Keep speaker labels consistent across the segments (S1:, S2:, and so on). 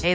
S1: Hey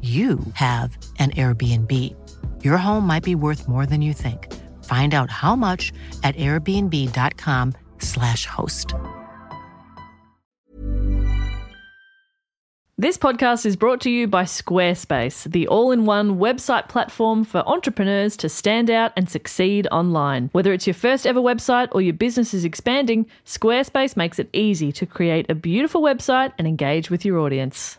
S1: you have an Airbnb. Your home might be worth more than you think. Find out how much at airbnb.com/slash host.
S2: This podcast is brought to you by Squarespace, the all in one website platform for entrepreneurs to stand out and succeed online. Whether it's your first ever website or your business is expanding, Squarespace makes it easy to create a beautiful website and engage with your audience.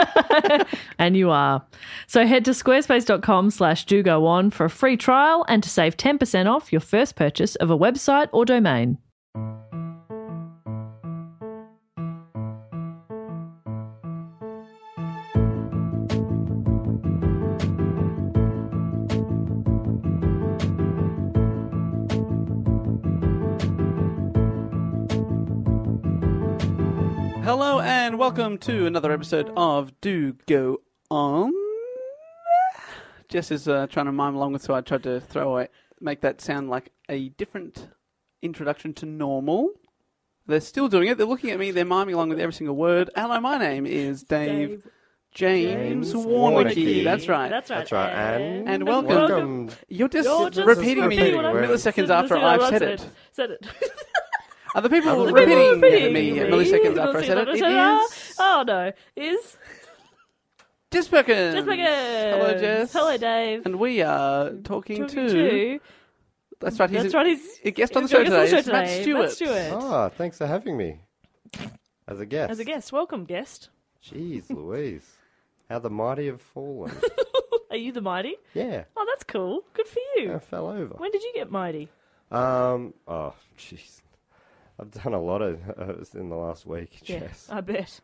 S2: And you are. So head to squarespace.com slash do go on for a free trial and to save 10% off your first purchase of a website or domain.
S3: Hello and welcome to another episode of Do Go On. Jess is uh, trying to mime along with, so I tried to throw away, make that sound like a different introduction to normal. They're still doing it. They're looking at me. They're miming along with every single word. Hello, my name is Dave, James, Warnicky.
S4: Warnicky.
S3: That's right.
S2: That's right.
S5: That's right, and,
S3: And welcome. You're just,
S2: You're just
S3: repeating me
S5: repeating what I've
S3: milliseconds
S2: said-
S3: after
S2: said-
S3: I've
S2: I've
S3: said it.
S2: Said it.
S3: Are the people
S5: Other
S3: repeating,
S5: people
S2: repeating
S3: me
S2: me.
S3: milliseconds after I said it?
S2: Milliseconds
S3: It
S2: after I
S3: is
S2: said, Oh oh, no, is
S3: Jess Perkins.
S2: Jess Perkins.
S3: Hello, Jess.
S2: Hello, Dave.
S3: And we are talking,
S2: Talking
S3: to,
S2: to-
S3: That's right. He's
S2: That's
S3: a,
S2: right. He's
S3: a guest on the
S2: he's
S3: show
S2: a guest
S3: today. It's Matt
S2: today.
S3: Stewart. Oh.
S5: Ah, thanks for having me as a guest.
S2: As a guest, welcome, guest.
S5: Jeez, Louise, how the mighty have fallen.
S2: Are you the mighty?
S5: yeah,
S2: Oh, that's cool. Good for
S3: Oh,
S5: I
S2: you.
S5: fell over.
S2: When did you get mighty?
S5: Um, oh, jeez, I've done a lot of uh, in the last week.
S2: Yeah, Uh,
S5: Yes.
S2: I bet.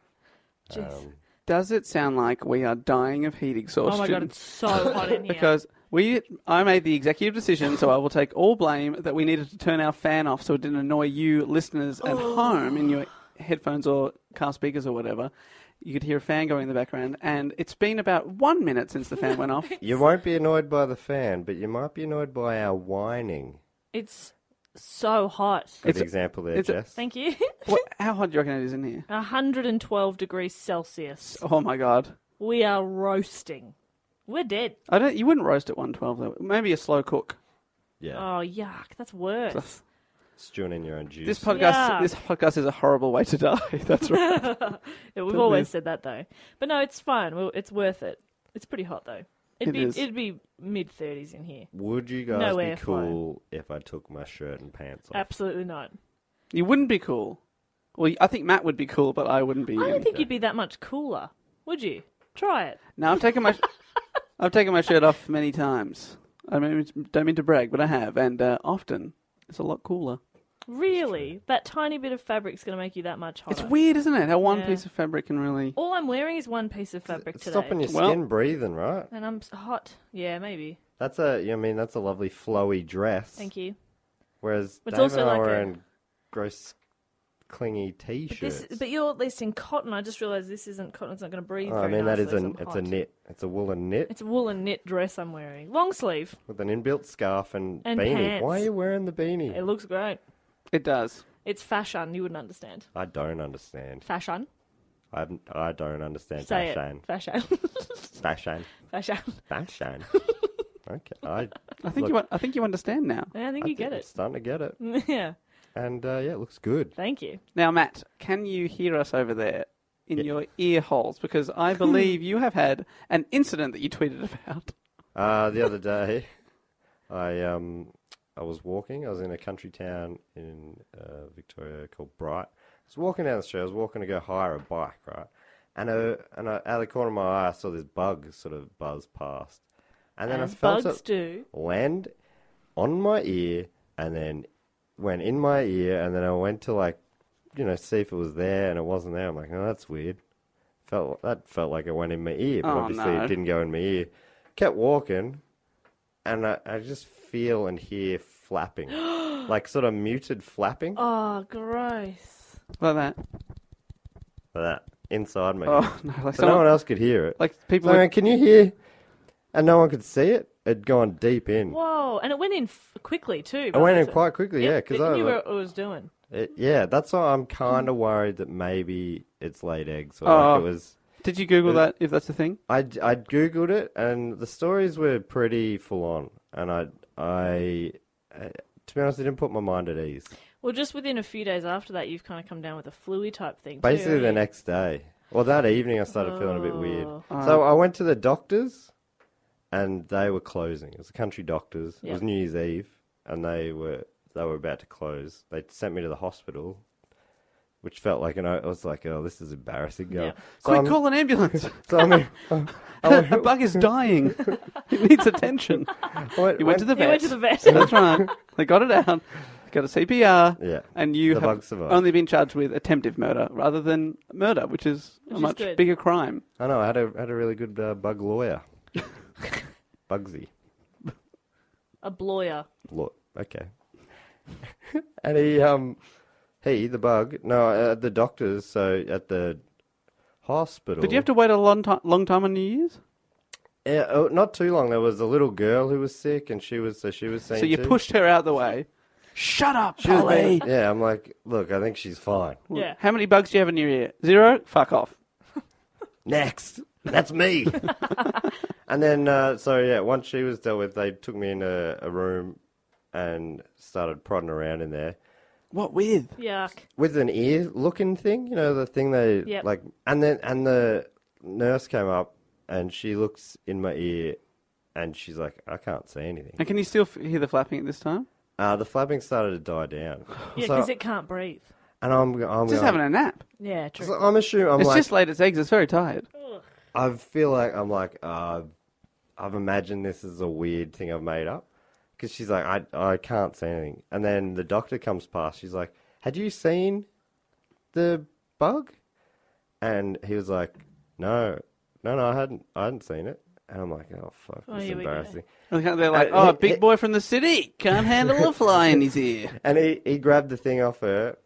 S2: Jeez.
S3: Um, Does it sound like we are dying of heat exhaustion?
S2: oh my god, it's so hot in here.
S3: because we, I made the executive decision, so I will take all blame that we needed to turn our fan off so it didn't annoy you listeners at
S2: Oh.
S3: home in your headphones or car speakers or whatever. You could hear a fan going in the background, and it's been about one minute since the fan went off.
S5: You won't be annoyed by the fan, but you might be annoyed by our whining.
S2: it's so hot.
S5: Good
S3: It's a-
S5: example there,
S3: it's a-
S5: Jess.
S2: Thank you.
S3: What, how hot do you reckon it is in here?
S2: 112 degrees Celsius.
S3: Oh my god!
S2: We are roasting. We're dead.
S3: I don't. You wouldn't roast at 112 though. Maybe a slow cook.
S5: yeah,
S2: Oh yuck, that's worse.
S5: stewing in your own juice.
S3: This podcast.
S2: Yeah.
S3: This podcast is a horrible way to die. That's right.
S2: Yeah, we've always said that though. But no, it's fine. Well, it's worth it. It's pretty hot though. It'd
S3: It
S2: be
S3: is.
S2: it'd be mid thirties in here.
S5: Would you guys
S2: No air
S5: be
S2: flying.
S5: cool if I took my shirt and pants off?
S2: Absolutely not.
S3: you wouldn't be cool. Well, I think Matt would be cool, but I wouldn't be.
S2: I don't think you'd be that much cooler, would you? Try it.
S3: No, I've taken my. I've taken my shirt off many times. I mean, don't mean to brag, but I have, and uh, often it's a lot cooler.
S2: Really? That tiny bit of fabric's going to make you that much hotter.
S3: It's weird, isn't it? How one
S2: Yeah.
S3: piece of fabric can really.
S2: All I'm wearing is one piece of fabric today.
S5: Stopping your
S3: Well-
S5: skin breathing, right?
S2: And I'm s- hot. Yeah, maybe.
S5: That's a, you know, I mean, that's a lovely flowy dress.
S2: Thank you.
S5: Whereas
S2: But it's
S5: David
S2: also
S5: and I
S2: like
S5: were
S2: a-
S5: in gross, clingy
S2: But,
S5: t-shirts.
S2: this, but you're at least in cotton. I just realised this isn't cotton. It's not going to breathe.
S5: Oh, I
S2: very
S5: mean, that is
S2: nicely,
S5: a,
S2: 'cause I'm
S5: it's a
S2: hot.
S5: knit, it's a woolen knit
S2: It's a woolen knit dress I'm wearing. Long sleeve.
S5: with an inbuilt scarf and,
S2: And
S5: beanie.
S2: pants.
S5: Why are you wearing the beanie?
S2: It looks great.
S3: It does.
S2: It's fashion. You wouldn't understand.
S5: I don't understand.
S2: Fashion.
S5: I'm, I don't understand
S2: Say
S5: fashion.
S2: it. Fashion.
S5: Fashion.
S2: fashion.
S5: Fashion. okay, I,
S3: I think
S5: Look.
S3: you. un- I think you understand now.
S2: Yeah, I think
S5: I
S2: you get
S5: I'm
S2: it.
S5: starting to get it.
S2: yeah.
S5: And uh, yeah, it looks good.
S2: Thank you.
S3: Now, Matt, can you hear us over there in your ear holes? Because I believe you have had an incident that you tweeted about.
S5: Uh, the other day, I um, I was walking. I was in a country town in uh, Victoria called Bright. I was walking down the street. I was walking to go hire a bike, right? And uh and I, out of the corner of my eye, I saw this bug sort of buzz past, and then
S2: As
S5: I felt
S2: bugs
S5: it
S2: do.
S5: land on my ear, and then went in my ear, and then I went to like, you know, see if it was there, and it wasn't there. I'm like, oh, that's weird. Felt that felt like it went in my ear, but
S3: Oh,
S5: obviously
S3: no.
S5: it didn't go in my ear. Kept walking, and I, I just feel and hear flapping, like sort of muted flapping,
S2: Oh, gross.
S3: Like that.
S5: like that inside me.
S3: Oh no! Like
S5: so no
S3: someone,
S5: one else could hear it.
S3: like people.
S5: so,
S3: would-
S5: I went, can you hear? And no one could see it. It'd gone deep in.
S2: Whoa. And it went in f- quickly, too.
S5: I went in quite quickly, yeah, because I
S2: knew
S5: was-
S2: what it was doing.
S5: It, yeah, that's why I'm kind of worried that maybe it's laid eggs or
S3: Oh.
S5: like it was.
S3: Did you Google
S5: Uh,
S3: that? If that's a thing.
S5: I I googled it and the stories were pretty full on, and I I uh, to be honest, I didn't put my mind at ease.
S2: Well, just within a few days after that, you've kind of come down with a fluey type thing. too,
S5: Basically, the
S2: right?
S5: next day or that evening, I started feeling a bit weird.
S2: Oh.
S5: So I went to the doctors, and they were closing. It was the country doctors. It was
S2: Yeah.
S5: New Year's Eve, and they were they were about to close. They sent me to the hospital. Which felt like an I was like, oh, this is embarrassing.
S2: Yeah.
S5: So
S3: Quick,
S5: I'm-
S3: call an ambulance.
S5: So I'm in, Oh,
S3: a bug is dying. it needs attention.
S5: I went,
S3: You went to the
S2: You
S3: vet.
S2: went to the vet.
S3: That's right. They got it out. Got a CPR.
S5: Yeah.
S3: And you
S5: The bug
S3: have
S5: survived.
S3: only been charged with attempted murder rather than murder, which is a
S2: is
S3: much
S2: good.
S3: bigger crime.
S5: I know. I had a had a really good uh, bug lawyer, Bugsy.
S2: a bloyer.
S5: Law- okay. and he um he the bug no uh, at the doctors so at the hospital.
S3: Did you have to wait a long time, long time on New Year's?
S5: Yeah, oh, not too long. There was a little girl who was sick, and she was so she was saying.
S3: So you pushed her out the way. Shut up,
S5: She was
S3: Polly.
S5: being- yeah, I'm like, look, I think she's fine.
S2: Yeah.
S3: How many bugs do you have in your ear? Zero. Fuck off.
S5: next. That's me. and then, uh, so yeah, once she was dealt with, they took me in a, a room and started prodding around in there
S3: What with?
S2: Yuck.
S5: with an ear looking thing, you know, the thing they
S2: Yep.
S5: like. And then, and the nurse came up and she looks in my ear and she's like, I can't see anything.
S3: And can you still f- hear the flapping at this time?
S5: Uh, the flapping started to die down.
S2: Yeah,
S5: So-
S2: because it can't breathe.
S5: and I'm, I'm
S3: Just
S5: going-
S3: having a nap.
S2: Yeah, true.
S5: so I'm assuming, I'm
S3: it's
S5: like,
S3: just laid its eggs. It's very tired.
S5: I feel like I'm like uh, I've imagined this is a weird thing I've made up because she's like I I can't see anything, and then the doctor comes past. She's like, "Had you seen the bug?" And he was like, "No, no, no, I hadn't. I hadn't seen it." And I'm like, "Oh fuck,
S2: Oh,
S5: this is
S2: here we go.
S5: embarrassing."
S3: And They're like,
S5: Uh,
S3: oh,
S5: he-
S3: big
S5: he-
S3: boy from the city can't handle a fly in his ear.
S5: And he, he grabbed the thing off her,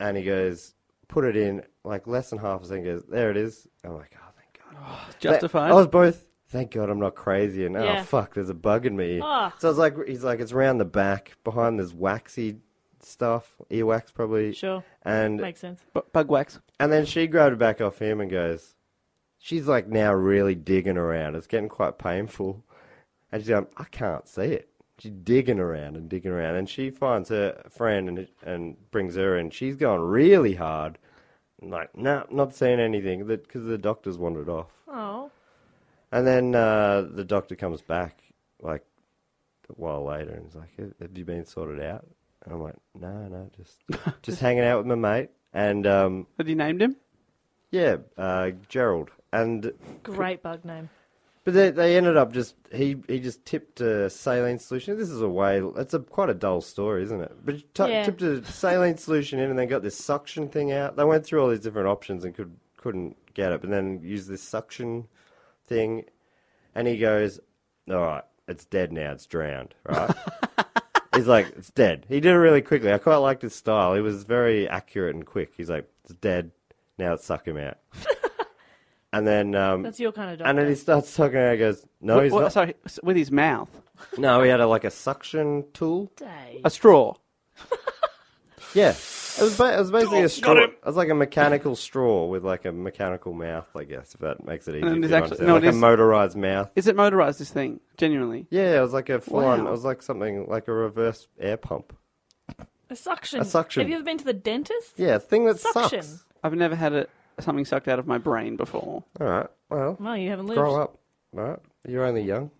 S5: and he goes, "Put it in." Like less than half a second goes, "There it is." I'm like, "Oh, thank God." That-
S3: Justified.
S5: I was both. Thank God I'm not crazy. And oh
S2: Yeah.
S5: fuck, there's a bug in me.
S2: Ah.
S5: So I was like, he's like, it's round the back behind this waxy stuff, earwax probably.
S2: Sure.
S5: And
S2: Makes sense.
S3: Bu- bug wax.
S5: and then she grabbed it back off him and goes, she's like now really digging around. It's getting quite painful. And she's like, I can't see it. She's digging around and digging around, and she finds her friend and and brings her in. She's going really hard. I'm like, no, not seeing anything, because the doctors wandered off.
S2: Oh.
S5: And then uh, the doctor comes back like a while later and is like, "Have- "Have you been sorted out?" And I'm like, "No, no, just just hanging out with my mate." And um,
S3: Had you named him?
S5: yeah, uh, Gerald. And
S2: Great bug name.
S5: But they, they ended up just he he just tipped a saline solution. This is a way. It's a quite a dull story, isn't it? But he t-
S6: Yeah.
S5: tipped a saline solution in, and then got this suction thing out. They went through all these different options and could couldn't get it. But then used this suction thing, and he goes, "All right, it's dead now. It's drowned." Right. He's like, it's dead. He did it really quickly. I quite liked his style. He was very accurate and quick. He's like, it's dead. Now let's suck him out. and then, um,
S2: That's your kind of
S5: and then he
S2: doctor.
S5: starts sucking out. He goes, no,
S3: Wh-
S5: he's
S3: wh-
S5: not.
S3: Sorry, s- with his mouth.
S5: No, he had a, like a suction tool.
S2: Dave.
S3: A straw.
S5: Yeah, it was. Ba- it was basically a straw. It was like a mechanical straw with like a mechanical mouth. I guess if that makes it easy.
S3: then
S5: for you
S3: there's
S5: to
S3: actually-
S5: understand.
S3: no,
S5: like
S3: it
S5: a
S3: is-
S5: motorized mouth.
S3: Is it motorized, this thing? Genuinely.
S5: Yeah, it was like a full-on.
S3: Wow.
S5: It was like something like a reverse air pump.
S2: A suction.
S5: A suction.
S2: Have you ever been to the dentist?
S5: Yeah, a thing that
S2: Suction.
S5: sucks.
S3: I've never had a, something sucked out of my brain before.
S5: All right. Well,
S2: Well, you haven't lived.
S5: grow up, right? You're only young.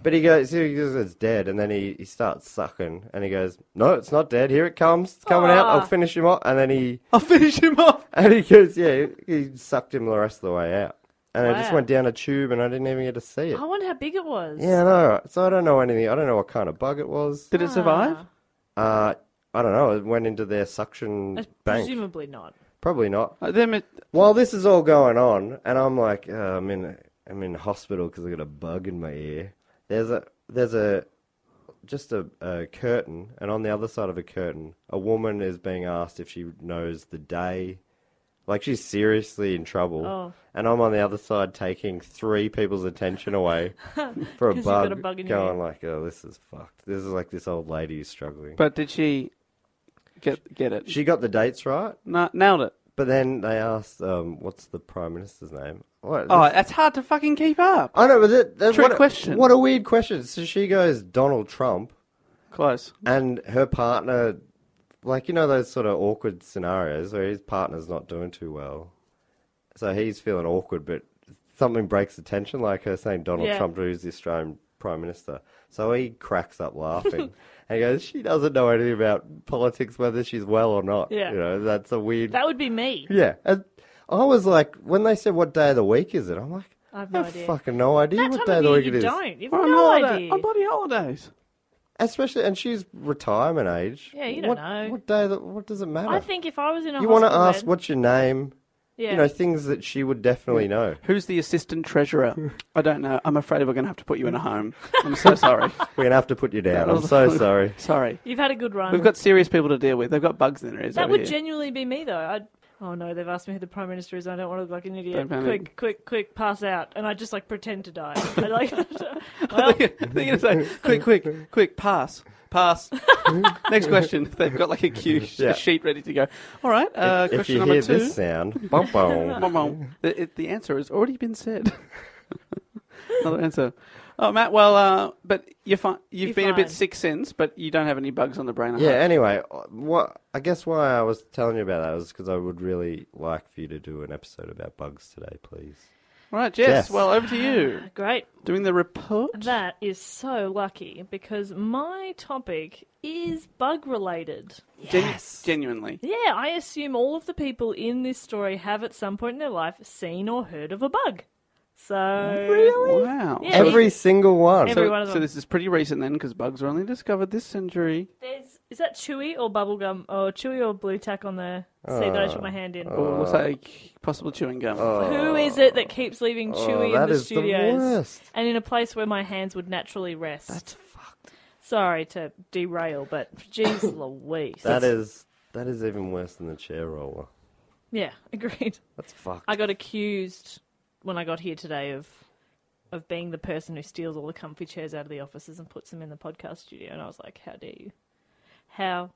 S5: But he goes, he goes, it's dead, and then he, he starts sucking, and he goes, no, it's not dead. Here it comes, it's coming out. I'll finish him off, and then he
S3: I'll finish him off.
S5: and he goes, yeah, he, he sucked him the rest of the way out, and I just
S2: Wow. Oh.
S5: went down a tube, and I didn't even get to see it.
S2: I wonder how big it was.
S5: Yeah, no. So I don't know anything. I don't know what kind of bug it was.
S3: Did it survive?
S2: Ah.
S5: Uh, I don't know. It went into their suction
S2: Uh,
S5: bank.
S2: Presumably not.
S5: Probably not.
S3: Uh, then it,
S5: While this is all going on, and I'm like, uh, I'm in, I'm in hospital because I got a bug in my ear. There's a, there's a, just a, a curtain, and on the other side of a curtain, a woman is being asked if she knows the day, like she's seriously in trouble,
S2: Oh.
S5: and I'm on the other side taking three people's attention away for a
S2: 'Cause you've
S5: bug,
S2: got a bug in your
S5: going
S2: ear.
S5: like, oh, this is fucked. This is like this old lady who's struggling.
S3: but did she get get it?
S5: she got the dates right.
S3: Na- nailed it.
S5: But then they asked, um, "What's the prime minister's name?" What,
S3: Oh, that's hard to fucking keep up.
S5: I know, but that, that,
S3: Trick
S5: what a,
S3: question.
S5: What a weird question. So she goes Donald Trump,
S3: Close.
S5: and her partner, like you know those sort of awkward scenarios where his partner's not doing too well, so he's feeling awkward, but something breaks the tension, like her saying Donald
S2: Yeah.
S5: Trump, who's the Australian Prime Minister. So he cracks up laughing and he goes, "She doesn't know anything about politics, whether she's well or not."
S2: Yeah.
S5: you know that's a weird.
S2: That would be me.
S5: Yeah. And I was like, when they said what day of the week is it, I'm like,
S2: I have no
S5: have
S2: idea.
S5: fucking no idea
S2: That time
S5: what day
S2: of
S5: of the
S2: year
S5: week
S2: you
S5: it is.
S2: don't. You
S3: We're
S2: have
S3: on
S2: no
S3: holiday.
S2: idea.
S3: On bloody holidays.
S5: Especially, and she's retirement age.
S2: Yeah, you don't
S5: What-
S2: know.
S5: What day? That, what does it matter?
S2: I think if I was in a
S5: you
S2: want to
S5: ask what's your name?
S2: yeah.
S5: You know, things that she would definitely know.
S3: Who's the assistant treasurer? I don't know. I'm afraid we're going to have to put you in a home. I'm so sorry.
S5: We're gonna have to put you down. I'm so sorry.
S3: sorry.
S2: You've had a good run.
S3: We've got serious people to deal with. They've got bugs in their ears.
S2: that
S3: over
S2: would
S3: here.
S2: genuinely be me though. I'd oh no, they've asked me who the prime minister is. I don't want to look like an idiot.
S3: Don't panic.
S2: Quick, quick, quick, pass out, and I just like pretend to die. I, like, well,
S3: They're going to say, quick, quick, quick, pass, pass. Next question. They've got like a cue sh-
S5: Yeah.
S3: sheet ready to go. All right. Uh,
S5: if
S3: question
S5: you
S3: number
S5: hear
S3: two.
S5: this sound, bum, bum.
S3: Womp womp. the, it, the answer has already been said. Another answer. Oh, Matt. Well, uh, but you're fine. You've
S2: You're
S3: been a
S2: fine.
S3: bit sick since, but you don't have any bugs on the brain. I
S5: Yeah.
S3: hope.
S5: Anyway, uh, what I guess why I was telling you about that was because I would really like for you to do an episode about bugs today, please.
S3: All right, Jess.
S5: Jess.
S3: Well, over to you.
S2: great.
S3: Doing the report.
S2: That is so lucky because my topic is bug related.
S3: Genu- genuinely.
S2: Yeah, I assume all of the people in this story have at some point in their life seen or heard of a bug. So really,
S3: Wow.
S2: Yeah.
S5: Every single one.
S2: Every-
S3: So,
S2: one of
S3: so
S2: them.
S3: this is pretty recent then, because bugs were only discovered this century.
S2: there's is that Chewy or bubblegum or Chewy or blue tack on the seat
S5: Uh,
S2: that I took my hand in?
S5: oh.
S3: Or looks like possible chewing gum.
S2: Who is it that keeps leaving Chewy
S5: Oh, that
S2: in the
S5: is the
S2: studios
S5: worst.
S2: and in a place where my hands would naturally rest? That's fucked. Sorry to derail, but jeez Louise.
S5: That is that is even worse than the chair roller.
S2: yeah, agreed.
S5: That's fucked.
S2: I got accused when I got here today of of being the person who steals all the comfy chairs out of the offices and puts them in the podcast studio, and I was like, how dare you? How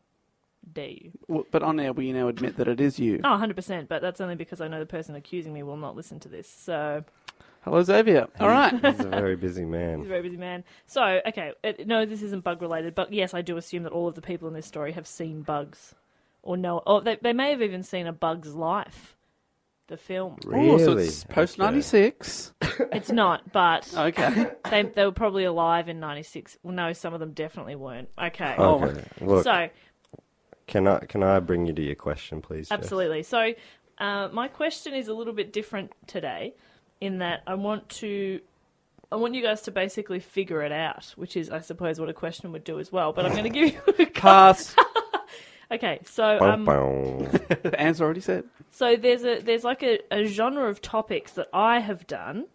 S2: dare you?
S3: Well, But on air, we now admit that it is you.
S2: Oh, 100%, but that's only because I know the person accusing me will not listen to this. So,
S3: Hello, Xavier. All right.
S5: He's a very busy
S2: he's a
S5: man.
S2: very busy man. So, okay, it, no, this isn't bug related, but yes, I do assume that all of the people in this story have seen bugs. Or know, or they, they may have even seen A Bug's Life, the film.
S3: Oh,
S5: Really?
S3: so it's post ninety six.
S2: It's not, but
S3: Oh, Okay.
S2: they, they were probably alive in 96. Well, no, some of them definitely weren't. Okay.
S5: Okay. Oh, Look,
S2: So,
S5: can I can I bring you to your question, please? Jess?
S2: Absolutely. So, uh, my question is a little bit different today in that I want to I want you guys to basically figure it out, which is, I suppose, what a question would do as well. But I'm going to give you a cou-
S3: Pass.
S2: Okay, so
S5: Bow,
S2: um,
S5: bow.
S3: the answer already said.
S2: So there's a there's like a, a genre of topics that I have done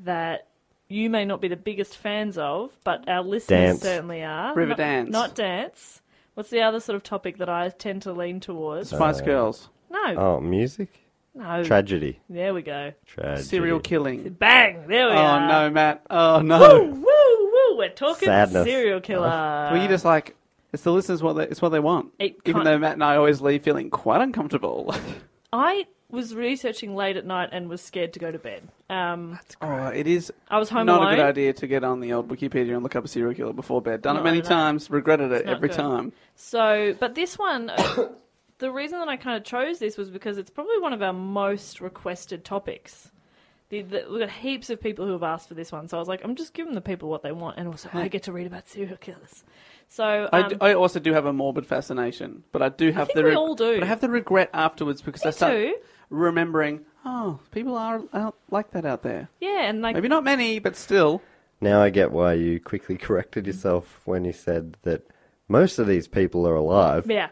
S2: that you may not be the biggest fans of, but our listeners
S5: Dance.
S2: certainly are.
S3: River
S2: Not-
S3: dance.
S2: Not dance. What's the other sort of topic that I tend to lean towards?
S3: Spice Girls.
S2: No.
S5: oh, music?
S2: no.
S5: Tragedy.
S2: there we go.
S5: Tragedy.
S3: Serial killing.
S2: Bang! There we
S3: Oh
S2: are.
S3: no, Matt. Oh no.
S2: Woo, woo, we're talking
S5: Sadness.
S2: serial killer.
S3: Were you just like? It's the listeners what they, it's what they want.
S2: It
S3: Even
S2: can't-
S3: though Matt and I always leave feeling quite uncomfortable.
S2: I was researching late at night and was scared to go to bed. Um,
S3: oh, it is
S2: I was home
S3: not
S2: alone.
S3: a good idea to get on the old Wikipedia and look up a serial killer before bed. Done
S2: No,
S3: it many
S2: no.
S3: times, regretted it
S2: not
S3: every
S2: good.
S3: time.
S2: So, but this one, uh, the reason that I kind of chose this was because it's probably one of our most requested topics. The, the, we've got heaps of people who have asked for this one, so I was like, I'm just giving the people what they want, and also I get to read about serial killers. So,
S3: Hmm. I
S2: um,
S3: d I I also do have a morbid fascination, but I do have
S2: think
S3: the
S2: we all do.
S3: But I have the regret afterwards because I start
S2: too.
S3: remembering. Oh, people are out like that out there.
S2: yeah, and like,
S3: Maybe not many, but still.
S5: Now I get why you quickly corrected yourself when you said that most of these people are alive.
S2: yeah,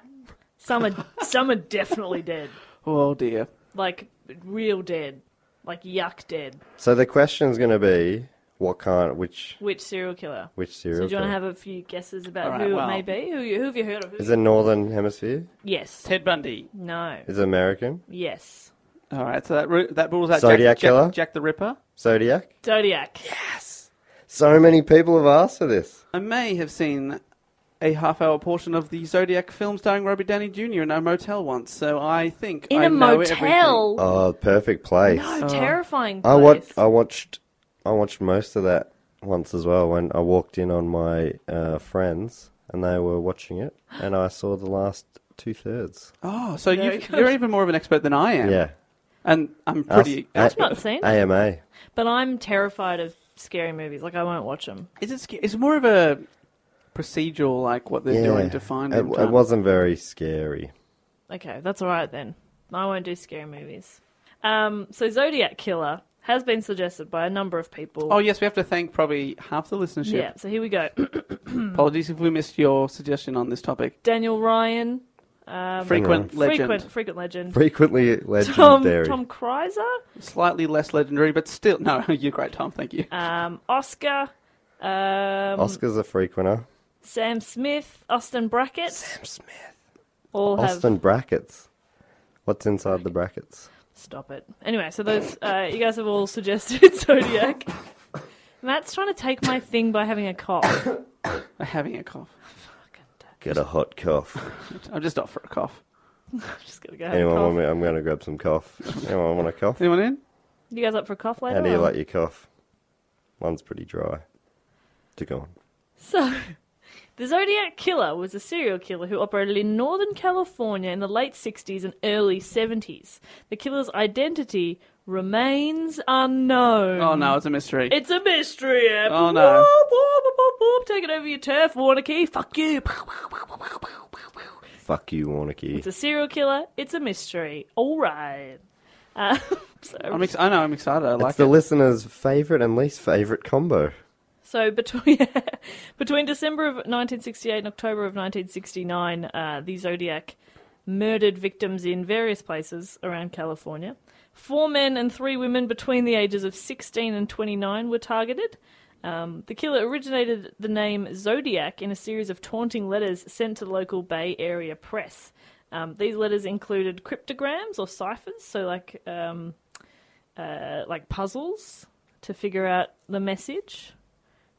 S2: some are some are definitely dead,
S3: Oh dear.
S2: like real dead, like yuck dead.
S5: So the question's going to be what kind, which
S2: Which serial killer?
S5: which
S2: So
S5: serial?
S2: do you want to
S5: killer?
S2: have a few guesses about
S3: All right,
S2: who
S3: well-
S2: it may be? Who, you- who have you heard of? Who,
S5: Is it Northern Hemisphere?
S2: yes.
S3: Ted Bundy.
S2: No.
S5: Is it American?
S2: Yes.
S3: All right, so that ru- that rules out
S5: Zodiac
S3: Jack,
S5: killer?
S3: Jack, Jack the Ripper.
S5: Zodiac?
S2: Zodiac.
S5: So many people have asked for this.
S3: I may have seen a half-hour portion of the Zodiac film starring Robbie Downey Jr. in a motel once, so I think
S2: in
S3: I
S2: a
S3: know Uh,
S2: motel.
S5: Oh, perfect place.
S2: No, terrifying. Place.
S5: I oh. watched. I watched. I watched most of that once as well. When I walked in on my uh, friends and they were watching it, and I saw the last two thirds.
S3: everything. Oh, so
S2: There
S3: you
S2: you go.
S3: you're even more of an expert than I am.
S5: Yeah,
S3: and I'm pretty.
S5: That's
S2: not seen.
S5: AMA.
S2: but I'm terrified of scary movies. Like I won't watch them.
S3: uh, Is it? sca- It's more of a procedural, like what they're
S5: yeah,
S3: doing to find
S5: it,
S3: him.
S5: it
S3: type.
S5: wasn't very scary.
S2: Okay, that's all right then. I won't do scary movies. Um, so Zodiac Killer has been suggested by a number of people.
S3: Oh yes, we have to thank probably half the listenership.
S2: yeah. Mm. So here we go.
S3: Apologies if we missed your suggestion on this topic.
S2: Daniel Ryan, um,
S3: Frequent legend,
S2: frequent frequent legend.
S5: Frequently
S2: Tom
S5: legendary.
S2: Tom Kreiser,
S3: slightly less legendary, but still no. You're great, Tom. Thank you.
S2: um, Oscar, um,
S5: Oscar's a frequenter.
S2: Sam Smith, Austin Brackett. Sam Smith. All have
S5: Austin brackets. What's inside the brackets?
S2: Stop it. Anyway, so those uh, you guys have all suggested Zodiac. Matt's trying to take my thing by having a cough.
S3: I'm having a cough.
S5: Get a hot cough.
S3: I'm just up for a cough.
S2: I'm just gonna go have a
S5: Anyone
S2: cough.
S5: want me? I'm going to grab some cough. Anyone want a cough?
S3: Anyone in?
S2: You guys up for a cough later?
S5: How do you
S2: on?
S5: like your cough? Mine's pretty dry. To go on.
S2: So, the Zodiac Killer was a serial killer who operated in Northern California in the late 60s and early 70s. The killer's identity remains unknown.
S3: Oh no, it's a mystery.
S2: It's a mystery. Em.
S3: Oh, no.
S2: Whoop, whoop, whoop, whoop, whoop. Take it over your turf, Warnocky. Fuck you. Pow, pow, pow, pow, pow, pow, pow, pow.
S5: Fuck you, Warnocky.
S2: It's a serial killer. It's a mystery. All right. Uh, so,
S3: I'm ex- I know. I'm excited. I like
S5: It's the
S3: it.
S5: listener's favourite and least favourite combo.
S2: so between between December of 1968 and October of 1969, uh, the Zodiac murdered victims in various places around California. Four men and three women between the ages of 16 and 29 were targeted. Um, the killer originated the name Zodiac in a series of taunting letters sent to the local Bay Area press. Um, these letters included cryptograms or ciphers, so like um, uh, like puzzles to figure out the message.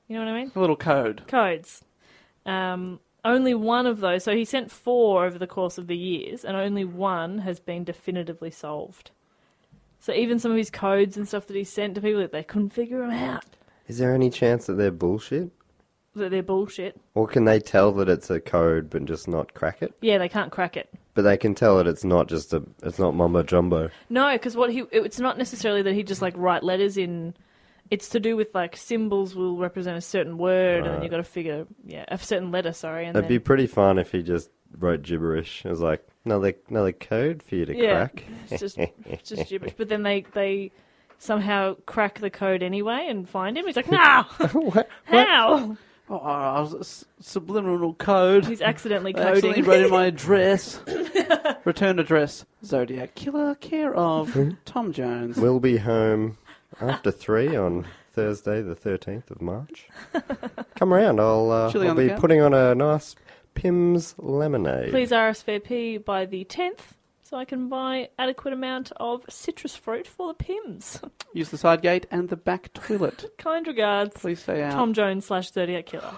S2: You know what I mean?
S3: a little code.
S2: Codes. Um, only one of those. So he sent four over the course of the years, and only one has been definitively solved. So even some of his codes and stuff that he sent to people, they couldn't figure them out.
S5: Is there any chance that they're bullshit?
S2: That they're bullshit.
S5: Or can they tell that it's a code but just not crack it?
S2: Yeah, they can't crack it.
S5: But they can tell that it's not just a it's not mumbo jumbo.
S2: No, because what he it- it's not necessarily that he just like write letters in. It's to do with like symbols will represent a certain word, and then you've got to figure yeah a certain letter. Sorry, and
S5: It'd be
S2: then,
S5: pretty fun if he just wrote gibberish. It was like another another code for you to
S2: yeah,
S5: crack.
S2: it's just it's just gibberish. But then they they somehow crack the code anyway and find him. He's like, no,
S5: What?
S2: how?
S3: Oh, I was s- subliminal code.
S2: He's accidentally
S3: I accidentally
S2: coding.
S3: wrote in my address. Return address. Zodiac killer. Care of
S5: Hmm?
S3: Tom Jones.
S5: We'll be home after three on Thursday, the 13th of March. Come around. I'll, uh,
S3: Chilling
S5: I'll
S3: on the
S5: be
S3: couch.
S5: putting on a nice Pim's lemonade.
S2: Please RSVP by the tenth, so I can buy adequate amount of citrus fruit for the Pims.
S3: Use the side gate and the back toilet.
S2: kind regards,
S3: Please stay out.
S2: Tom Jones slash Zodiac Killer.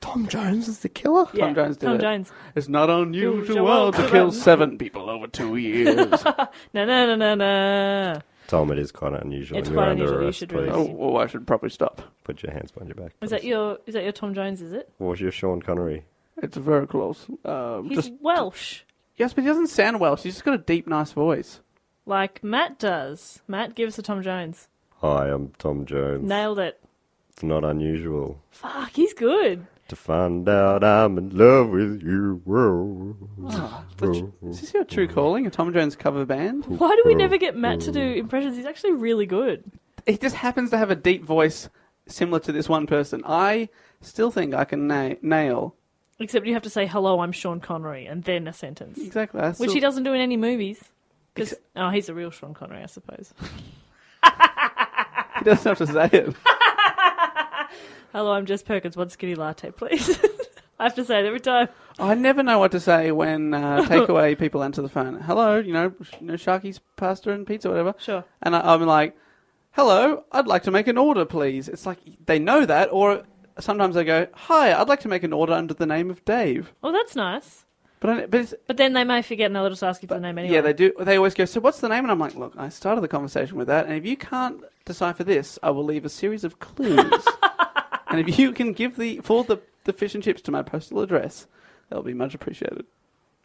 S5: Tom Jones is the killer?
S2: Yeah,
S3: Jones did
S2: Tom
S3: it.
S2: Jones.
S3: It's not unusual
S2: Usual
S3: to
S2: to
S3: kill
S2: run.
S3: seven people over two years.
S2: No, no, no, no, no.
S5: Tom, it is quite unusual.
S2: It's
S5: You're
S2: quite
S5: under
S2: unusual. You
S5: arrest,
S2: should
S5: please.
S2: really-
S3: oh, well, I should probably stop.
S5: Put your hands behind your back.
S2: Is that
S5: please.
S2: your is that your Tom Jones? Is it?
S5: Or was your Sean Connery?
S3: It's very close. Um,
S2: He's
S3: just
S2: Welsh,
S3: yes, but he doesn't sound Welsh. He's just got a deep, nice voice.
S2: like Matt does. Matt gives the Tom Jones.
S5: Hi, I'm Tom Jones.
S2: Nailed it.
S5: It's not unusual
S2: Fuck, he's good.
S5: to find out I'm in love with you. Whoa.
S3: The tr- Is this your true
S5: Hmm.
S3: calling? A Tom Jones cover band?
S2: Why do we never get Matt to do impressions? He's actually really good.
S3: He just happens to have a deep voice similar to this one person. I still think I can na- nail
S2: Except you have to say hello, I'm Sean Connery, and then a sentence,
S3: exactly. I
S2: which
S3: still-
S2: he doesn't do in any movies. 'Cause- oh, he's a real Sean Connery, I suppose.
S3: He doesn't have to say it.
S2: hello, I'm Jess Perkins. One skinny latte, please. I have to say it every time.
S3: I never know what to say when uh, takeaway people answer the phone. Hello, you know, sh- you know, Sharky's pasta and pizza, whatever.
S2: Sure.
S3: And I, I'm like, hello, I'd like to make an order, please. It's like they know that, or sometimes they go, hi, I'd like to make an order under the name of Dave.
S2: Oh, that's nice.
S3: But, I, but it's,
S2: But then they may forget, and they'll just ask you for the name anyway.
S3: yeah, they do. They always go, so what's the name? And I'm like, look, I started the conversation with that, and if you can't decipher this, I will leave a series of clues. and if you can give the for the the fish and chips to my postal address, that'll be much appreciated.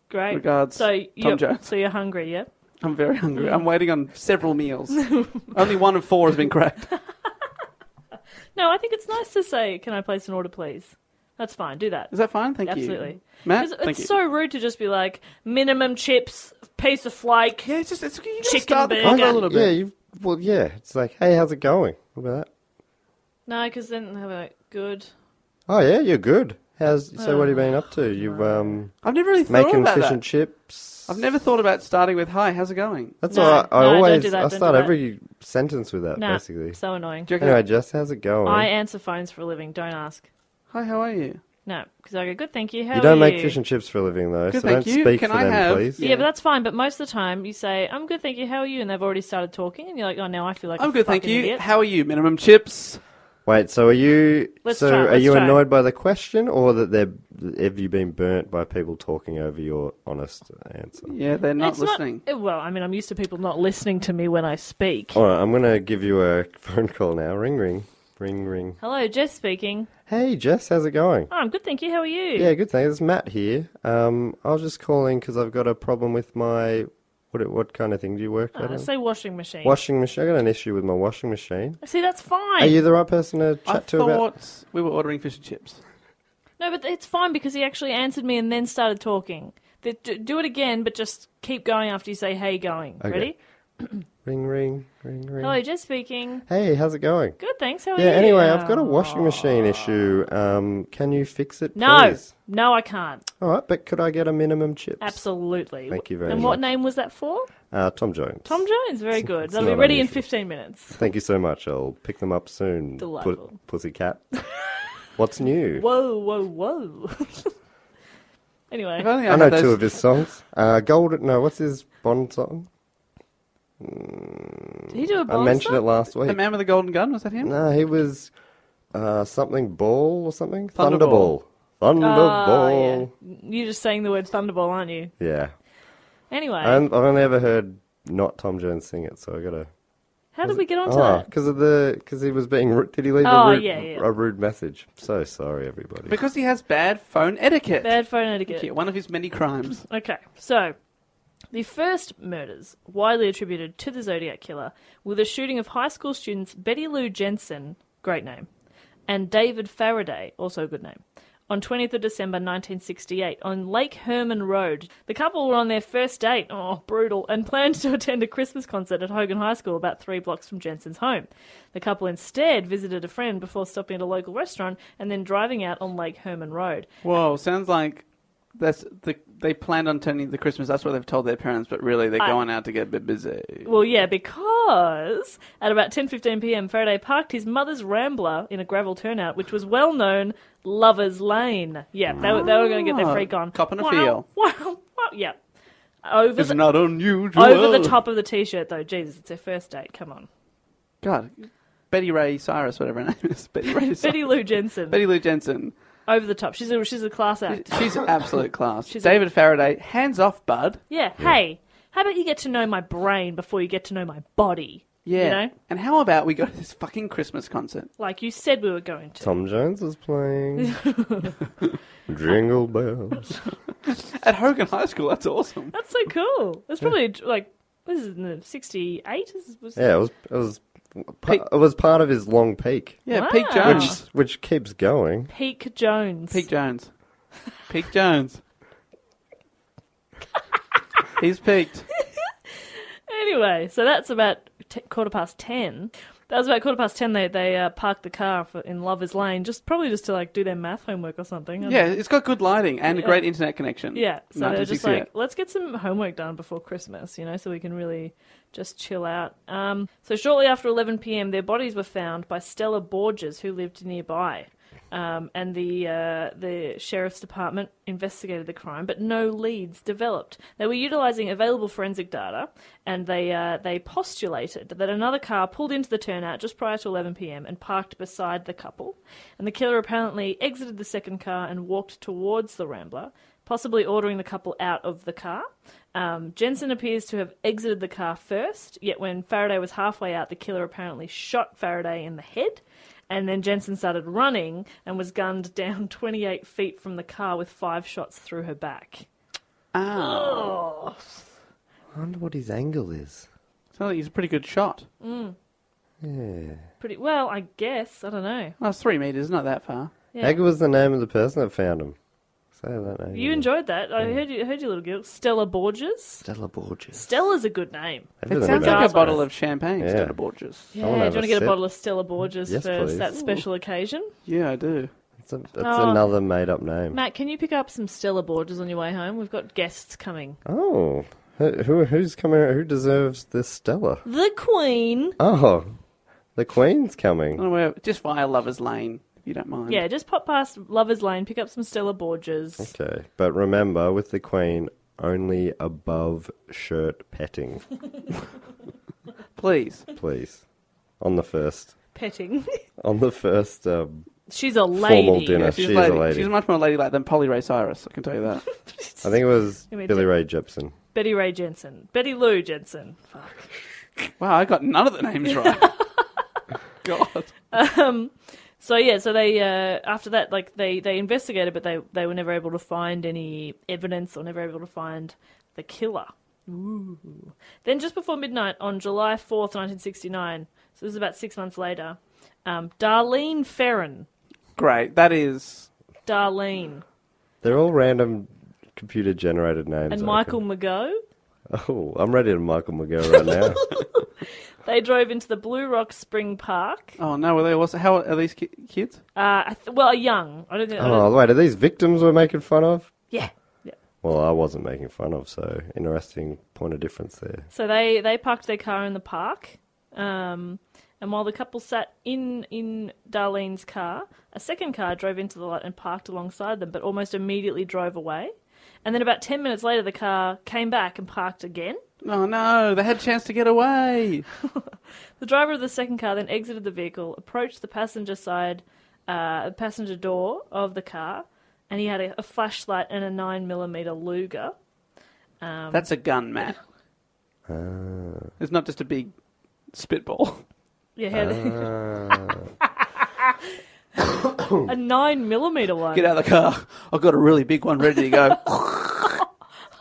S2: Great.
S3: Regards,
S2: So you're,
S3: Jones.
S2: so you're hungry, yeah?
S3: I'm very hungry. I'm waiting on several meals. Only one of four has been cracked.
S2: No, I think it's nice to say, "Can I place an order, please?" That's fine. Do that.
S3: Is that fine? Thank you.
S2: Absolutely.
S3: Matt,
S2: 'Cause
S3: thank
S2: it's
S3: you.
S2: so rude to just be like minimum chips, piece of flake.
S3: yeah, it's just it's, you gotta
S2: Chicken
S3: start the
S2: burger.
S3: convo a little bit.
S5: Yeah, you well, yeah. It's like, hey, how's it going? What about that?
S2: No, because then they're like, "Good."
S5: Oh yeah, you're good. How's so? what have you been up to? You've um
S3: I've never really thought
S5: making
S3: about
S5: fish
S3: that.
S5: and chips.
S3: I've never thought about starting with "Hi, how's it going?"
S5: That's
S2: No,
S5: all. I, I
S2: no, don't
S5: always
S2: do that,
S5: I
S2: don't do
S5: start
S2: that.
S5: every sentence with that
S2: Nah,
S5: basically.
S2: so annoying.
S3: Do you reckon-
S5: Anyway, Jess, how's it going?
S2: I answer phones for a living. Don't ask.
S3: Hi, how are you?
S2: No, because I go, "Good, thank you." How
S5: you don't
S2: are
S5: make fish and chips for a living though,
S3: Good,
S5: so
S3: thank
S5: don't
S3: you.
S5: speak
S3: Can
S5: for
S3: I
S5: them,
S3: have-
S5: please.
S2: yeah.
S3: Yeah.
S2: but that's fine. But most of the time, you say, "I'm good, thank you. How are you?" And they've already started talking, and you're like, "Oh, now I feel like
S3: I'm
S2: a
S3: good, thank
S2: fucking
S3: you.
S2: idiot."
S3: How are you? Minimum chips.
S5: Wait, so are you?
S2: Let's
S5: so
S2: try,
S5: are
S2: let's
S5: you
S2: try.
S5: annoyed by the question, or that they're have you been burnt by people talking over your honest answer?
S3: Yeah, they're not
S2: It's
S3: listening.
S2: eh, Well, I mean, I'm used to people not listening to me when I speak.
S5: All right, I'm gonna give you a phone call now. Ring, ring, ring, ring.
S2: Hello, Jess speaking.
S5: Hey, Jess, how's it going?
S2: Oh, I'm good, thank you. How are you?
S5: Yeah, good thing. It's Matt here. Um, I was just calling because I've got a problem with my what? What kind of thing do you work
S2: Uh,
S5: at? Um,
S2: say washing machine.
S5: Washing machine. I got an issue with my washing machine.
S2: See, that's fine.
S5: Are you the right person to
S3: I
S5: chat to
S3: thought
S5: about?
S3: we were ordering fish and chips.
S2: No, but it's fine because he actually answered me and then started talking. The, do, do it again, but just keep going after you say "Hey, going."
S5: Okay.
S2: Ready?
S5: Ring, ring, ring, ring.
S2: Hello, Oh, Jess speaking.
S5: Hey, how's it going?
S2: Good, thanks. How are
S5: Yeah.
S2: you?
S5: Anyway, I've got a washing machine issue. Um, can you fix it,
S2: No,
S5: please?
S2: no, I can't.
S5: All right, but could I get a minimum chips?
S2: Absolutely.
S5: Thank you very
S2: And what
S5: much.
S2: name was that for?
S5: Uh, Tom Jones.
S2: Tom Jones. Very good. That'll be
S5: not
S2: ready in
S5: unusual.
S2: fifteen minutes.
S5: Thank you so much. I'll pick them up soon.
S2: Delightful.
S5: Pu- pussycat. What's new?
S2: Whoa, whoa, whoa. anyway,
S3: If only I,
S5: I
S3: had
S5: know
S3: those-
S5: two of his songs. Uh, Golden. No, what's his Bond song?
S2: did he do a
S5: I
S2: bomb
S5: mentioned it last
S3: The
S5: week.
S3: man with the golden gun was that him?
S5: No, he was uh, something Ball or something.
S3: Thunderball.
S5: Thunderball. Thunderball.
S2: Ah, You're just saying the word Thunderball, aren't you?
S5: yeah.
S2: Anyway,
S5: I I've only ever heard not Tom Jones sing it, so I gotta.
S2: how did we get onto
S5: Oh,
S2: that?
S5: because of the because he was being rude. Did he leave
S2: Oh,
S5: a, rude,
S2: yeah, yeah.
S5: a rude message? So sorry, everybody.
S3: Because he has bad phone etiquette.
S2: Bad phone etiquette.
S3: Yeah, one of his many crimes.
S2: Okay, so the first murders, widely attributed to the Zodiac Killer, were the shooting of high school students Betty Lou Jensen, great name, and David Faraday, also a good name, on 20th of December 1968 on Lake Herman Road. The couple were on their first date, oh, brutal, and planned to attend a Christmas concert at Hogan High School about three blocks from Jensen's home. The couple instead visited a friend before stopping at a local restaurant and then driving out on Lake Herman Road.
S3: Whoa, sounds like that's the they planned on turning the Christmas. That's what they've told their parents, but really they're going out to get a bit busy.
S2: Well, yeah, because at about 10:15 p.m., Faraday parked his mother's Rambler in a gravel turnout, which was well known Lovers Lane. Yeah, they were, they were going to get their freak on.
S3: Ah, Cop and a
S2: Wow,
S3: feel.
S2: Wow, wow, yeah. Over
S3: It's
S2: the,
S3: not unusual.
S2: over the top of the t-shirt though. Jesus, it's their first date. Come on.
S3: God, Betty Ray Cyrus, whatever her name is, Betty Ray. Cyrus.
S2: Betty Lou Jensen.
S3: Betty Lou Jensen.
S2: Over the top. She's a she's a class act.
S3: She's absolute class.
S2: She's a-
S3: David Faraday, hands off, bud.
S2: Yeah, hey. How about you get to know my brain before you get to know my body?
S3: Yeah.
S2: You know?
S3: And how about we go to this fucking Christmas concert?
S2: Like you said we were going to.
S5: Tom Jones was playing. Jingle bells.
S3: At Hogan High School, that's awesome.
S2: That's so cool. It's probably like this is in the 68 is was
S5: Yeah, it was it was it was part of his long peak,
S3: Yeah,
S2: Wow.
S3: Pete Jones.
S5: which keeps going.
S2: Peak Jones.
S3: Pete Jones. Pete Jones. He's peaked.
S2: Anyway, so that's about t- quarter past ten. That was about quarter past ten. They they uh, parked the car for, in Lovers Lane, just probably just to like do their math homework or something. I
S3: Yeah,
S2: don't-
S3: it's got good lighting and a great internet connection.
S2: yeah. So they were just
S3: 1968.
S2: like, let's get some homework done before Christmas, you know, so we can really just chill out. Um, so shortly after eleven p.m., their bodies were found by Stella Borges, who lived nearby. Um, and the uh, the sheriff's department investigated the crime, but no leads developed. They were utilizing available forensic data, and they uh, they postulated that another car pulled into the turnout just prior to 11 p.m. and parked beside the couple. And the killer apparently exited the second car and walked towards the Rambler, possibly ordering the couple out of the car. Um, Jensen appears to have exited the car first, yet when Faraday was halfway out, the killer apparently shot Faraday in the head. And then Jensen started running and was gunned down 28 feet from the car with five shots through her back.
S3: ah,
S2: Oh,
S5: I wonder what his angle is.
S3: sounds like he's a pretty good shot.
S5: Yeah.
S2: pretty well, I guess. I don't know.
S3: Well, it's three meters, not that far.
S2: Yeah.
S5: Egg was the name of the person that found him. Say that name.
S2: You
S5: again.
S2: enjoyed that. I heard you I heard your little girl, Stella Borges.
S5: Stella Borges.
S2: Stella's a good name.
S3: It sounds like a bottle of champagne,
S5: Yeah.
S3: Stella Borges.
S2: Yeah,
S5: wanna
S2: do you
S5: have
S2: want to
S5: a
S2: get
S5: sip.
S2: a bottle of Stella Borges
S5: Yes,
S2: for
S5: please.
S2: that special occasion?
S3: Yeah, I do.
S5: It's, a, it's
S2: Oh.
S5: another made-up name.
S2: Matt, can you pick up some Stella Borges on your way home? We've got guests coming.
S5: oh, who, who who's coming? Who deserves this Stella?
S2: The Queen.
S5: Oh, the Queen's
S3: I
S5: coming.
S3: don't know where- Just via Lover's Lane, if you don't mind.
S2: Yeah, just pop past Lover's Lane, pick up some Stella Borges.
S5: Okay, but remember, with the Queen, only above shirt petting,
S3: Please.
S5: please. On the first,
S2: Petting.
S5: on the first. Um,
S2: She's a lady.
S5: Formal dinner.
S3: Yeah, she's,
S5: She is
S3: a
S5: a
S3: lady.
S5: lady.
S3: She's much more ladylike than Polly Ray Cyrus, I can tell you that.
S5: I think it was
S2: Give me a
S5: Billy
S2: tip.
S5: Ray Jepson.
S2: Betty Ray Jensen. Betty Lou Jensen. Fuck.
S3: wow, I got none of the names right. God.
S2: So yeah, so they uh, after that, like they they investigated, but they they were never able to find any evidence or never able to find the killer. Ooh. Then just before midnight on July fourth, nineteen sixty nine. So this is about six months later. Um, Darlene Ferron.
S3: Great. That is.
S2: Darlene
S5: They're all random computer-generated names.
S2: and
S5: I
S2: Michael McGough.
S5: reckon. Oh, I'm ready to Michael McGill right now.
S2: They drove into the Blue Rock Spring Park.
S3: Oh, no, were they also. How are these ki- kids?
S2: Uh, I th- well, young. I don't think. I don't,
S5: oh, wait, are these victims we're making fun of?
S2: yeah, yeah.
S5: Well, I wasn't making fun of, so interesting point of difference there.
S2: So they they parked their car in the park, um, and while the couple sat in in Darlene's car, a second car drove into the lot and parked alongside them, but almost immediately drove away. And then about ten minutes later, the car came back and parked again.
S3: Oh, no, they had a chance to get away.
S2: The driver of the second car then exited the vehicle, approached the passenger side, uh, passenger door of the car, and he had a, a flashlight and a nine millimeter Luger.
S3: That's a gun, Matt.
S5: Ah.
S3: It's not just a big spitball.
S2: Yeah, he had
S5: Ah.
S2: a nine millimeter one.
S3: Get out of the car. I've got a really big one ready to go.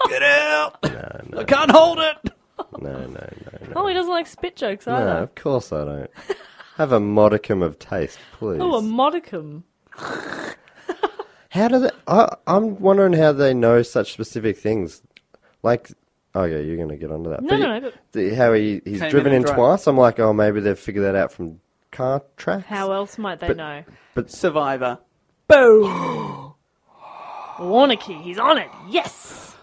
S3: Get out! I can't hold it!
S5: No, no, no, no.
S2: Oh, he doesn't like spit jokes
S5: No,
S2: either.
S5: of course I don't. Have a modicum of taste, please.
S2: Oh, a modicum.
S5: How do they? I, I'm wondering how they know such specific things. Like, oh yeah, you're going to get onto that.
S2: No,
S5: But
S2: no,
S5: you-
S2: no,
S5: the- how he, he's
S3: Came
S5: driven
S3: in
S5: in
S3: and drove.
S5: twice. I'm like, oh, maybe they've figured that out from car tracks.
S2: How else might they
S5: But-
S2: know?
S3: Survivor.
S2: Warnicky, he's on it. Yes.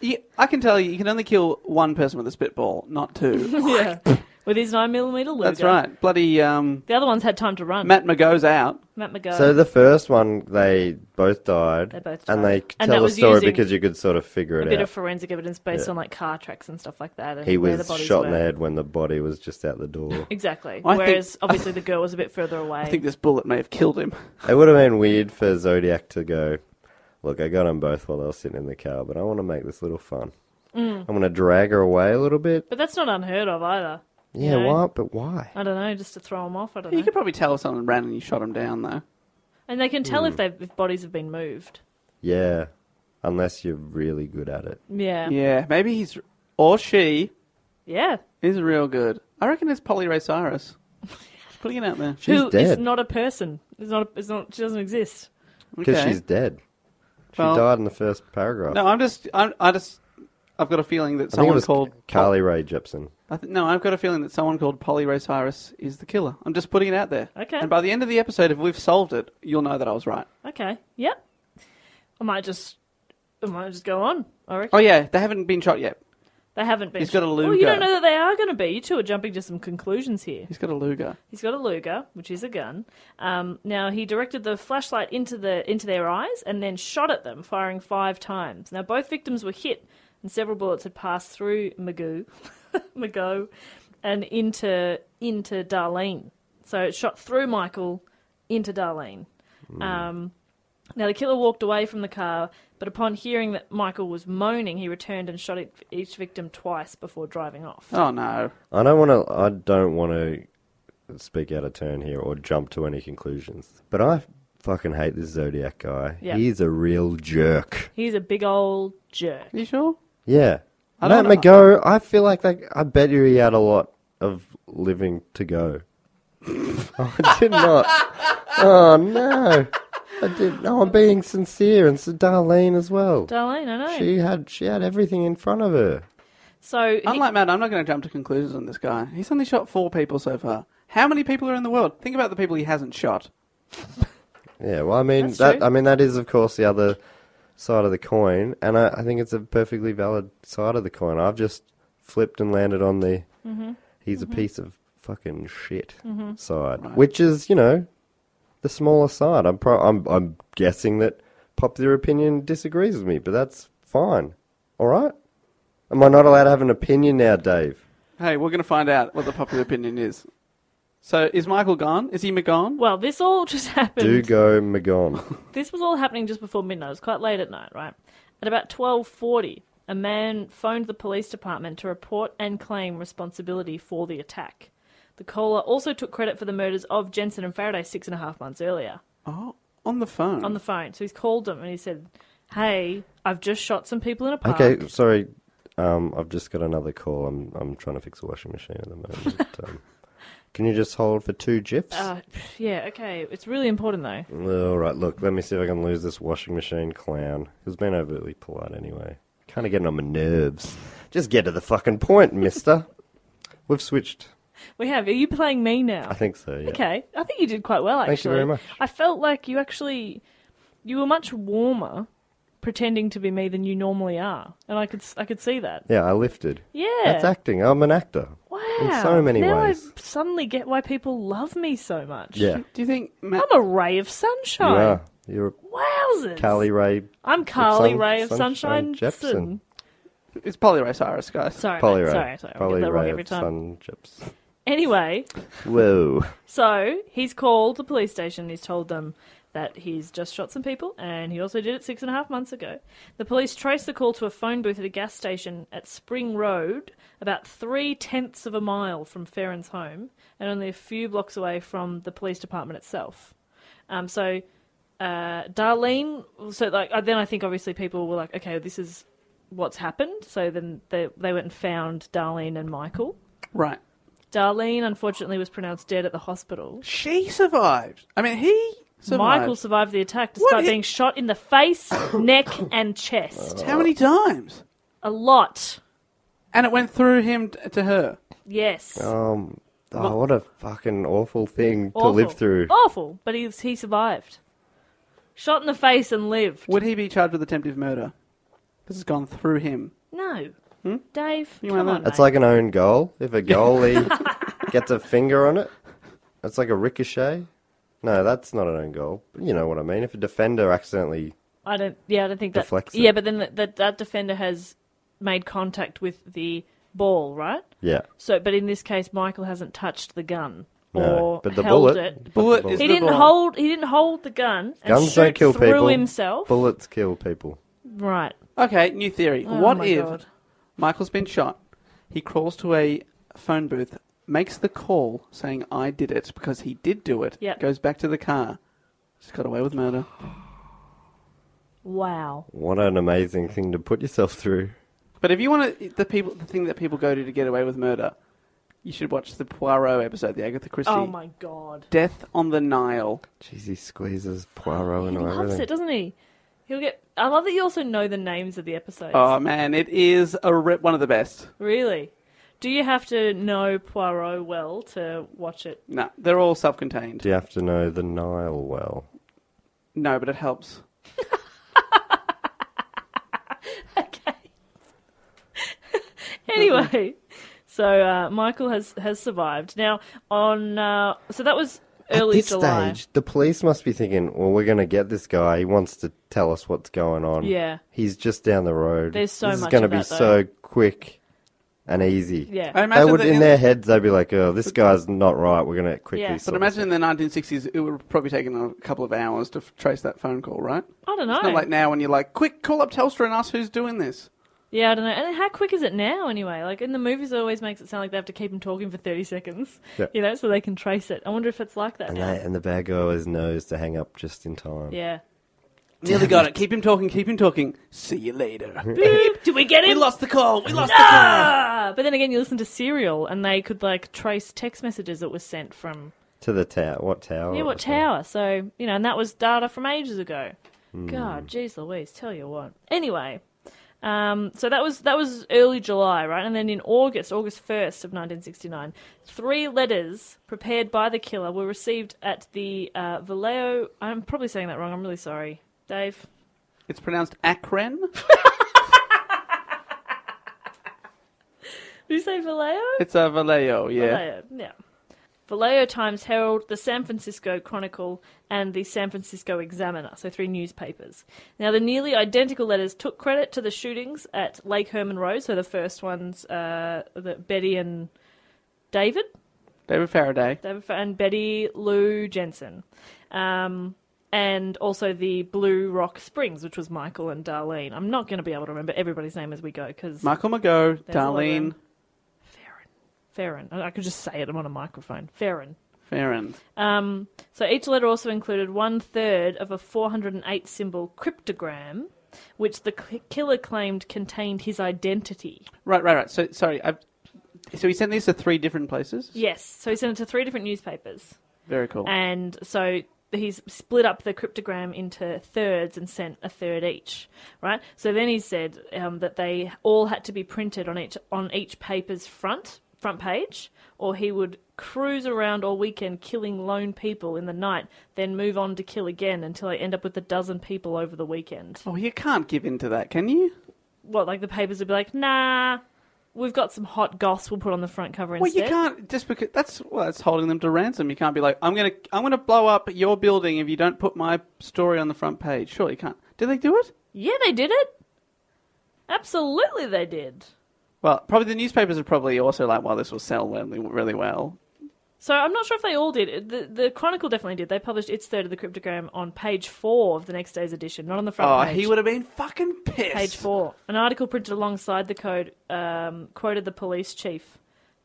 S3: Yeah, I can tell you, you can only kill one person with a spitball, not two.
S2: yeah. With his nine millimeter Luger.
S3: That's right. Bloody um,
S2: The other one's had time to run. Matt,
S3: Matt McGo's out.
S2: McGo.
S5: So the first one, they both died.
S2: They both
S5: And
S2: died.
S5: they
S2: And that
S5: tell the
S2: was
S5: story
S2: using
S5: because you could sort of figure
S2: a
S5: it
S2: bit
S5: out.
S2: of forensic evidence based on like car tracks and stuff like that. And
S5: he
S2: where
S5: was
S2: the bodies
S5: shot
S2: were.
S5: in the head when the body was just out the door.
S2: Exactly.
S3: I think-
S2: Whereas obviously the girl was a bit further away.
S3: I think this bullet may have killed him.
S5: it would have been weird for Zodiac to go, look, I got them both while they were sitting in the car, but I want to make this a little fun. I'm
S2: Mm.
S5: going to drag her away a little bit.
S2: but that's not unheard of either.
S5: Yeah,
S2: know?
S5: why? But why?
S2: I don't know, just to throw them off. I don't
S3: You
S2: know.
S3: could probably tell if someone randomly shot him down, though.
S2: And they can tell
S5: Hmm.
S2: if they if bodies have been moved.
S5: Yeah, unless you're really good at it.
S2: Yeah. Yeah.
S3: Yeah, maybe he's or she is real good. I reckon it's Polly Ray Cyrus. Just putting it out there.
S2: Who is
S5: dead.
S2: not a person? Is not. A, is not. She doesn't exist.
S5: Because
S3: Okay.
S5: she's dead. She
S3: Well-
S5: died in the first paragraph.
S3: No, I'm just. I'm, I just. I've got a feeling that
S5: I think it
S3: someone
S5: was
S3: called
S5: Carly Rae Jepsen.
S3: I th- no, I've got a feeling that someone called Polly Ray Cyrus is the killer. I'm just putting it out there.
S2: Okay.
S3: And by the end of the episode, if we've solved it, you'll know that I was right.
S2: Okay. Yep. I might just. I might just go on. I reckon.
S3: Oh yeah, they haven't been shot yet.
S2: They haven't been.
S3: He's got a
S2: Well, you
S3: Luger.
S2: don't know that they are going to be. You two are jumping to some conclusions here.
S3: He's got a Luger.
S2: He's got a Luger, which is a gun. Um, now he directed the flashlight into the into their eyes and then shot at them, firing five times. Now both victims were hit, and several bullets had passed through Magoo, Magoo, and into into Darlene. So it shot through Michael into Darlene. Um, now the killer walked away from the car, but upon hearing that Michael was moaning, he returned and shot at each victim twice before driving off.
S3: Oh no.
S5: I don't want to. I don't want to speak out of turn here or jump to any conclusions. But I fucking hate this Zodiac guy.
S2: Yeah.
S5: He's a real jerk.
S2: He's a big old jerk.
S3: You sure?
S5: Yeah. Matt
S3: don't know.
S5: McGo, I feel like that. I bet you he had a lot of living to go. I did not. Oh no, I did. No, I'm being sincere, and so Darlene as well.
S2: Darlene, I know.
S5: She had she had everything in front of her.
S2: So he-
S3: Unlike Matt, I'm not going to jump to conclusions on this guy. He's only shot four people so far. How many people are in the world? Think about the people he hasn't shot.
S5: Yeah, well, I mean
S2: That's
S5: that.
S2: true.
S5: I mean that is, of course, the other side of the coin, and I, I think it's a perfectly valid side of the coin. I've just flipped and landed on the
S2: Mm-hmm.
S5: he's a piece of fucking shit side, which is you know the smaller side. I'm pro- I'm I'm guessing that popular opinion disagrees with me, but that's fine. All right, am I not allowed to have an opinion now, Dave?
S3: Hey, we're going to find out what the popular opinion is. So, is Michael gone? Is he McGone?
S2: well, this all just happened.
S5: Do go Magon.
S2: This was all happening just before midnight. It was quite late at night, right? At about twelve forty, a man phoned the police department to report and claim responsibility for the attack. The caller also took credit for the murders of Jensen and Faraday six and a half months earlier
S3: Oh, on the phone.
S2: on the phone. So he's called them and he said, "Hey, I've just shot some people in a park."
S5: okay, sorry. Um, I've just got another call. I'm I'm trying to fix a washing machine at the moment. um, can you just hold for two gifs?
S2: Uh, yeah. Okay. It's really important though.
S5: All right, look, let me see if I can lose this washing machine clown. Who's been overly polite anyway. Kind of getting on my nerves. Just get to the fucking point, mister. We've switched.
S2: We have. Are you playing me now?
S5: I think so, yeah.
S2: Okay, I think you did quite well. Actually,
S5: Thank you very much.
S2: I felt like you actually you were much warmer pretending to be me than you normally are, and I could I could see that.
S5: Yeah, I lifted.
S2: Yeah,
S5: That's acting. I'm an actor.
S2: wow.
S5: In so many
S2: now
S5: ways.
S2: I suddenly get why people love me so much.
S5: Yeah.
S3: Do you think Matt?
S2: I'm a ray of
S5: You
S2: sunshine.
S5: are. You're
S2: Wowzers!
S5: Carly Ray.
S2: I'm Carly
S5: Sun-
S2: Ray of
S5: Sunshine
S2: Sunshine.
S5: Jepsen.
S3: It's Polly Ray Cyrus, guys.
S2: Sorry,
S5: Polly
S2: mate,
S5: Ray.
S2: sorry, sorry. I
S5: Polly
S2: get that wrong
S5: Ray
S2: every
S5: of
S2: time.
S5: Sun Chips.
S2: Anyway,
S5: Whoa.
S2: So he's called the police station. He's told them that he's just shot some people, and he also did it six and a half months ago. The police traced the call to a phone booth at a gas station at Spring Road, about three tenths of a mile from Farron's home, and only a few blocks away from the police department itself. Um, so uh, Darlene, so like uh, then I think obviously people were like, okay, this is what's happened. So then they they went and found Darlene and Michael.
S3: Right.
S2: Darlene unfortunately was pronounced dead at the hospital.
S3: She survived. I mean, he Survived.
S2: Michael survived the attack despite
S3: i-
S2: being shot in the face, neck, and chest.
S3: How many times?
S2: A lot.
S3: And it went through him t- to her.
S2: Yes.
S5: Um, oh, what a fucking awful thing
S2: Awful. Oh.
S5: to live through.
S2: Awful, but he he survived. Shot in the face and lived.
S3: Would he be charged with attempted murder? This has gone through him.
S2: No, Dave,
S3: Hmm? You
S2: come
S3: want
S2: on.
S5: It's
S2: mate.
S5: like an own goal. If a goalie gets a finger on it, it's like a ricochet. No, that's not an own goal. But you know what I mean. If a defender accidentally,
S2: I don't. Yeah, I don't think that.
S5: Deflects it.
S2: yeah, but then that that that defender has made contact with the ball, right?
S5: yeah,
S2: So, but in this case, Michael hasn't touched the gun
S5: no,
S2: or
S5: but the
S2: held
S5: bullet,
S2: it.
S5: but
S3: Bullet
S5: the
S3: is-
S2: He
S3: the
S2: didn't
S3: ball.
S2: hold. He didn't hold the gun and
S5: Guns
S2: shoot
S5: don't kill
S2: through
S5: people.
S2: himself.
S5: bullets kill people.
S2: Right.
S3: Okay, new theory.
S2: Oh
S3: what
S2: my
S3: if
S2: God.
S3: Michael's been shot? He crawls to a phone booth, makes the call saying, I did it because he did do it,
S2: Yep.
S3: goes back to the car. Just got away with murder.
S2: Wow.
S5: What an amazing thing to put yourself through.
S3: But if you want to, the people, the thing that people go to to get away with murder, you should watch the Poirot episode, the Agatha Christie.
S2: Oh my god.
S3: Death on the Nile.
S5: Jeez, he squeezes Poirot
S2: He
S5: into
S2: loves
S5: everything.
S2: it, doesn't he? He'll get. I love that you also know the names of the episodes.
S3: Oh man, it is a rip, one of the best.
S2: really? Do you have to know Poirot well to watch it?
S3: No, they're all self-contained.
S5: Do you have to know the Nile well?
S3: No, but it helps.
S2: anyway, so uh, Michael has has survived. Now on uh, so that was early
S5: At this
S2: July.
S5: stage, the police must be thinking, "Well, we're going to get this guy. He wants to tell us what's going on.
S2: Yeah.
S5: he's just down the road.
S2: There's so
S5: this
S2: much
S5: is going to
S2: of
S5: be
S2: that, though.
S5: so quick and easy.
S2: Yeah.
S3: I
S5: they
S3: imagine
S5: would
S3: that
S5: in their heads they'd be like, "Oh, this guy's not right. We're going to quickly."
S2: Yeah. But
S5: sort
S3: But
S5: this
S3: imagine in the 1960s, it would have probably taken a couple of hours to f- trace that phone call, right?
S2: I don't know.
S3: It's not like now when you're like, quick, call up Telstra and ask who's doing this.
S2: yeah, I don't know. And how quick is it now anyway? Like in the movies, it always makes it sound like they have to keep him talking for thirty seconds.
S5: Yeah.
S2: You know, so they can trace it. I wonder if it's like that
S5: And,
S2: now.
S5: they, and the bad guy always knows to hang up just in time.
S2: Yeah.
S3: Nearly got it. Keep him talking, keep him talking. See you later.
S2: Boop. Did we get
S3: we
S2: him?
S3: lost the call, we lost the call.
S2: Ah! But then again, you listen to Serial, and they could like trace text messages that were sent from
S5: To the tower. What tower?
S2: yeah, what
S5: or something.
S2: tower? So you know, and that was data from ages ago. God, jeez, Louise, tell you what. Anyway, um, so that was that was early July, right? And then in August, August first of nineteen sixty nine, three letters prepared by the killer were received at the uh, Vallejo. I'm probably saying that wrong. I'm really sorry, Dave.
S3: It's pronounced Akron.
S2: Did you say Vallejo?
S3: It's a Vallejo, yeah.
S2: Vallejo, yeah. Vallejo Times Herald, the San Francisco Chronicle, and the San Francisco Examiner, so three newspapers. Now, the nearly identical letters took credit to the shootings at Lake Herman Road, so the first ones, uh, the Betty and David,
S3: David Faraday.
S2: David Fa- and Betty Lou Jensen, um, and also the Blue Rock Springs, which was Michael and Darlene. I'm not going to be able to remember everybody's name as we go because
S3: Michael McGo,
S2: There's a lot of
S3: Darlene,
S2: Farron. I I could just say it. I'm on a microphone. Farron.
S3: Farron.
S2: Um, so each letter also included one third of a 408 symbol cryptogram, which the c- killer claimed contained his identity.
S3: Right, right, right. So, sorry. I've, so he sent these to three different places?
S2: Yes, so he sent it to three different newspapers,
S3: Very cool.
S2: and so he's split up the cryptogram into thirds and sent a third each. Right. So then he said um, that they all had to be printed on each on each paper's front front page, or he would cruise around all weekend killing lone people in the night, then move on to kill again until I end up with a dozen people over the weekend.
S3: Oh, you can't give in to that, can you?
S2: What, like the papers would be like, nah, we've got some hot goss we'll put on the front cover
S3: Well,
S2: instead.
S3: you can't just because that's well, that's holding them to ransom. You can't be like, I'm gonna, I'm gonna blow up your building if you don't put my story on the front page. Sure, you can't. Did they do it?
S2: Yeah, they did it. Absolutely, they did.
S3: Well, probably the newspapers are probably also like, well, this will sell really, really well.
S2: So I'm not sure if they all did. The, the Chronicle definitely did. They published its third of the cryptogram on page four of the next day's edition, not on the front
S3: Oh,
S2: page.
S3: he would have been fucking pissed.
S2: Page four. An article printed alongside the code um, quoted the police chief,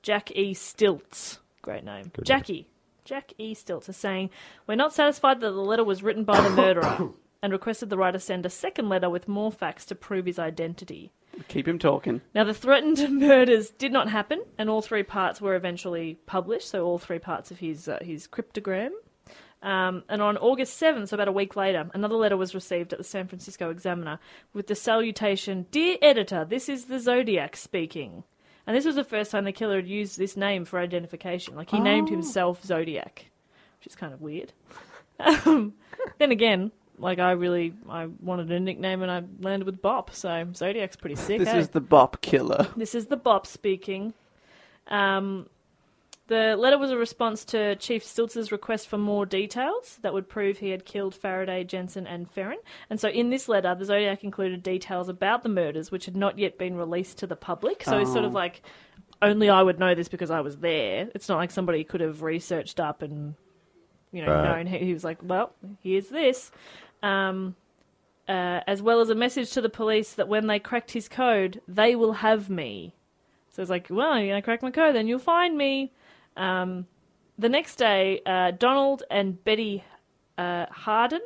S2: Jack E. Stilts. Great name. Jackie. Jack E. Stilts is saying, We're not satisfied that the letter was written by the murderer and requested the writer send a second letter with more facts to prove his identity.
S3: Keep him talking.
S2: Now, the threatened murders did not happen, and all three parts were eventually published, so all three parts of his, uh, his cryptogram. Um, and on August 7th, so about a week later, another letter was received at the San Francisco Examiner with the salutation Dear editor, this is the Zodiac speaking. And this was the first time the killer had used this name for identification. Like, he named himself Zodiac, which is kind of weird. Um, then again, like, I really I wanted a nickname and I landed with Bop, so Zodiac's pretty sick.
S3: This
S2: eh?
S3: is the Bop Killer.
S2: This is the Bop speaking. Um, the letter was a response to Chief Stiltz's request for more details that would prove he had killed Faraday, Jensen, and Ferrin. And so, in this letter, the Zodiac included details about the murders which had not yet been released to the public. So it's sort of like only I would know this because I was there. It's not like somebody could have researched up and you know known. He he was like, well, here's this. Um, uh, as well as a message to the police that when they cracked his code, they will have me. So it's like, well, you're going to crack my code, then you'll find me. Um, the next day, uh, Donald and Betty uh, Harden,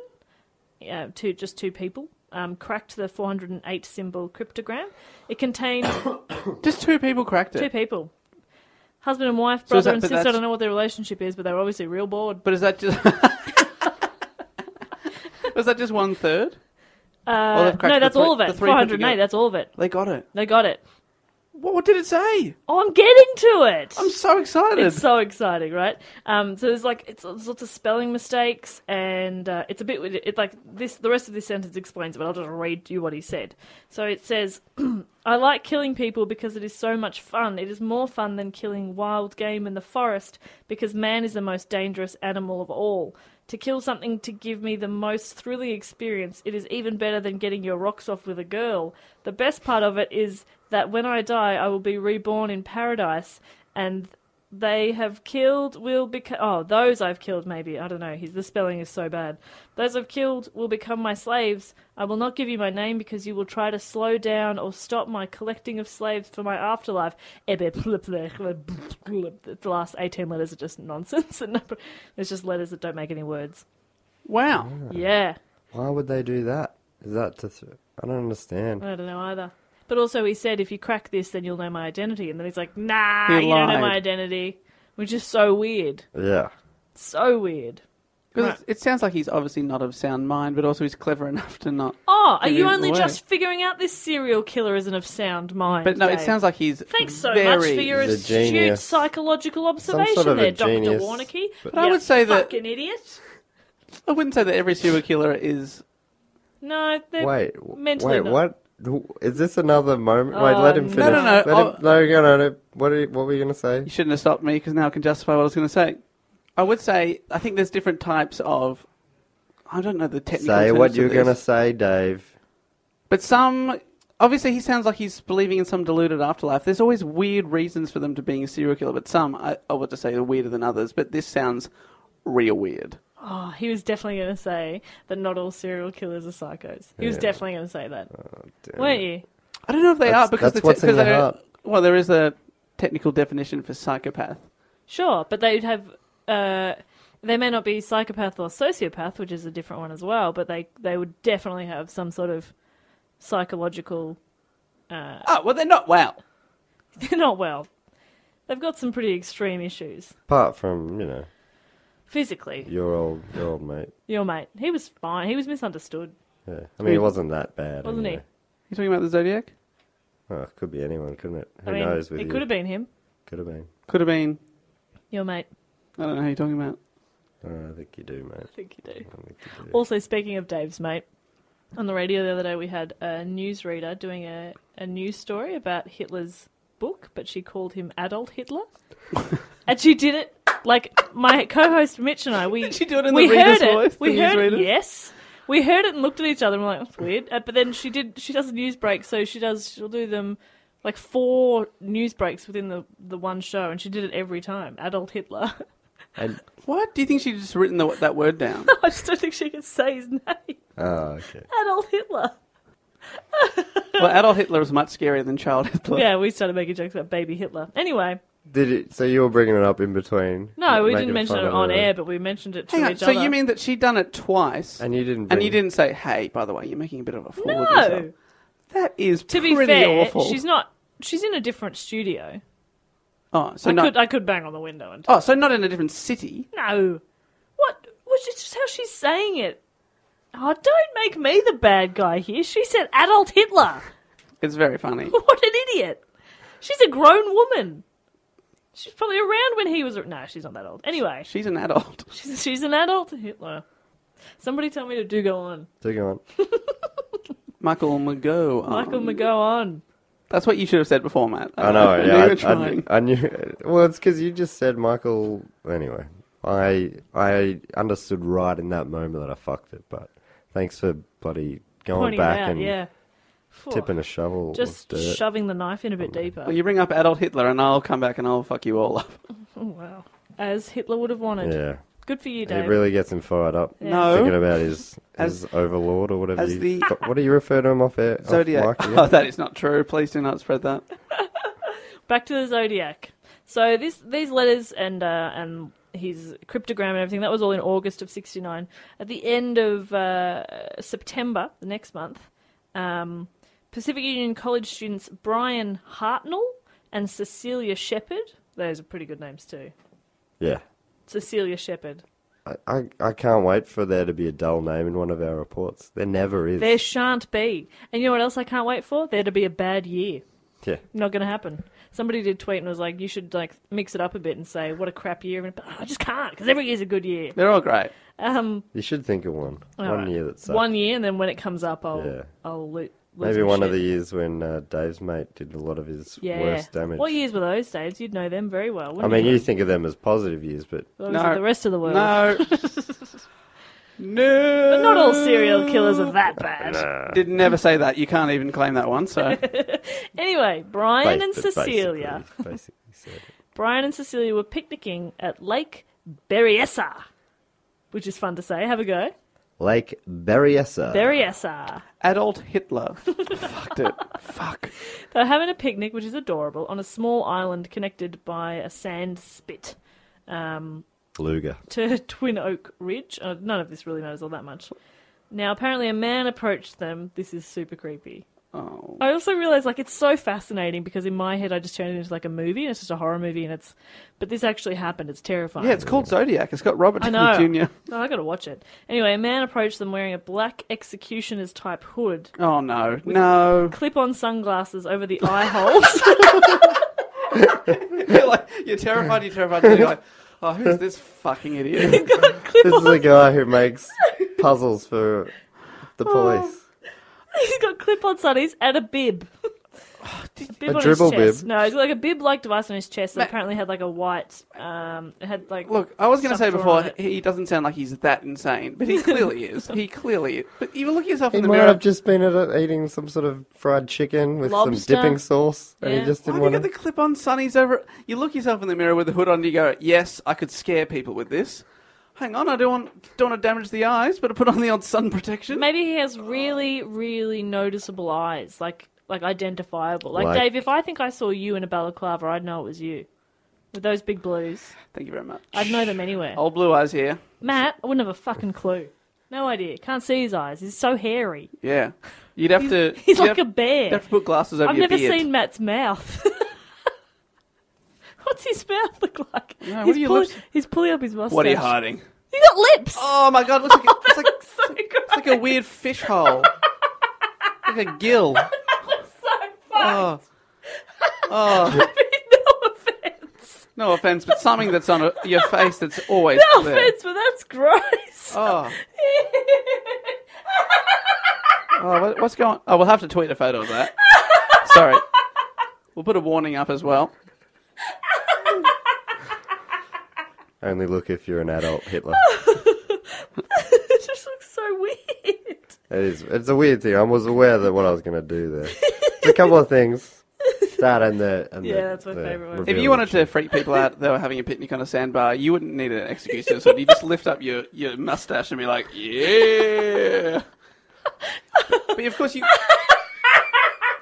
S2: uh, two, just two people, um, cracked the 408 symbol cryptogram. It contained
S3: Just two people cracked it.
S2: two people husband and wife,
S3: So
S2: brother
S3: is that-
S2: and
S3: but
S2: sister. I
S3: that's-
S2: don't know what their relationship is, but they were obviously real bored.
S3: But is that just was that just one third?
S2: Uh,
S3: Oh, they've cracked
S2: no,
S3: the
S2: that's
S3: three-
S2: all of
S3: the
S2: it.
S3: three put
S2: 408,
S3: together.
S2: that's all of it.
S3: They got it.
S2: They got it.
S3: What, what did it say?
S2: Oh, I'm getting to it.
S3: I'm so excited.
S2: It's so exciting, right? Um, so there's like it's, there's lots of spelling mistakes, and uh, it's a bit it, it like this. The rest of this sentence explains, it, but I'll just read you what he said. So it says, "I like killing people because it is so much fun. It is more fun than killing wild game in the forest because man is the most dangerous animal of all." To kill something to give me the most thrilling experience. It is even better than getting your rocks off with a girl. The best part of it is that when I die, I will be reborn in paradise, and they have killed will become. Oh, those I've killed, maybe. I don't know. He's, the spelling is so bad. Those I've killed will become my slaves. I will not give you my name because you will try to slow down or stop my collecting of slaves for my afterlife. Ebe plip bleh, bleh, bleh, bleh. The last 18 letters are just nonsense. And it's just letters that don't make any words.
S3: wow.
S2: Yeah.
S5: Why would they do that? Is that to? Th- I don't understand.
S2: I don't know either. But also, he said, if you crack this, then you'll know my identity. And then he's like, nah,
S3: He
S2: you don't know
S3: lied.
S2: my identity. Which is so weird.
S5: Yeah.
S2: So weird.
S3: Because it, it sounds like he's obviously not of sound mind, but also he's clever enough to not.
S2: Oh, are
S3: Give
S2: you
S3: it
S2: only
S3: away.
S2: just figuring out this serial killer isn't of sound mind?
S3: But no, it
S2: Dave?
S3: sounds like he's.
S2: Thanks so
S3: very...
S2: much for your
S5: He's a
S2: astute
S5: genius.
S2: psychological observation
S5: sort of a
S2: there, Doctor
S5: genius,
S2: Warnicky.
S5: but-
S3: But I would say that-
S2: fucking idiot.
S3: I wouldn't say that every serial killer is.
S2: No, they're
S5: Wait. w-
S2: mentally
S5: wait.
S2: not. Oh,
S5: What? Who- Is this another moment? Wait. Let him
S2: no, Oh.
S5: finish.
S3: no, no,
S5: Let him,
S3: I'll-
S5: no, go on, no. What? Are you, what were you gonna say?
S3: You shouldn't have stopped me because now I can justify what I was going to say. I would say I think there's different types of. I don't know the technical.
S5: Say
S3: terms
S5: what
S3: of
S5: you're
S3: this.
S5: gonna say, Dave.
S3: But some, obviously, he sounds like he's believing in some deluded afterlife. There's always weird reasons for them to being a serial killer, but some, I, I want to say, are weirder than others. But this sounds real weird.
S2: Oh, he was definitely going to say that not all serial killers are psychos. He was definitely going to say that,
S3: Oh,
S2: weren't you?
S3: I don't know if they
S5: That's-
S3: are because
S5: that's
S3: the
S5: what's in
S3: 'cause
S5: your
S3: they-
S5: heart.
S3: Well, there is a technical definition for psychopath.
S2: Sure, but they'd have. Uh, they may not be psychopath or sociopath, which is a different one as well, but they they would definitely have some sort of psychological
S3: Oh well, they're not. Wow.
S2: they're not well. They've got some pretty extreme issues.
S5: Apart from you know
S2: Physically,
S5: your old your old mate.
S2: your mate, he was fine. He was misunderstood,
S5: Yeah. I mean, it wasn't that bad.
S2: wasn't
S5: anyway.
S3: You talking about the zodiac?
S5: Oh, it could be anyone, couldn't it?
S2: he?
S5: Who
S2: I mean,
S5: knows? With
S2: it
S5: you.
S2: could have been him.
S5: Could have been.
S3: Could have been.
S2: Your mate,
S3: I don't know who you're talking about.
S5: Oh, I think you do, mate.
S2: I think you do.
S5: I think you do.
S2: Also, speaking of Dave's mate, on the radio the other day we had a newsreader doing a, a news story about Hitler's book, but she called him Adult Hitler. and she did it like my co-host Mitch and I. We
S3: Did she do it in
S2: we
S3: the
S2: heard
S3: reader's
S2: it.
S3: voice, the
S2: We heard it.
S3: newsreader's?
S2: Yes. We heard it and looked at each other and we're like, that's weird. Uh, but then she did. She does a news break, so she does. She'll do them like four news breaks within the the one show, and she did it every time. Adult Hitler.
S5: And,
S3: What do you think she'd just written the, that word down?
S2: I just don't think she can say his name.
S5: oh, okay.
S2: Adult Hitler.
S3: well, adult Hitler is much scarier than child Hitler.
S2: Yeah, we started making jokes about baby Hitler. Anyway,
S5: Did it? So you were bringing it up in between?
S2: no, we
S5: making
S2: didn't mention
S5: fun
S2: it
S5: of
S2: on air, but we mentioned it to
S3: Hang
S2: each
S3: on.
S2: other.
S3: So you mean that she'd done it twice?
S5: And you didn't.
S3: And you
S5: bring-
S3: didn't say, "Hey, by the way, you're making a bit of a fool of yourself."
S2: no?
S3: That is
S2: To be
S3: pretty
S2: fair,
S3: awful.
S2: she's not. She's in a different studio.
S3: Oh, so
S2: I
S3: not.
S2: could I could bang on the window and
S3: Oh, so not in a different city.
S2: no. What? What was just just how she's saying it. Oh, don't make me the bad guy here. She said adult Hitler.
S3: It's very funny.
S2: What an idiot. She's a grown woman. She's probably around when he was. No, she's not that old. Anyway,
S3: She's an adult.
S2: she's, she's an adult Hitler. Somebody tell me to do go on.
S5: So go on.
S3: Michael McGo. um,
S2: Michael McGo on.
S3: That's what you should have said before, Matt.
S5: I know.
S3: You
S5: Yeah,
S3: were
S5: I, I,
S3: trying.
S5: I knew. Well, it's because you just said Michael. Anyway, I I understood right in that moment that I fucked it. But thanks for bloody going
S2: Pointing it
S5: back
S2: out,
S5: and
S2: yeah. Phew.
S5: tipping a shovel. of
S2: Just
S5: dirt.
S2: shoving the knife in a bit deeper.
S3: Well, you bring up adult Hitler, and I'll come back and I'll fuck you all up.
S2: Oh, wow. As Hitler would have wanted.
S5: Yeah,
S2: Good for you, Dave.
S5: it really gets him fired up. Thinking
S3: No,
S5: about his, his overlord or whatever.
S3: as
S5: you,
S3: the-
S5: what do you refer to him off air? off
S3: Zodiac.
S5: mic again?
S3: Oh, that is not true. Please do not spread that.
S2: back to the zodiac. So this these letters and uh, and his cryptogram and everything that was all in August of '69. At the end of uh, September, the next month, um, Pacific Union College students Brian Hartnell and Cecilia Shepherd. Those are pretty good names too.
S5: yeah.
S2: Cecilia Shepherd.
S5: I, I, I can't wait for there to be a dull name in one of our reports. There never is.
S2: There shan't be. And you know what else I can't wait for? There to be a bad year.
S5: yeah.
S2: Not going to happen. Somebody did tweet and was like, "You should like mix it up a bit and say what a crap year." And but I just can't because every year's a good year.
S3: They're all great.
S2: Um,
S5: You should think of one.
S2: All
S5: one
S2: right.
S5: year that's
S2: one year, and then when it comes up, I'll
S5: Yeah.
S2: I'll lo- lose
S5: Maybe
S2: my
S5: one
S2: shit.
S5: of the years when uh, Dave's mate did a lot of his
S2: yeah.
S5: worst damage.
S2: What years were those, Dave? You'd know them very well.
S5: I
S2: Wouldn't
S5: mean,
S2: you?
S5: you think of them as positive years, but
S2: Those
S3: No.
S2: are the rest of the world.
S3: No. no.
S2: But not all serial killers are that bad.
S3: Did never say that. You can't even claim that one. So
S2: Anyway, Brian
S5: bas-
S2: and
S5: but
S2: Cecilia.
S5: Basically, basically said.
S2: Brian and Cecilia were picnicking at Lake Berryessa, which is fun to say. Have a go.
S5: Lake Berryessa.
S2: Berryessa.
S3: adult Hitler. Fucked it. Fuck.
S2: They're having a picnic, which is adorable, on a small island connected by a sand spit um,
S5: Luger.
S2: to Twin Oak Ridge. Uh, none of this really matters all that much. Now, apparently, a man approached them. This is super creepy.
S3: Oh.
S2: I also realized like it's so fascinating because in my head I just turned it into like a movie and it's just a horror movie and it's but this actually happened. It's terrifying.
S3: Yeah, it's called Zodiac. It's got Robert
S2: I know.
S3: Downey Jr.
S2: No, I gotta watch it. Anyway, a man approached them wearing a black executioner's type hood,
S3: Oh no, no.
S2: clip on sunglasses over the eye holes.
S3: you're, like, you're terrified. You're terrified. You're like, oh, who's this fucking idiot?
S5: This is the guy who makes puzzles for the
S2: Oh.
S5: police.
S2: he's got clip on sunnies and a bib. A, bib
S5: A dribble
S2: his chest.
S5: bib.
S2: No, it's like a bib like device on his chest that apparently had like a white um it had like
S3: Look, I was going to
S2: stuff
S3: say
S2: drawn
S3: before
S2: on it.
S3: he doesn't sound like he's that insane, but he clearly is. He clearly is. But you look at yourself
S5: He
S3: in the
S5: might
S3: mirror.
S5: have just been at a, eating some sort of fried chicken with
S2: Lobster.
S5: some dipping sauce, and
S2: Yeah.
S5: he just
S3: Why
S5: didn't
S3: have you
S5: want
S3: got
S5: to.
S3: the clip-on sunnies over? You look yourself in the mirror with the hood on. You go, "Yes, I could scare people with this." Hang on, I don't want don't want to damage the eyes, but I put on the odd sun protection.
S2: Maybe he has really, really noticeable eyes, like like identifiable. Like,
S5: Like-
S2: Dave, if I think I saw you in a balaclava, I'd know it was you. With those big blues,
S3: Thank you very much.
S2: I'd know them anywhere.
S3: Old blue eyes here.
S2: Matt, I wouldn't have a fucking clue. No idea. Can't see his eyes. He's so hairy.
S3: Yeah, you'd have to.
S2: He's
S3: you'd
S2: like
S3: have,
S2: a
S3: you'd
S2: bear.
S3: have to put glasses over
S2: I've
S3: your
S2: never
S3: beard.
S2: seen Matt's mouth. What's his mouth look like?
S3: what
S2: he's,
S3: are your
S2: pull-
S3: lips-
S2: he's pulling up his mustache.
S3: what are you hiding?
S2: He's got lips.
S3: Oh my god, it looks like a, it's like
S2: That's so gross.
S3: it's like a weird fish hole, like a gill.
S2: so
S3: Oh,
S2: fucked. I mean, no offense.
S3: no offense, but something that's on a, your face that's always
S2: No
S3: there.
S2: offense, but that's gross.
S3: Oh. Oh, what, what's going? Oh, we'll have to tweet a photo of that. Sorry, we'll put a warning up as well.
S5: Only look if you're an adult Hitler.
S2: it just looks so weird.
S5: It is. It's a weird thing. I was aware that what I was going to do there. There's a couple of things. That and the and
S2: Yeah,
S5: the,
S2: that's my
S5: the
S2: favourite one. If
S3: If
S5: reveal
S3: you wanted
S5: that
S3: to freak people out that were having a picnic on a sandbar, you wouldn't need an executioner. So you just lift up your, your mustache and be like, yeah. But of course you.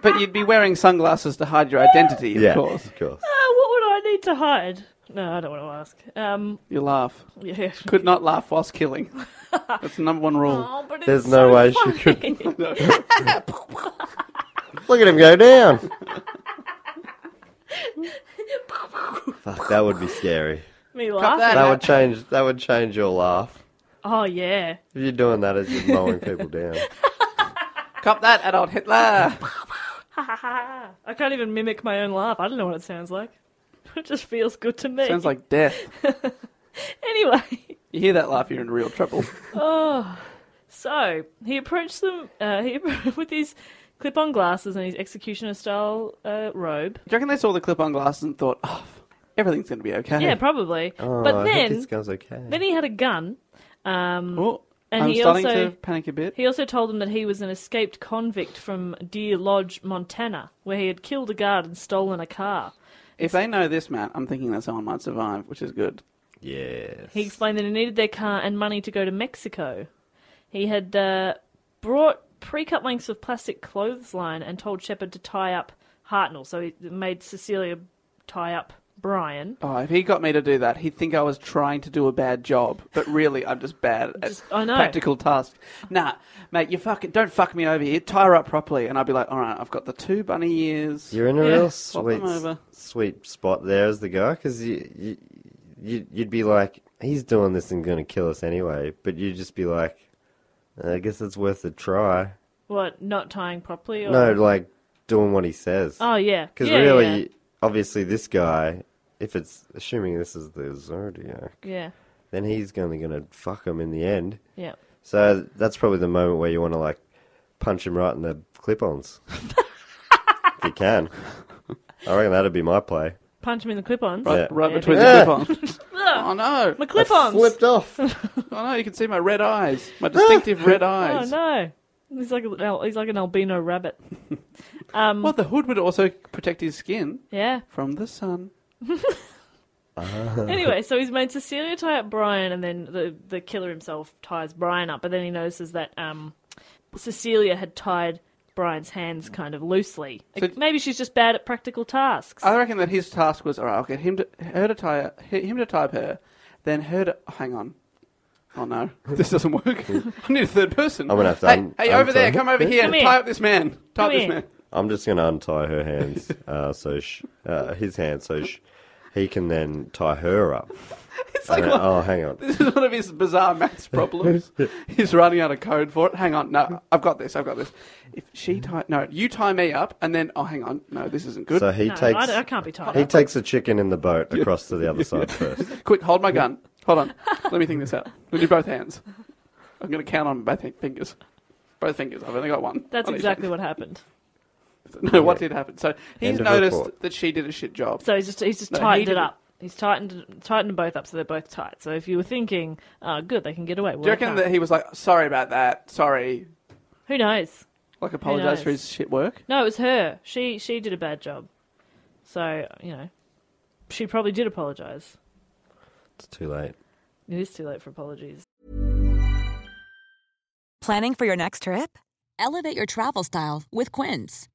S3: But you'd be wearing sunglasses to hide your identity,
S5: she-
S3: of
S5: yeah,
S3: course.
S5: of course.
S2: Uh, what would I need to hide? No, I don't want to ask. Um,
S3: You laugh.
S2: yeah.
S3: Could not laugh whilst killing. That's the number one rule.
S2: Oh, but it's
S5: There's
S2: so
S5: no way
S2: funny.
S5: she could. Look at him go down. Fuck, that would be scary.
S2: Me laughing.
S3: that
S5: That would change. That would change your laugh.
S2: Oh yeah.
S5: If you're doing that, it's just mowing people down.
S3: Cop that, adult Hitler.
S2: I can't even mimic my own laugh. I don't know what it sounds like. It just feels good to me.
S3: Sounds like death.
S2: anyway. Oh.
S3: You hear that laugh, you're in real trouble.
S2: So he approached them uh, he, with his clip-on glasses and his executioner-style uh, robe.
S3: Do you reckon they saw the clip-on glasses and thought, oh, everything's going to be okay?
S2: Yeah, probably.
S5: Oh,
S2: but
S5: I hope
S2: then,
S5: this goes okay.
S2: then he had a gun. Um,
S3: Oh,
S2: And
S3: I'm
S2: he
S3: starting
S2: also-
S3: to panic a bit.
S2: He also told them that he was an escaped convict from Deer Lodge, Montana, where he had killed a guard and stolen a car.
S3: If they know this, Matt, I'm thinking that someone might survive, which is good.
S5: Yes.
S2: He explained that he needed their car and money to go to Mexico. He had uh, brought pre-cut lengths of plastic clothesline and told Shepard to tie up Hartnell, so he made Cecilia tie up Brian.
S3: Oh, if he got me to do that, he'd think I was trying to do a bad job. But really, I'm just bad at
S2: Just- I know.
S3: practical tasks. Nah, mate, you fucking don't fuck me over here. Tie her up properly, and I'd be like, all right, I've got the two bunny ears.
S5: You're in a
S2: Yeah.
S5: real
S3: Swap them
S5: sweet, s-
S3: over.
S5: sweet spot there as the guy, because you, you, you, you'd be like, he's doing this and going to kill us anyway, but you'd just be like, I guess it's worth a try.
S2: What? Not tying properly? Or...
S5: No, like doing what he says.
S2: Oh yeah.
S5: Because
S2: yeah,
S5: really, obviously, this guy, if it's assuming this is the Zodiac,
S2: Yeah.
S5: then he's only going to fuck him in the end.
S2: Yeah.
S5: So that's probably the moment where you want to like punch him right in the clip-ons. if you can, I reckon that'd be my play.
S2: Punch him in the clip-ons.
S3: Right,
S5: Yeah.
S3: right
S2: Yeah,
S3: between
S5: yeah.
S3: the clip-ons. oh no!
S2: My clip-ons.
S5: Flipped off.
S3: Oh no! You can see my red eyes, my distinctive red
S2: Oh
S3: eyes.
S2: no. He's like an al- he's like an albino rabbit. Um,
S3: Well, the hood would also protect his skin
S2: Yeah.
S3: from the sun.
S2: Anyway, so he's made Cecilia tie up Brian, and then the the killer himself ties Brian up. But then he notices that um, Cecilia had tied Brian's hands kind of loosely.
S3: So-
S2: Like, Maybe she's just bad at practical tasks.
S3: I reckon that his task was all right. I'll get him to her to tie him to tie up her, then her to hang on. Oh no, this doesn't work. I need a third person.
S5: I'm gonna have to
S3: Hey,
S5: un-
S3: hey over there!
S5: untie-
S3: Come over here!
S2: Come here.
S3: Tie up this man. Tie
S2: Come
S3: up this
S2: here.
S3: man.
S5: I'm just going to untie her hands, uh, so sh- uh, his hands, so sh- he can then tie her up.
S3: It's like
S5: And then- oh, hang on.
S3: this is one of his bizarre maths problems. He's running out of code for it. Hang on, no, I've got this. I've got this. If she
S5: Mm-hmm.
S3: tie, no, you tie me up, and then oh, hang on, no, this isn't good.
S5: So he
S2: no, I,
S5: takes
S2: don't- I can't be tied
S5: he
S2: up.
S5: takes the chicken in the boat across to the other side first.
S3: Quick, hold my gun. Hold on. Let me think this out. With your both hands. I'm going to count on both fingers. Both fingers. I've only got one.
S2: That's
S3: On each
S2: exactly what happened.
S3: hand. No, what did happen? So he's
S5: End of
S3: noticed
S5: report.
S3: that she did a shit job.
S2: So he's just he's just
S3: No, he
S2: tightened it
S3: didn't.
S2: up. He's tightened tightened them both up so they're both tight. So if you were thinking, oh, good, they can get away. Well,
S3: Do you reckon
S2: they
S3: that
S2: can't.
S3: he was like, sorry about that. Sorry.
S2: Who knows?
S3: Like, apologise for
S2: knows?
S3: his shit work.
S2: No, it was her. She she did a bad job. So you know, she probably did apologize.
S5: It's too late.
S2: It is too late for apologies.
S7: Planning for your next trip? Elevate your travel style with Quince.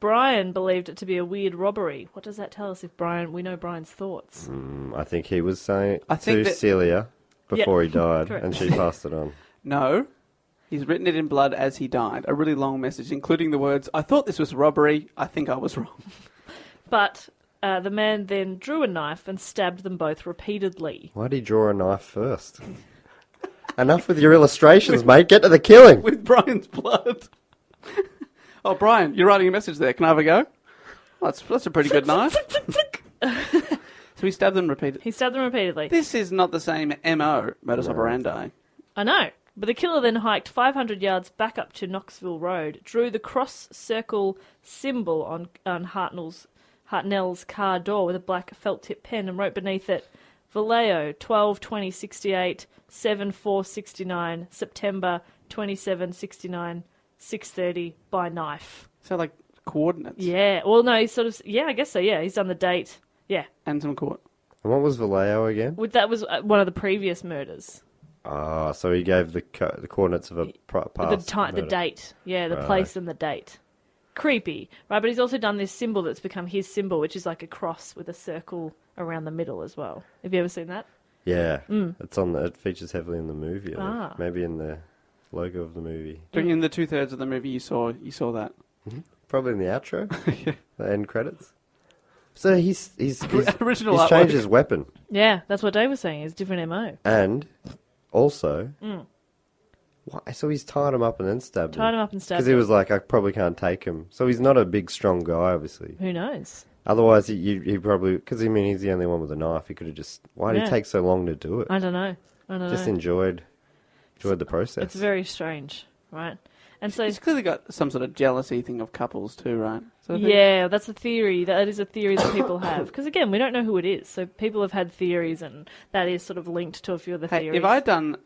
S2: Brian believed it to be a weird robbery. What does that tell us if Brian? We know Brian's thoughts.
S3: Mm.
S5: I think he was saying it
S3: I think
S5: to
S3: that-
S5: Celia before he died,
S2: correct.
S5: and she passed it on.
S3: No. He's written it in blood as he died. A really long message, including the words, I thought this was robbery. I think I was wrong.
S2: But uh, the man then drew a knife and stabbed them both repeatedly.
S5: Why'd he draw a knife first? Enough with your illustrations, mate. Get to the killing.
S3: With Brian's blood. oh, Brian, you're writing a message there. Can I have a go? Well, that's, that's a pretty good knife. so he stabbed them repeatedly.
S2: He stabbed them repeatedly.
S3: This is not the same MO, modus operandi.
S2: I know. But the killer then hiked 500 yards back up to Knoxville Road, drew the cross circle symbol on, on Hartnell's, Hartnell's car door with a black felt tip pen and wrote beneath it Vallejo, 12 20 68, 7 4 69, September 27 69, 6.30 by knife.
S3: So, like, coordinates
S2: Yeah. Well, no, he sort of. Yeah, I guess so. Yeah, he's done the date. Yeah.
S3: and some court.
S5: And what was Vallejo again?
S2: With, that was uh, one of the previous murders.
S5: Ah, so he gave the co- the coordinates of a pro-
S2: the
S5: past
S2: time, the
S5: murder.
S2: date. Yeah, the place and the date. Creepy, right? But he's also done this symbol that's become his symbol, which is like a cross with a circle around the middle as well. Have you ever seen that?
S5: Yeah, it's on. The, it features heavily in the movie. I think.
S2: Mm. Ah.
S5: Maybe in the logo of the movie.
S3: During in the two thirds of the movie, you saw you saw that.
S5: Probably in the outro, the end credits. So he's he's, he's
S3: Original
S5: He's
S3: artwork.
S5: changed his weapon,
S2: Yeah, that's what Dave was saying. It's different mo.
S5: and also, why, so he's tied him up and then stabbed
S2: Mm. Tied
S5: him.
S2: him up and stabbed
S5: Because he
S2: him.
S5: was like, I probably can't take him. So he's not a big, strong guy, obviously.
S2: Who knows?
S5: Otherwise, he, you- he probably because I mean he's the only one with a knife. He could have just. Why did
S2: Yeah.
S5: it take so long to do it?
S2: I don't know. I don't
S5: Just
S2: know.
S5: enjoyed, enjoyed the process.
S2: It's very strange, right? And so,
S3: He's clearly got some sort of jealousy thing of couples too, right? So I think-
S2: yeah, that's a theory. That is a theory that people have. Because again, we don't know who it is. So people have had theories, and that is sort of linked to a few of the
S3: Hey,
S2: theories. Mm.
S3: if I'd done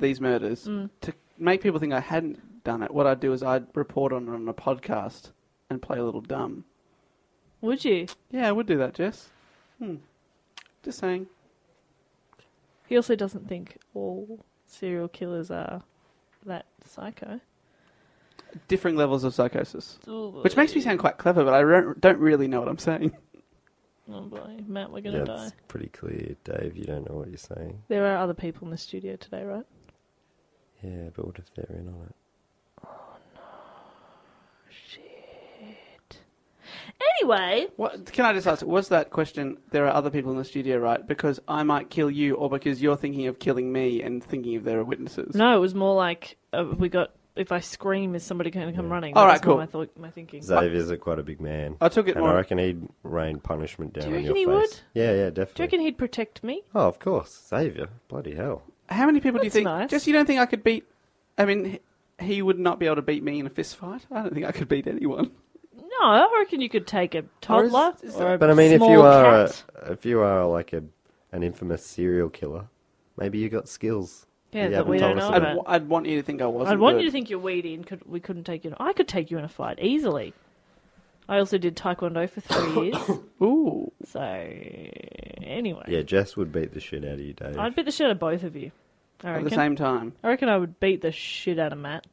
S3: these murders to make people think I hadn't done it, what I'd do is I'd report on it on a podcast and play a little dumb.
S2: Would you?
S3: Yeah, I would do that, Jess. Hmm. Just saying.
S2: He also doesn't think all serial killers are that psycho.
S3: Differing levels of psychosis, which makes me sound quite clever, but I don't, don't really know what I'm saying.
S2: Oh boy, Matt, we're gonna
S5: yeah,
S2: die.
S5: it's pretty clear, Dave. You don't know what you're saying.
S2: There are other people in the studio today, right? Oh,
S5: Yeah, but what if they're in on it?
S2: Anyway,
S3: What, can I just ask? Was that question? There are other people in the studio, right? Because I might kill you, or because you're thinking of killing me and thinking if there are witnesses.
S2: no, it was more like uh, we got. If I scream, is somebody going to come running?
S3: All
S2: That
S3: right,
S2: was more
S3: cool.
S2: My, thought, my thinking.
S5: Xavier's a quite a big man.
S3: I took it
S5: And
S3: more-
S5: I reckon he'd rain punishment down
S2: you
S5: on your
S2: reckon he
S5: face. Yeah, yeah, definitely.
S2: Do you reckon he'd protect me?
S5: Oh, of course, Xavier. Bloody hell.
S3: How many people do you
S2: That's
S3: think?
S2: nice.
S3: Just you don't think I could beat? I mean, h- he would not be able to beat me in a fist fight. I don't think I could beat anyone.
S2: No, I reckon you could take a toddler
S3: is
S2: or a
S5: But I mean, if
S2: small
S5: you are
S2: cat.
S5: a, if you are like a an infamous serial killer, maybe you got skills.
S2: Yeah,
S5: you
S2: that
S5: haven't
S2: we
S5: told
S2: don't know
S5: us
S3: I'd,
S5: about.
S2: about.
S3: w- I'd want you to think I wasn't.
S2: I'd want
S3: good.
S2: you to think you're weedy and could, we couldn't take you. In, I could take you in a fight easily. I also did taekwondo for three years.
S3: Ooh,
S2: So anyway,
S5: Yeah, Jess would beat the shit out of you, Dave.
S2: I'd beat the shit out of both of you. I
S3: at the
S2: reckon.
S3: same time,
S2: I reckon I would beat the shit out of Matt,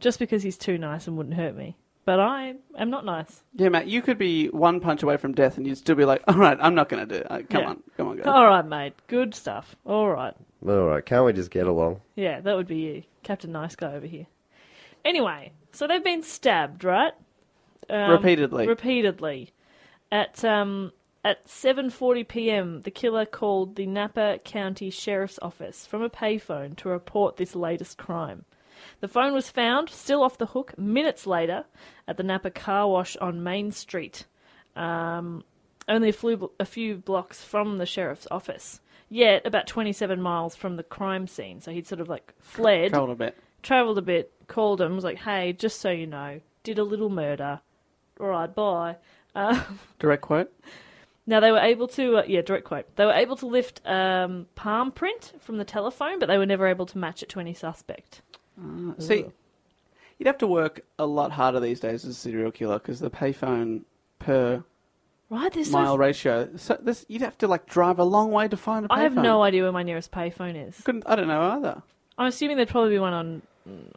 S2: just because he's too nice and wouldn't hurt me. But I am not nice.
S3: yeah, Matt, you could be one punch away from death, and you'd still be like, "All right, I'm not going to do it. Uh, come
S2: Yeah.
S3: on, come on, guys."
S2: All right, mate. Good stuff. All right.
S5: All right, can't we just get along?
S2: Yeah, that would be you, Captain Nice Guy over here. Anyway, so they've been stabbed, right? Um,
S3: Repeatedly.
S2: Repeatedly. At um at 7:40 p.m., the killer called the Napa County Sheriff's Office from a payphone to report this latest crime. The phone was found still off the hook minutes later at the Napa car wash on Main Street Um, only a few, a few blocks from the sheriff's office. Yet about 27 miles from the crime scene. So he'd sort of like fled,
S3: Hold a bit.
S2: traveled a bit, called him, was like, hey, just so you know, did a little murder. All right, bye.
S3: Direct quote.
S2: Now they were able to, uh, yeah, direct quote. They were able to lift um, palm print from the telephone, but they were never able to match it to any suspect.
S3: Uh, See, you'd have to work a lot harder these days as a serial killer because the payphone per
S2: Right, there's so
S3: mile ratio. So this you'd have to like drive a long way to find a payphone.
S2: I have no idea where my nearest payphone is.
S3: Couldn't, I don't know either.
S2: I'm assuming there'd probably be one on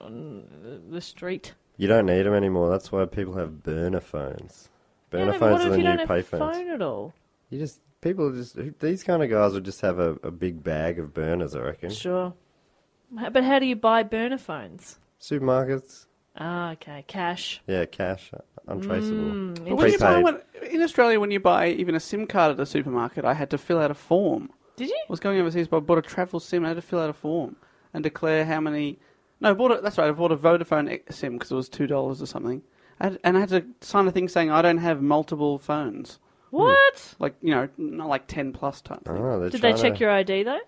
S2: on the street.
S5: You don't need them anymore. That's why people have burner phones.
S2: Yeah,
S5: Burner
S2: no, but
S5: phones
S2: what
S5: are
S2: if
S5: the
S2: you
S5: new
S2: don't have a
S5: payphones.
S2: phone at all?
S5: You just people just these kind of guys would just have a, a big bag of burners. I reckon.
S2: Sure. H- But how do you buy burner phones?
S5: Supermarkets.
S2: Ah, okay, cash.
S5: Yeah, cash, uh, untraceable.
S3: But when you buy
S5: Prepaid.
S3: one, in Australia, when you buy even a SIM card at a supermarket, I had to fill out a form.
S2: Did you?
S3: I was going overseas, but I bought a travel SIM. I had to fill out a form and declare how many. No, I bought a, that's right. I bought a Vodafone e- SIM because it was two dollars or something, I had, and I had to sign a thing saying I don't have multiple phones.
S2: What?
S3: Like you know, not like ten plus type thing.
S5: Oh, Hmm. they're
S2: Did they
S5: trying
S2: check
S5: to-
S2: your ID though?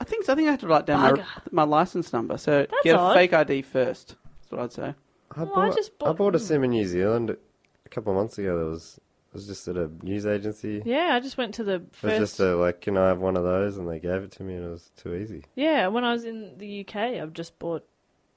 S3: I think so. I think I had to write down my,
S2: Bugger.
S3: my license number. So get a
S2: odd.
S3: fake ID first. That's what I'd say.
S5: I
S2: Well, I
S5: bought, I,
S2: just
S5: bought...
S2: bought-
S5: a sim in New Zealand a couple of months ago. That was I was just at a news agency.
S2: Yeah, I just went to the
S5: It was
S2: first.
S5: just a, like, can I have one of those? And they gave it to me, and it was too easy.
S2: Yeah, when I was in the UK, I've just bought.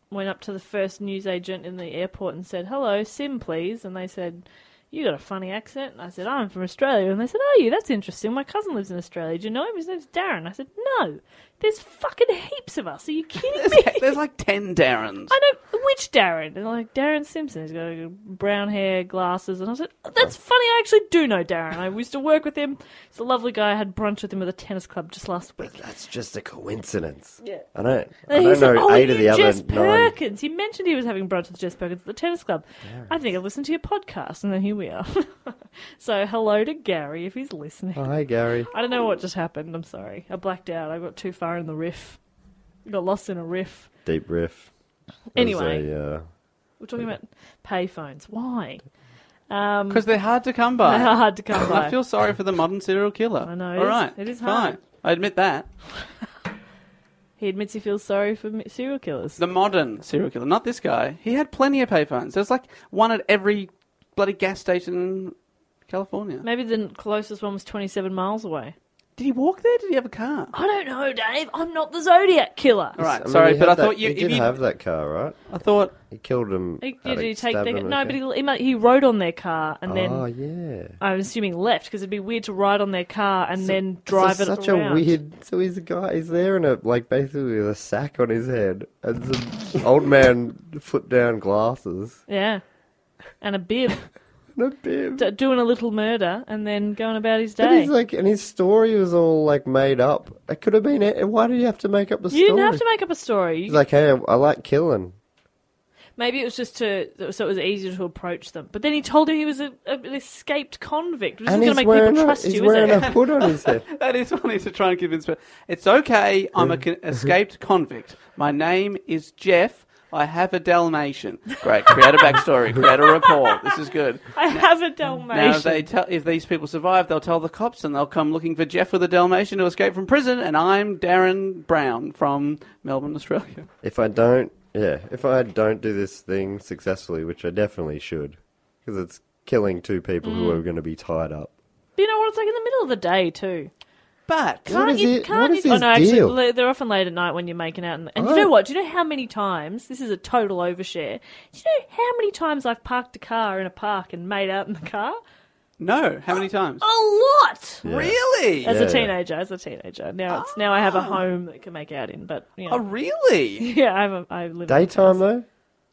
S2: Went up to the first newsagent in the airport and said, "Hello, sim, please." And they said, "You got a funny accent." And I said, "I'm from Australia." And they said, "Are you? That's interesting. My cousin lives in Australia. Do you know him? His name's Darren." I said, "No, there's fucking heaps of us. Are you kidding
S3: There's,
S2: me?"
S3: there's like ten Darrens.
S2: I know which Darren. And they're like Darren Simpson. He's got brown hair, glasses, and I said, oh, "That's funny. I actually do know Darren. I used to work with him. He's a lovely guy. I had brunch with him at a tennis club just last week."
S5: That's just a coincidence.
S2: Yeah.
S5: I don't. I
S2: And he
S5: don't
S2: said,
S5: know
S2: "Oh,
S5: eight
S2: you
S5: of the
S2: Jess
S5: other nine.
S2: Perkins. He mentioned he was having brunch with Jess Perkins at the tennis club. I think I listened to your podcast, and then here we are. so hello to Gary if he's listening.
S5: Oh, hey Gary.
S2: I don't know what just happened. I'm sorry. I blacked out. I got too far in the riff. Got lost in a riff.
S5: Deep riff. It was
S2: Anyway,
S5: a, uh,
S2: we're talking about payphones. Why? Um,
S3: Because they're hard to come by.
S2: They
S5: Uh,
S2: are hard to come
S3: And
S2: by.
S3: I feel sorry for the modern serial killer.
S2: I know, it
S3: All
S2: is-
S3: right.
S2: it is
S3: fine.
S2: hard.
S3: I admit that.
S2: He admits he feels sorry for m- serial killers.
S3: The modern serial killer, not this guy. He had plenty of payphones. There's like one at every bloody gas station in California.
S2: Maybe the closest one was 27 miles away.
S3: Did he walk there? Did he have a car?
S2: I don't know, Dave. I'm not the Zodiac killer.
S3: All
S5: I
S3: right.
S5: mean,
S3: sorry,
S5: he
S3: but
S5: had
S3: I
S5: that-
S3: thought you.
S5: He
S3: If
S5: did
S3: you
S5: have that car, right?
S3: I thought.
S5: He killed him.
S2: He, did
S5: had a-
S2: he take
S5: stabbed
S2: their...
S5: him in
S2: No,
S5: a
S2: but
S5: car.
S2: he, he, mu- he rode on their car and
S5: Oh
S2: then...
S5: yeah.
S2: I'm assuming left because it'd be weird to ride on their car and then drive
S5: so
S2: it
S5: such
S2: around.
S5: a weird. So he's a guy. He's there in a like basically with a sack on his head and some old man foot down glasses
S2: Yeah, and a bib,
S5: and a bib.
S2: D- doing a little murder and then going about his
S5: And
S2: day.
S5: he's like, and his story was all like made up. It could have been. it. Why do you have to make up the
S2: you
S5: story?
S2: didn't have to make up a story. You-
S5: He's like, hey, I like killing.
S2: Maybe it was just to so it was easier to approach them. But then he told him he was a, a, an escaped convict, which
S5: and
S2: isn't
S5: he's
S2: going to make
S5: wearing,
S2: people
S5: a,
S2: trust
S5: he's
S2: you,
S5: wearing
S2: is it?
S5: a hood on his head.
S3: That is funny to try and convince people. It's okay. I'm an escaped convict. My name is Jeff. I have a Dalmatian. Great. Create a backstory. Create a rapport. This is good.
S2: I have a
S3: Now, if
S2: Dalmatian.
S3: they tell, if these people survive, they'll tell the cops, and they'll come looking for Jeff with a Dalmatian to escape from prison. And I'm Darren Brown from Melbourne, Australia.
S5: If I don't, yeah, if I don't do this thing successfully, which I definitely should, because it's killing two people who
S2: Mm.
S5: are going to be tied up.
S2: But you know what? It's like in the middle of the day too.
S3: But
S5: What
S2: Can't
S5: is
S2: you?
S5: it-
S2: Can't
S5: what is
S2: you?
S5: his
S2: oh, no,
S5: deal?
S2: actually, la- they're often late at night when you're making out. And, and
S5: Oh.
S2: you know what? Do you know how many times? This is a total overshare. Do you know how many times I've parked a car in a park and made out in the car?
S3: no, how many times?
S2: A lot.
S5: Yeah.
S3: Oh, Really?
S2: As
S5: Yeah.
S2: a teenager, as a teenager. Now it's now I have a home that I can make out in. But you know,
S3: Oh, really?
S2: yeah, I have a, I live in a
S5: Daytime
S2: house.
S5: though.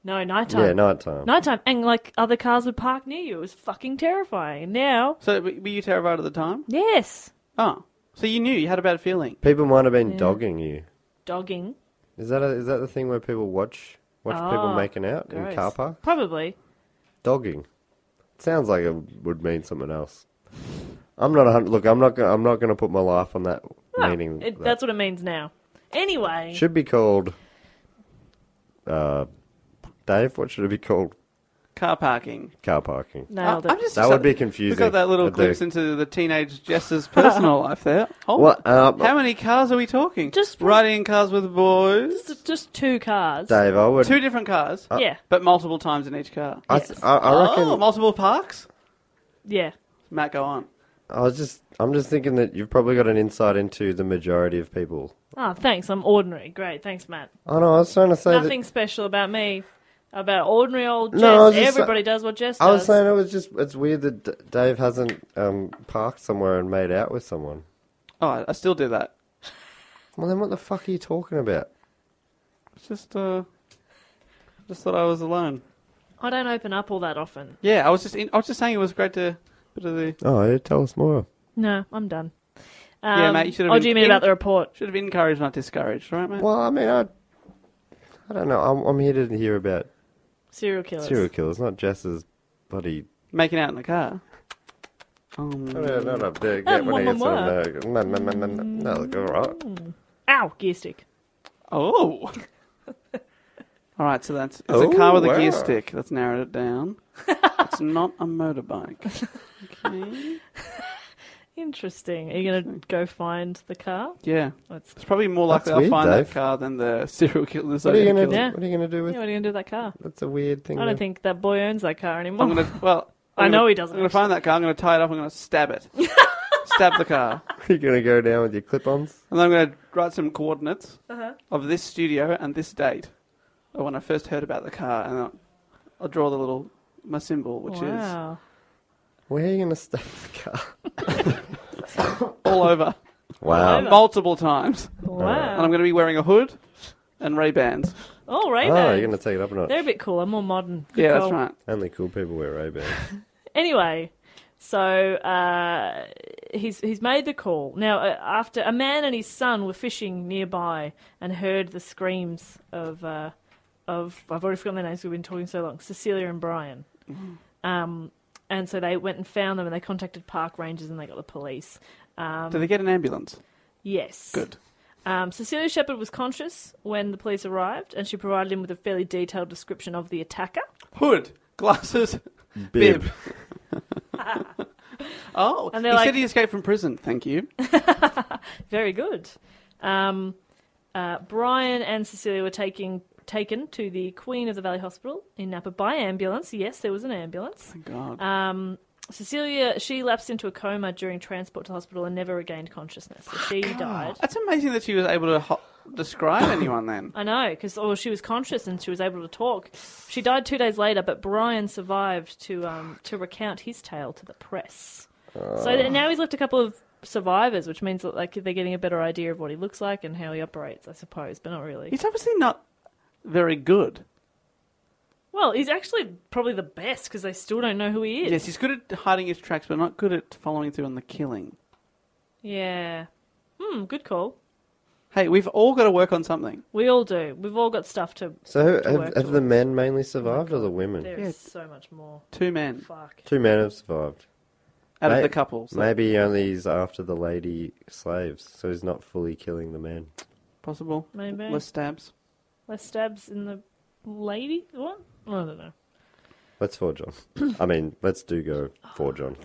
S2: No, nighttime.
S5: Yeah, nighttime.
S2: Nighttime, and like other cars would park near you. It was fucking terrifying. Now,
S3: So, w- were you terrified at the time?
S2: yes,
S3: Oh, so you knew you had a bad feeling.
S5: People might have been dogging you.
S2: dogging.
S5: Is that a, is that the thing where people watch watch people
S2: Ah,
S5: making out
S2: Gross.
S5: in car park?
S2: Probably.
S5: Dogging. Sounds like it would mean something else. I'm not a hun- look. I'm not. Gonna, I'm not going to put my life on that
S2: No,
S5: meaning.
S2: it,
S5: that.
S2: that's what it means now. Anyway,
S5: should be called. Uh, Dave, what should it be called?
S3: Car parking.
S5: Car parking.
S2: nailed
S3: I-
S2: it.
S3: I'm just
S5: That would be
S3: We
S5: confusing.
S3: got that little
S5: I do.
S3: glimpse into the teenage Jess's personal life there. Oh,
S5: What, uh,
S3: how many cars are we talking?
S2: Just-
S3: riding in cars with boys.
S2: just, just two cars.
S5: Dave, I would.
S3: Two different cars,
S2: yeah,
S3: but multiple times in each car.
S5: I, th- I, I reckon.
S3: Oh, multiple parks.
S2: yeah.
S3: Matt, go on.
S5: I was just. I'm just thinking that you've probably got an insight into the majority of people.
S2: Oh, thanks. I'm Ah, ordinary. Great. Thanks, Matt.
S5: Oh no, I was trying to say that.
S2: Nothing special about me. about ordinary old Jess.
S5: No, I was just-
S2: Everybody does what Jess
S5: I was
S2: does.
S5: saying it was just it's weird that D- Dave hasn't um, parked somewhere and made out with someone.
S3: Oh, I, I still do that.
S5: Well, then what the fuck are you talking about?
S3: It's just uh, just thought I was alone.
S2: I don't open up all that often.
S3: Yeah, I was just in, I was just saying it was great to bit of the
S5: Oh, yeah, tell us more.
S2: No, I'm done. Um,
S3: Yeah, mate, you should have
S2: Oh,
S3: been
S2: do you mean
S3: in-
S2: about the report?
S3: should have encouraged, not discouraged, right, mate?
S5: Well, I mean, I, I don't know. I'm, I'm here to hear about
S2: Serial killers.
S5: serial killers, not Jess's buddy.
S3: Making out in the car.
S5: No, no, no, no. There,
S2: Ah,
S5: get when
S2: mwah,
S5: he gets
S2: mwah,
S5: on the- no, no, no, no, no, look, all right.
S2: Ow, gear stick.
S3: Oh. All right, so that's it's a car
S5: Oh,
S3: with a gear
S5: wow.
S3: stick. That's narrowed it down. it's not a motorbike. Okay.
S2: Interesting. Are you
S3: Hmm.
S2: going to go find the car?
S3: Yeah,
S2: That's,
S3: it's probably more likely
S5: That's
S3: I'll
S5: weird,
S3: find
S5: Dave.
S3: that car than the serial killer.
S5: What are you gonna?
S2: Yeah.
S5: What are you gonna do with?
S2: yeah, what are you going to do with that car?
S5: That's a weird thing.
S2: I don't
S5: to-
S2: think that boy owns that car anymore.
S3: I'm gonna. Well, I'm
S2: Oh. I know
S3: gonna-
S2: he doesn't,
S3: I'm gonna find that car. I'm gonna tie it up. I'm gonna stab it. stab the car,
S5: You're gonna go down with your clip-ons.
S3: and then I'm gonna write some coordinates
S2: Uh-huh.
S3: of this studio and this date of when I first heard about the car, and I'll, I'll draw the little my symbol, which is
S2: wow.
S5: Where are you gonna stop the car?
S3: all over
S5: Wow.
S3: multiple times, and I'm
S2: Wow.
S3: gonna be wearing a hood and Ray Bans.
S2: Oh, Ray
S5: Oh,
S2: Bans.
S5: you're gonna take it up a notch.
S2: They're a bit cooler, more modern. Good
S3: Yeah, that's
S2: call.
S3: right.
S5: Only cool people wear Ray Bans.
S2: Anyway, so uh, he's he's made the call. Now, uh, after a man and his son were fishing nearby and heard the screams of uh, of I've already forgotten their names. We've been talking so long. Cecilia and Brian. Um, and so they went and found them, and they contacted park rangers, and they got the police.
S3: Do
S2: Um,
S3: they get an ambulance?
S2: Yes.
S3: Good.
S2: Um, Cecilia Shepherd was conscious when the police arrived, and she provided him with a fairly detailed description of the attacker.
S3: Hood, glasses, bib. oh,
S2: And
S3: he
S2: they're like-
S3: said he escaped from prison. Thank you.
S2: Very good. Um, uh, Brian and Cecilia were taking, taken to the Queen of the Valley Hospital in Napa by ambulance. Yes, there was an ambulance.
S3: Thank God.
S2: Um, Cecilia, she lapsed into a coma during transport to hospital and never regained consciousness. So she died.
S3: That's amazing that she was able to ho- describe anyone then.
S2: I know, because oh, she was conscious and she was able to talk. She died two days later, but Brian survived to um, to recount his tale to the press. So
S5: Oh.
S2: th- now he's left a couple of survivors, which means that like they're getting a better idea of what he looks like and how he operates, I suppose, but not really.
S3: He's obviously not very good.
S2: Well, he's actually probably the best because they still don't know who he is.
S3: Yes, he's good at hiding his tracks, but not good at following through on the killing.
S2: Yeah. Hmm. Good call.
S3: Hey, we've all got to work on something.
S2: We all do. We've all got stuff to.
S5: So
S2: to
S5: have,
S2: work
S5: have the
S2: towards.
S5: men mainly survived or the women?
S2: There is so much more.
S3: Two men
S2: Fuck.
S5: Two men have survived.
S3: out
S5: May-
S3: of the couple. So
S5: Maybe he only he's after the lady slaves, so he's not fully killing the men.
S3: Possible.
S2: Maybe.
S3: Less stabs.
S2: Less stabs in the lady. What? I don't know.
S5: Let's for John. I mean, let's do go for John.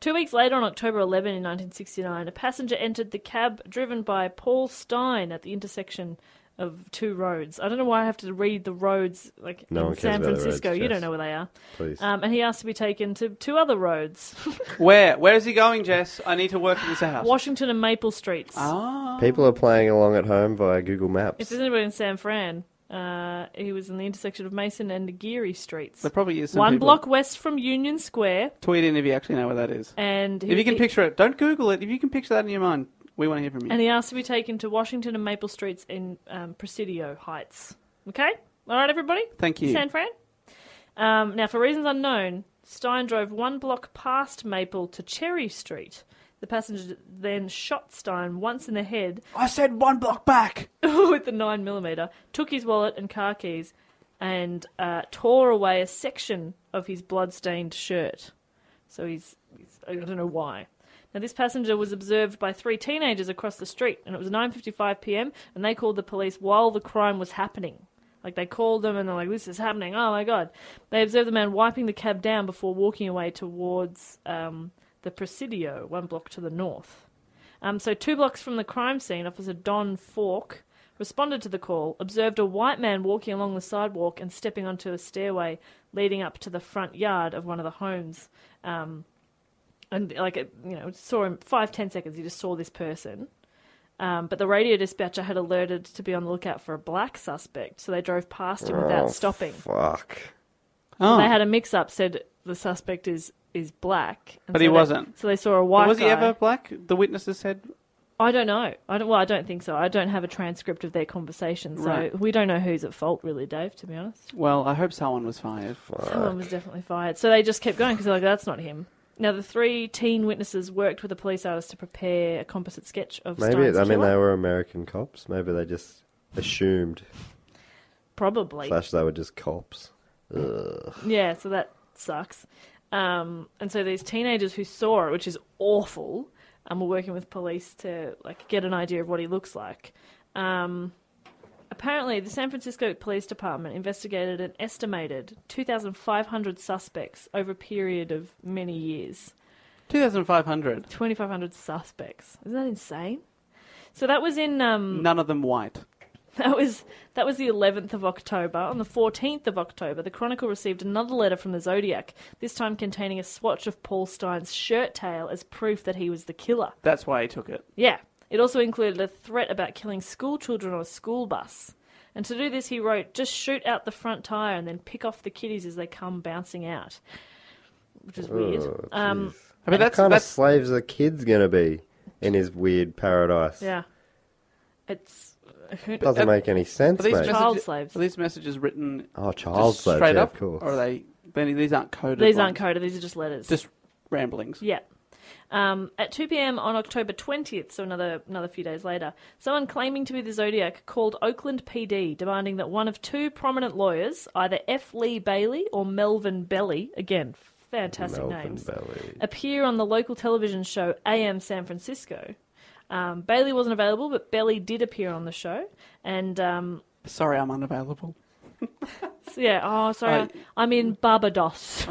S2: Two weeks later, on October 11 in 1969, a passenger entered the cab driven by Paul Stein at the intersection of two roads. I don't know why I have to read the roads like
S5: No
S2: in
S5: one cares
S2: San
S5: about the roads,
S2: Francisco. you
S5: Jess.
S2: don't know where they are.
S5: Please.
S2: Um, and he asked to be taken to two other roads,
S3: Where? Where is he going, Jess? I need to work this out.
S2: Washington and Maple Streets.
S3: Ah.
S5: People are playing along at home via Google
S2: If
S5: Maps.
S2: there's anybody in San Fran, uh, he was in the intersection of Mason and Geary Streets.
S3: There probably is some
S2: One
S3: people-
S2: block west from Union Square.
S3: Tweet in if you actually know where that is.
S2: And he,
S3: If you can
S2: he-
S3: picture it, don't Google it. If you can picture that in your mind, we want to hear from you.
S2: And he asked to be taken to Washington and Maple Streets in um, Presidio Heights. Okay? All right, everybody?
S3: Thank you.
S2: San Fran? Um, now, for reasons unknown, Stein drove one block past Maple to Cherry Street. The passenger then shot Stein once in the head
S3: I said one block back.
S2: with the 9mm, took his wallet and car keys, and uh, tore away a section of his blood-stained shirt. So he's, he's I don't know why. Now this passenger was observed by three teenagers across the street, and it was 9:55 p.m. and they called the police while the crime was happening. Like they called them and they're like, "This is happening! Oh my god!" They observed the man wiping the cab down before walking away towards um, the Presidio, one block to the north. Um, so, two blocks from the crime scene, Officer Don Fork responded to the call, observed a white man walking along the sidewalk and stepping onto a stairway leading up to the front yard of one of the homes. Um, and, like, it- you know, saw him five, ten seconds, he just saw this person. Um, but the radio dispatcher had alerted to be on the lookout for a black suspect, so they drove past him
S5: Oh,
S2: without stopping.
S5: Fuck.
S2: They
S3: Oh,
S2: had a mix-up. Said the suspect is is black, And
S3: But he
S2: they-
S3: wasn't.
S2: so they saw a white.
S3: was he
S2: guy.
S3: ever black? The witnesses said
S2: I don't know. I don't. Well, I don't think so. I don't have a transcript of their conversation, so
S3: Right.
S2: we don't know who's at fault, really, Dave. To be honest,
S3: Well, I hope someone was fired.
S2: someone was definitely fired. So they just kept going because they're like, "That's not him." Now the three teen witnesses worked with a police artist to prepare a composite sketch of
S5: Maybe
S2: Stein's
S5: I mean
S2: killer.
S5: they were American cops. Maybe they just assumed.
S2: Probably,
S5: Slash, they were just cops.
S2: yeah. So that sucks. Um, and so these teenagers who saw it, which is awful, um, were working with police to like get an idea of what he looks like. Um, apparently, the San Francisco Police Department investigated an estimated 2,500 suspects over a period of many years.
S3: 2,500.
S2: 2,500 suspects. Isn't that insane? So that was in um,
S5: Hmm.
S3: None of them white.
S2: that was that was the 11th of October. On the 14th of October, the Chronicle received another letter from the Zodiac, this time containing a swatch of Paul Stein's shirt tail as proof that he was the killer.
S3: That's why he took it.
S2: Yeah. It also included a threat about killing school children on a school bus. And to do this, he wrote, just shoot out the front tyre and then pick off the kiddies as they come bouncing out. Which is weird. um,
S3: I mean, that's
S5: what kind
S3: that's
S5: of slaves are kids going to be in his weird paradise?
S2: yeah. It's.
S5: Doesn't make any sense,
S3: are these
S5: mate.
S3: messages,
S2: Child slaves.
S3: Are these messages written
S5: oh, child
S3: just
S5: slaves,
S3: straight
S5: yeah,
S3: up,
S5: of course.
S3: or are they? Benny, these aren't coded.
S2: These aren't
S3: ones.
S2: coded, these are just letters.
S3: Just ramblings.
S2: Yeah. Um, at 2 p.m. on October 20th, so another another few days later, someone claiming to be the Zodiac called Oakland PD, demanding that one of two prominent lawyers, either F. Lee Bailey or Melvin Belly, again fantastic
S5: Melvin
S2: names,
S5: Belly.
S2: appear on the local television show AM San Francisco. Um, Bailey wasn't available, but Belly did appear on the show, and um,
S3: Sorry, I'm unavailable.
S2: so yeah. Oh, sorry,
S3: I-
S2: I, am in Barbados.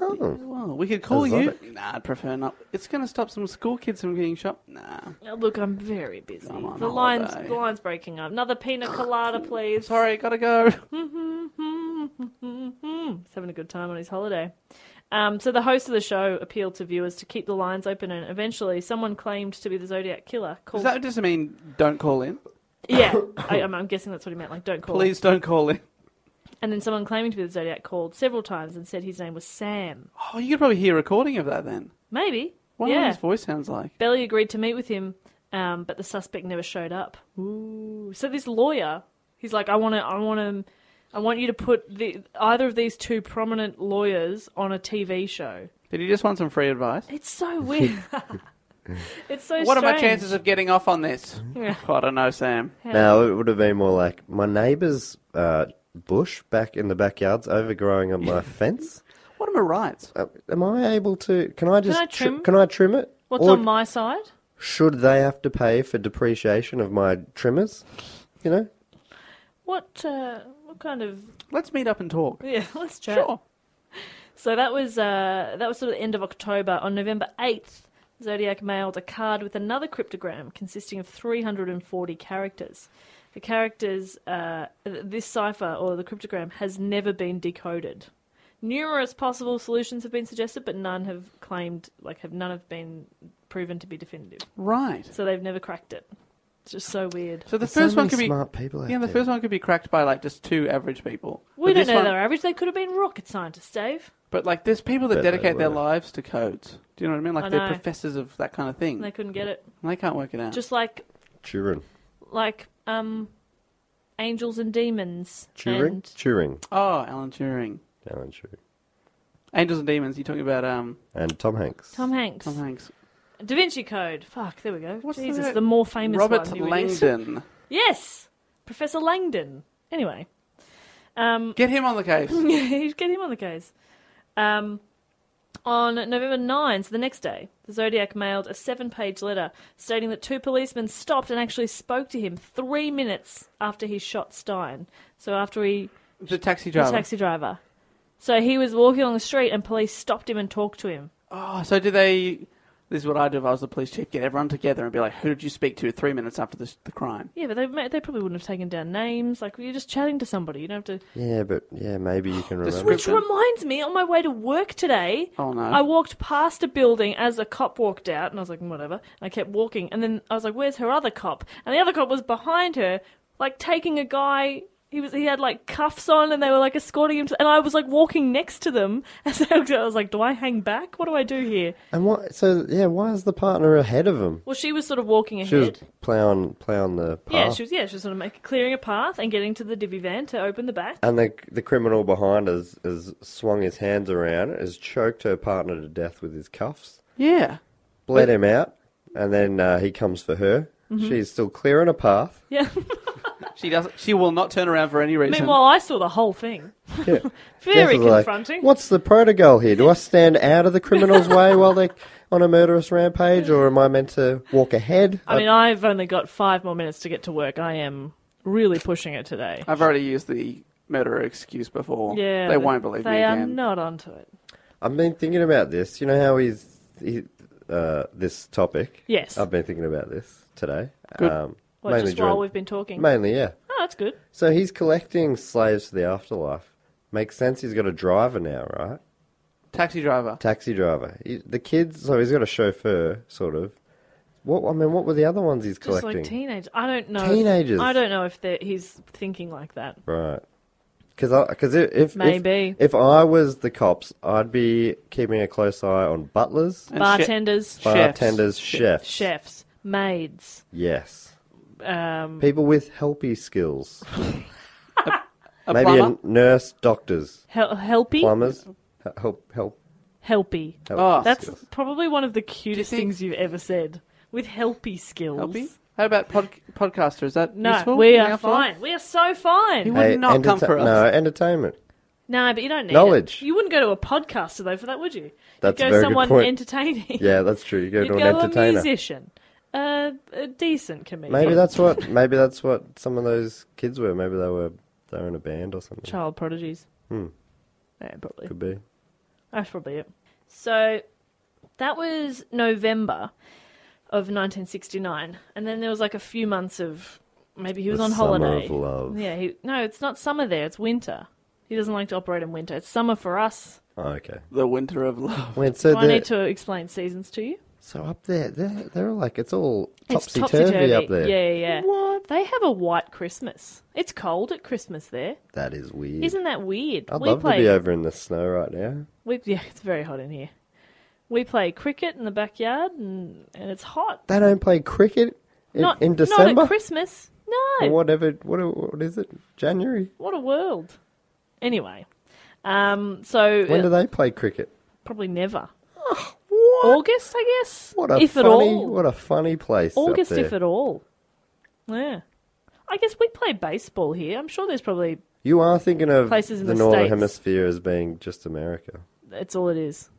S3: Oh, Well, we could call you.
S5: Exotic.
S3: Nah, I'd prefer not. It's going to stop some school kids from getting shot. Nah.
S2: Look, I'm very busy.
S3: I'm on
S2: the lines,
S3: holiday. Ah,
S2: the lines breaking up. Another pina colada, please.
S3: Sorry, gotta go.
S2: Hmm, He's having a good time on his holiday. Um, so the host of the show appealed to viewers to keep the lines open, and eventually, someone claimed to be the Zodiac killer.
S3: Does
S2: Called,
S3: that just mean don't call in?
S2: yeah, I, I'm, I'm guessing that's what he meant. Like, don't call.
S3: Please don't call in.
S2: And then someone claiming to be the Zodiac called several times and said his name was Sam.
S3: Oh, you could probably hear a recording of that then.
S2: Maybe.
S3: What
S2: yeah.
S3: his voice sounds like.
S2: Belly agreed to meet with him, um, but the suspect never showed up. Ooh. So this lawyer, he's like, I want to, I want to, I want you to put the either of these two prominent lawyers on a TV show.
S3: Did he just want some free advice?
S2: It's so weird. it's so.
S3: What are my
S2: strange.
S3: chances of getting off on this? I don't know, Sam.
S5: Now it would have been more like my neighbour's uh, bush back in the backyard's overgrowing on my fence.
S3: What are my rights?
S5: Uh, am I able to? Can I just
S2: I
S5: tri-
S2: trim?
S5: can I trim it?
S2: What's
S5: Or
S2: on my side?
S5: Should they have to pay for depreciation of my trimmers? You know,
S2: What uh, what kind of
S3: Let's meet up and talk.
S2: yeah? Let's chat.
S3: Sure.
S2: So that was uh, that was sort of the end of October. On November eighth, Zodiac mailed a card with another cryptogram consisting of three hundred and forty characters. The characters, uh, th- this cipher or the cryptogram has never been decoded. Numerous possible solutions have been suggested, but none have claimed like have none have been proven to be definitive.
S3: Right.
S2: So they've never cracked it. It's just so weird.
S3: So the
S5: so
S3: first one
S5: many
S3: could be
S5: smart people out
S3: Yeah, the
S5: there.
S3: first one could be cracked by like just two average people.
S2: We
S3: But
S2: don't
S3: this
S2: know
S3: one-
S2: their average. They could have been rocket scientists, Dave.
S3: But like, there's people that
S5: Bet they
S3: dedicate their
S5: were.
S3: lives to codes. Do you know what I mean? Like
S2: I
S3: they're
S2: know.
S3: professors of that kind of thing.
S2: And they couldn't get it.
S3: And they can't work it out.
S2: Just like
S5: Turing,
S2: like um, angels and demons.
S5: Turing,
S2: And
S5: Turing,
S3: oh, Alan Turing,
S5: Alan Turing,
S3: Angels and Demons. You talking about um
S5: and Tom Hanks.
S2: Tom Hanks.
S3: Tom Hanks,
S2: Da Vinci Code. Fuck, there we go.
S3: What's
S2: Jesus,
S3: the-
S2: the, more famous
S3: Robert
S2: one. you idiot.
S3: Langdon?
S2: Yes, Professor Langdon. Anyway, um,
S3: Get him on the case.
S2: Yeah, you should get him on the case. Um, on November 9th, the next day, the Zodiac mailed a seven page letter stating that two policemen stopped and actually spoke to him three minutes after he shot Stein. So, after he,
S3: the taxi
S2: the
S3: driver.
S2: taxi driver. So, he was walking along the street and police stopped him and talked to him.
S3: Oh, so did they? This is what I'd do if I was the police chief. Get everyone together and be like, who did you speak to three minutes after the, the crime?
S2: Yeah, but they ma- they probably wouldn't have taken down names. Like you're just chatting to somebody. You don't have to.
S5: Yeah, but yeah, maybe you can
S3: This
S5: remember.
S3: would-
S2: Which reminds me, on my way to work today,
S3: Oh, no.
S2: I walked past a building as a cop walked out, and I was like, whatever. And I kept walking, and then I was like, where's her other cop? And the other cop was behind her, like taking a guy. He was he had like cuffs on, and they were like escorting him. To, and I was like walking next to them, and so I was like, do I hang back? What do I do here?
S5: And why? So yeah, why is the partner ahead of him?
S2: Well, she was sort of walking ahead.
S5: She was plowing plowing the path.
S2: yeah, she was yeah, she was sort of making clearing a path and getting to the divvy van to open the back.
S5: And the the criminal behind us has swung his hands around, has choked her partner to death with his cuffs,
S3: Yeah.
S5: bled him out, and then uh, he comes for her.
S2: Mm-hmm.
S5: She's still clearing a path.
S2: Yeah.
S3: She doesn't. She will not turn around for any reason.
S2: Meanwhile, I saw the whole thing. Very
S5: Jess is like,
S2: confronting.
S5: What's the protocol here? Do I stand out of the criminal's way while they're on a murderous rampage, or am I meant to walk ahead?
S2: I mean, I've only got five more minutes to get to work. I am really pushing it today.
S3: I've already used the murderer excuse before.
S2: Yeah,
S3: Oh, They won't believe me
S2: They are
S3: again.
S2: not onto it.
S5: I've been thinking about this. You know how he's he, uh, this topic.
S2: Yes.
S5: I've been thinking about this today.
S3: Good.
S5: Um,
S2: Well, just while
S5: during-
S2: we've been talking.
S5: mainly, yeah.
S2: Oh, that's good.
S5: So he's collecting slaves for the afterlife. Makes sense. He's got a driver now, right?
S3: Taxi driver.
S5: Taxi driver. He, the kids. So he's got a chauffeur, sort of. What I mean, what were the other ones he's
S2: Just
S5: collecting?
S2: like teenagers. I don't know. if-
S5: Teenagers.
S2: I don't know if they're- he's thinking like that.
S5: Right. Because because if if-
S2: Maybe.
S5: if I was the cops, I'd be keeping a close eye on butlers,
S3: And she-
S2: Bartenders,
S3: Chefs.
S5: bartenders, chefs.
S2: chefs, maids.
S5: Yes.
S2: Um,
S5: People with helpy skills.
S3: a
S5: Maybe
S3: plumber.
S5: a nurse, doctors,
S2: hel- helpy,
S5: plumbers. H- Help, help,
S2: helpy.
S5: help.
S3: Oh.
S2: That's
S5: skills.
S2: probably one of the cutest
S3: think-
S2: things you've ever said. With helpy skills.
S3: Helpy? How about pod- podcaster? Is that
S2: No,
S3: useful?
S2: we
S3: in
S2: are
S3: our flight?
S2: fine. We are so fine.
S3: He would not come
S5: enterta-
S3: for us.
S5: No, entertainment.
S2: No, but you don't need
S5: Knowledge.
S2: It. You wouldn't go to a podcaster though for that, would you?
S5: That's
S2: You'd
S5: a
S2: go
S5: very good
S2: someone
S5: point.
S2: entertaining.
S5: Yeah, that's true. You go
S2: You'd
S5: to an
S2: go a
S5: entertainer.
S2: musician, a, a decent comedian,
S5: Maybe that's what. Maybe that's what some of those kids were. Maybe they were they were in a band or something.
S2: child prodigies. Hmm. Yeah, probably.
S5: Could be.
S2: That's probably it. So that was November of 1969, and then there was like a few months of maybe he was
S5: The
S2: on
S5: summer
S2: holiday.
S5: of love.
S2: Yeah, he, no, it's not summer there. It's winter. He doesn't like to operate in winter. It's summer for us.
S5: Oh, okay.
S3: The winter of love.
S5: Wait, so
S2: Do I
S5: they're,
S2: need to explain seasons to you?
S5: so up there, they're, they're like it's all
S2: It's
S5: topsy turvy up there.
S2: Yeah, yeah, yeah. What? They have a white Christmas. It's cold at Christmas there.
S5: That is weird.
S2: not that weird?
S5: I'd
S2: we
S5: love
S2: play.
S5: to be over in the snow right now.
S2: we, yeah, it's very hot in here. We play cricket in the backyard, and, and it's hot.
S5: They don't play cricket in,
S2: not
S5: in
S2: Not
S5: December.
S2: at Christmas. No.
S5: Or whatever. What, what is it? January.
S2: What a world. Anyway, um, so
S5: When
S2: uh,
S5: do they play cricket?
S2: probably never. August, I guess.
S5: What a
S2: if
S5: funny,
S2: at all.
S5: what a funny place. up
S2: August,
S5: there.
S2: if at all. Yeah. I guess we play baseball here. I'm sure there's probably
S5: You are thinking of
S2: Places in
S5: the,
S2: the
S5: northern
S2: States.
S5: hemisphere as being just America,
S2: that's all it is.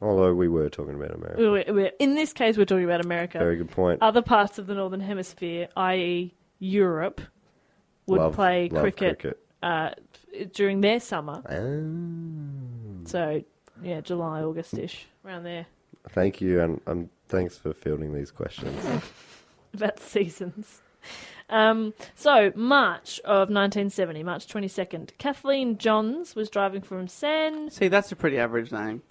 S5: although we were talking about America.
S2: We- we- In this case, we're talking about America.
S5: Very good point.
S2: Other parts of the Northern Hemisphere, i.e., Europe, would
S5: Love-
S2: play
S5: love
S2: cricket, Uh, during their summer.
S5: Um,
S2: So, yeah, July, August ish, around there,
S5: thank you, and um, thanks for fielding these questions.
S2: about seasons. Um, so, March of 1970, March 22nd, Kathleen Johns was driving from San.
S3: See, that's a pretty average name.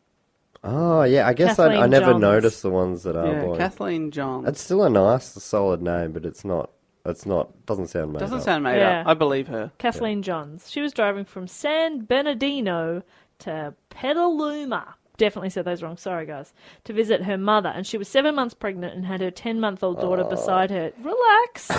S5: oh yeah, I guess I, I
S2: Kathleen
S5: never
S2: Johns.
S5: noticed the ones that are
S3: yeah,
S5: boring.
S3: Kathleen John.
S5: It's still a nice, solid name, but it's not. It's not. Doesn't sound made
S3: Doesn't
S5: up.
S3: sound made
S2: Yeah.
S3: up. I believe her.
S2: Kathleen Johns. She was driving from San Bernardino to Petaluma. Definitely said those wrong. Sorry, guys. To visit her mother, and she was seven months pregnant and had her ten-month-old daughter beside her. Relax.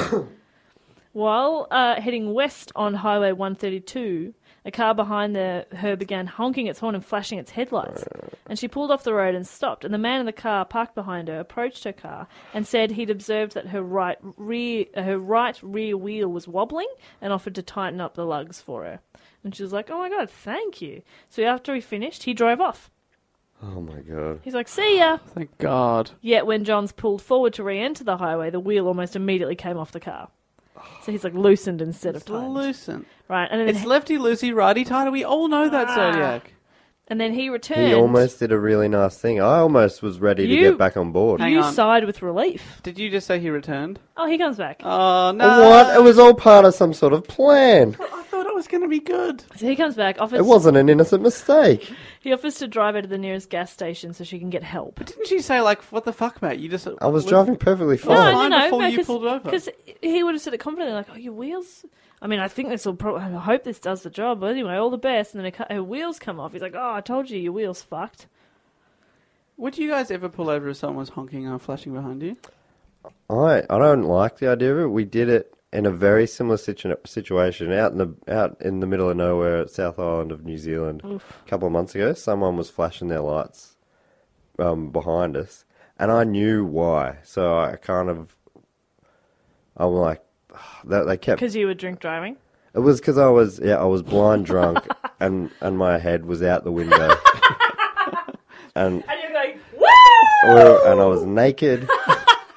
S2: While uh, heading west on Highway 132, a car behind the, her began honking its horn and flashing its headlights. And she pulled off the road and stopped. And the man in the car parked behind her approached her car and said he'd observed that her right rear, uh, her right rear wheel was wobbling and offered to tighten up the lugs for her. And she was like, "Oh my god, thank you." So after he finished, he drove off.
S5: Oh my god.
S2: He's like, "See ya."
S3: Thank God.
S2: Yet when Johns pulled forward to re-enter the highway, the wheel almost immediately came off the car. So he's like loosened instead of
S3: It's
S2: tightened.
S3: loosened.
S2: right, and Ah. then
S3: It's lefty loosey, righty tighty. We all know that zodiac.
S2: and then he returned.
S5: He almost did a really nice thing. I almost was ready to
S2: You-
S5: get back on board.
S3: Hang
S2: You
S3: on.
S2: side with relief.
S3: Did you just say he returned?
S2: Oh, he comes back.
S3: Oh, no.
S5: What? It was all part of some sort of plan.
S3: I thought it was going to be good.
S2: so he comes back. Offers.
S5: It wasn't an innocent mistake.
S2: He offers to drive her to the nearest gas station so she can get help.
S3: Didn't she say, like, what the fuck, mate? You just.
S5: I was driving perfectly
S3: No,
S5: fine.
S3: fine before you pulled over.
S2: Because he would have said it confidently, like, "Oh, your wheels." I mean, I think this will. Pro- I hope this does the job. But anyway, all the best. And then her, cu- her wheels come off. He's like, "Oh, I told you, your wheels fucked."
S3: Would you guys ever pull over if someone's honking or flashing behind you?
S5: I I don't like the idea of it. We did it in a very similar situ- situation out in the out in the middle of nowhere at South Island of New Zealand a couple of months ago. Someone was flashing their lights um, behind us, and I knew why. So I kind of I'm like they, they kept
S2: Because you were drink driving.
S5: it was because I was yeah I was blind drunk and and my head was out the window and
S2: And you're going, "Woo!"
S5: and I was naked.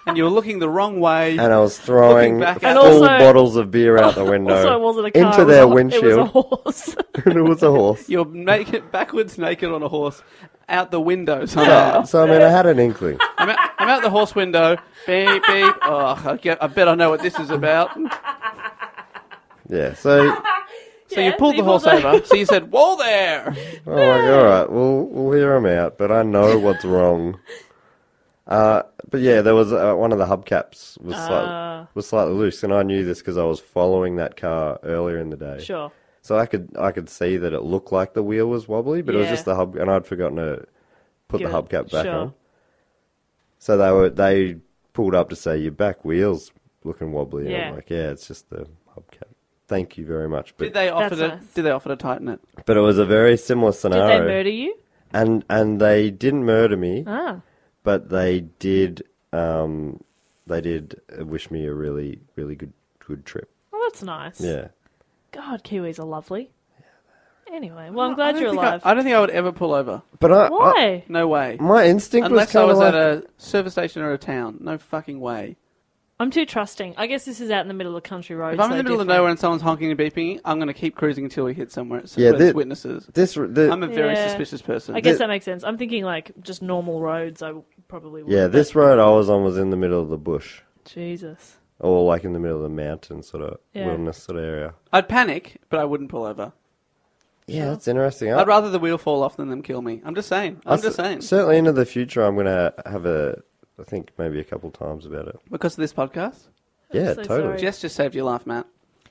S3: And you were looking the wrong way.
S5: and I was throwing
S3: Looking back
S5: full
S3: at- And
S2: also-
S5: bottles of beer out the window
S2: Also, it wasn't a car.
S5: into
S2: it was a,
S5: their
S2: It was a
S5: windshield,
S2: horse.
S5: and it was a horse.
S3: You're naked, backwards naked on a horse, out the window
S5: Uh,
S3: somehow.
S5: so I mean, I had an inkling.
S3: I'm, out, I'm out the horse window. Beep, beep. Oh, I, get, I bet I know what this is about.
S5: Yeah. So,
S3: So you pulled the horse over. So you said, whoa there.
S5: oh my god, all right, we'll we'll hear him out, but I know what's wrong. Uh, but yeah, there was uh, one of the hubcaps was
S2: Uh.
S5: slightly, was slightly loose, and I knew this because I was following that car earlier in the day.
S2: Sure.
S5: So I could I could see that it looked like the wheel was wobbly, but it was
S2: Yeah.
S5: just the hub, and I'd forgotten to put
S2: Give
S5: the
S2: it-
S5: hubcap back
S2: sure.
S5: on. So they were they pulled up to say your back wheel's looking wobbly, and
S2: Yeah.
S5: I'm like, yeah, it's just the hubcap. Thank you very much.
S3: Did
S5: But
S3: they offer
S2: That's
S3: to,
S2: nice.
S3: did they offer to tighten it?
S5: but it was a very similar
S2: Did
S5: scenario,
S2: they murder you?
S5: and and they didn't murder me,
S2: Ah.
S5: but they did um they did wish me a really really good good trip.
S2: Well, that's nice.
S5: Yeah.
S2: God, Kiwis are lovely. Anyway, well, I'm
S3: I
S2: glad
S3: don't
S2: you're
S3: think I-
S2: alive.
S3: I, don't think I would ever pull over.
S5: But I, I-
S2: Why?
S3: No way.
S5: my instinct was
S3: Unless I
S5: kind of
S3: was
S5: like
S3: at a service station or a town. No fucking way.
S2: I'm too trusting. I guess this is out in the middle of country roads.
S3: If I'm in
S2: so
S3: the middle of
S2: different.
S3: nowhere and someone's honking and beeping, I'm going to keep cruising until we hit somewhere. So
S5: Yeah,
S3: where there's
S5: thi-
S3: witnesses.
S5: this. The,
S3: I'm a very
S2: Yeah.
S3: suspicious person.
S2: I guess
S5: The-
S2: that makes sense. I'm thinking like just normal roads. I probably would.
S5: Yeah, this road I was on was in the middle of the bush,
S2: Jesus.
S5: or like in the middle of the mountain sort of
S2: Yeah.
S5: wilderness sort of area.
S3: I'd panic, but I wouldn't pull over.
S5: Yeah, that's interesting.
S3: I'd rather the wheel fall off than them kill me. I'm just saying. I'm just saying.
S5: Certainly into the future, I'm gonna have a. I think maybe a couple times about it.
S3: because of this podcast,
S5: yeah,
S2: so
S5: totally.
S2: sorry.
S3: Jess just saved your life, Matt.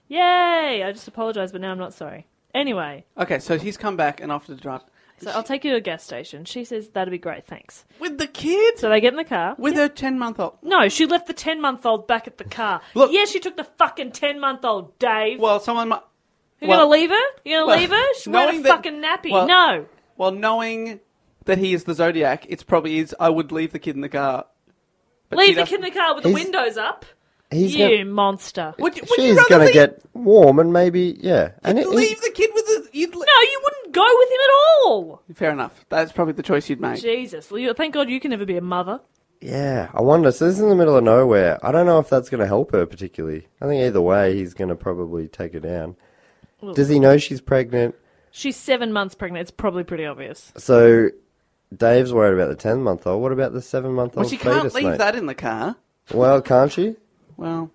S2: Yay! I just apologise, but now I'm not sorry. Anyway,
S3: Okay, so he's come back and offered to drive
S2: so I'll take you to a gas station. She says that'd be great, thanks.
S3: with the kids,
S2: So they get in the car.
S3: with her ten month old.
S2: No, she left the ten month old back at the car.
S3: Look-
S2: yeah, she took the fucking ten month old Dave.
S3: Well, someone. Might,
S2: You're
S3: well,
S2: gonna leave her? You're gonna
S3: well,
S2: leave her? She's wearing
S3: knowing
S2: a
S3: that-
S2: fucking nappy.
S3: well-
S2: no.
S3: Well, knowing that he is the Zodiac, it's probably is. I would leave the kid in the car. But he
S2: Leave the
S3: doesn't-
S2: kid in the car with the
S5: He's-
S2: windows up.
S5: He's
S2: you
S5: gonna,
S2: monster.
S3: Would, you- would you
S5: she's
S3: rather
S5: gonna
S3: leave,
S5: get warm and maybe yeah. And it-
S3: leave the kid with the? You'd li-
S2: No, you wouldn't go with him at all.
S3: Fair enough. That's probably the choice you'd make.
S2: Jesus. Well, you- Thank God you can never be a mother.
S5: yeah, I wonder. So this is in the middle of nowhere. I don't know if that's gonna help her particularly. I think either way, he's gonna probably take her down. Does he know she's pregnant?
S2: She's seven months pregnant. It's probably pretty obvious.
S5: So Dave's worried about the ten month old. What about the seven month old?
S3: Well, she can't leave
S5: mate?
S3: that in the car.
S5: Well, can't she?
S3: Well,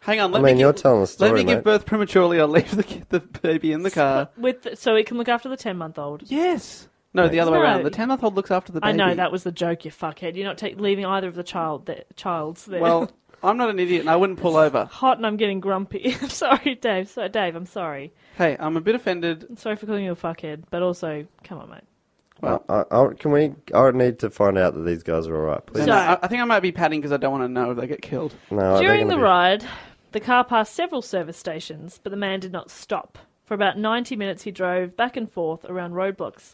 S3: hang on. Let
S5: I mean,
S3: me
S5: you're
S3: give,
S5: telling the story,
S3: Let me give
S5: mate.
S3: birth prematurely. I'll leave the kid, the baby in the car.
S2: With so it can look after the ten month old.
S3: Yes. No, the other way
S2: No.
S3: around. The ten month old looks after the baby.
S2: I know that was the joke, you fuckhead. You're not ta- leaving either of the child the childs there.
S3: Well, I'm not an idiot, and I wouldn't pull over.
S2: hot and I'm getting grumpy. I'm sorry, Dave. So Dave, I'm sorry.
S3: Hey, I'm a bit offended.
S2: I'm sorry for calling you a fuckhead, but also, come on, mate.
S3: Well,
S5: I, I, can we? I need to find out that these guys are all right, please.
S3: and I, I think I might be padding because I don't want to know if they get killed.
S5: No, Oh, they're
S2: During
S5: gonna
S2: the
S5: be-
S2: ride, the car passed several service stations, but the man did not stop. For about 90 minutes, he drove back and forth around roadblocks.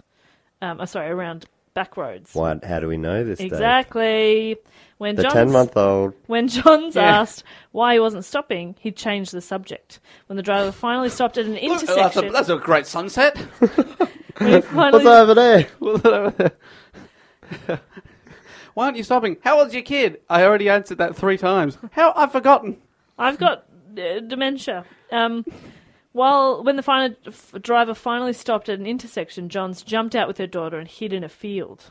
S2: Um, oh, sorry, around back roads.
S5: Why? How do we know this? Dave?
S2: Exactly. When
S5: The
S2: John's,
S5: ten month old.
S2: when Johns
S3: Yeah.
S2: asked why he wasn't stopping, he changed the subject. When the driver finally stopped at an
S3: Look, That's a,
S2: intersection,
S3: that's a great sunset.
S2: when he finally-
S5: What's over there?
S3: Why aren't you stopping? How old's your kid? I already answered that three times. How I've forgotten.
S2: I've got uh, dementia. Um, While when the final f- driver finally stopped at an intersection, Johns jumped out with her daughter and hid in a field.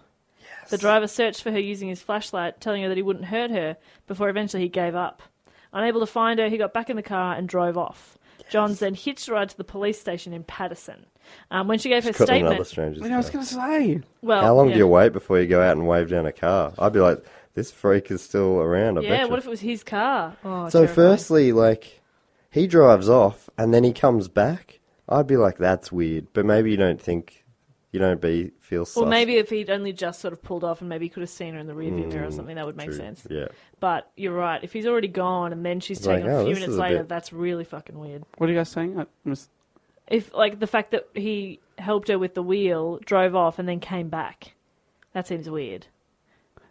S2: The driver searched for her using his flashlight, telling her that he wouldn't hurt her before eventually he gave up. Unable to find her, he got back in the car and drove off. Johns then hitched a ride to the police station in Patterson. Um, when she gave her
S5: Got another
S2: statement,
S5: stranger's
S3: I was
S5: car.
S3: going to say.
S2: well,
S5: How long
S2: yeah.
S5: do you wait before you go out and wave down a car? I'd be like, this freak is still around. I
S2: Yeah,
S5: bet
S2: what
S5: you.
S2: if it was his car? Oh,
S5: So,
S2: terrifying.
S5: firstly, like, he drives off and then he comes back. I'd be like, that's weird. But maybe you don't think, you don't be feel.
S2: Or
S5: sus.
S2: maybe if he'd only just sort of pulled off and maybe he could have seen her in the rearview mirror or something, that would make sense.
S5: Mm, Yeah.
S2: But you're right. If he's already gone and then she's
S5: It's like,
S2: taken a
S5: oh,
S2: few
S5: this
S2: minutes
S5: is a
S2: later,
S5: bit-
S2: that's really fucking weird.
S3: What are you guys saying? I was,
S2: If like the fact that he helped her with the wheel, drove off, and then came back, that seems weird.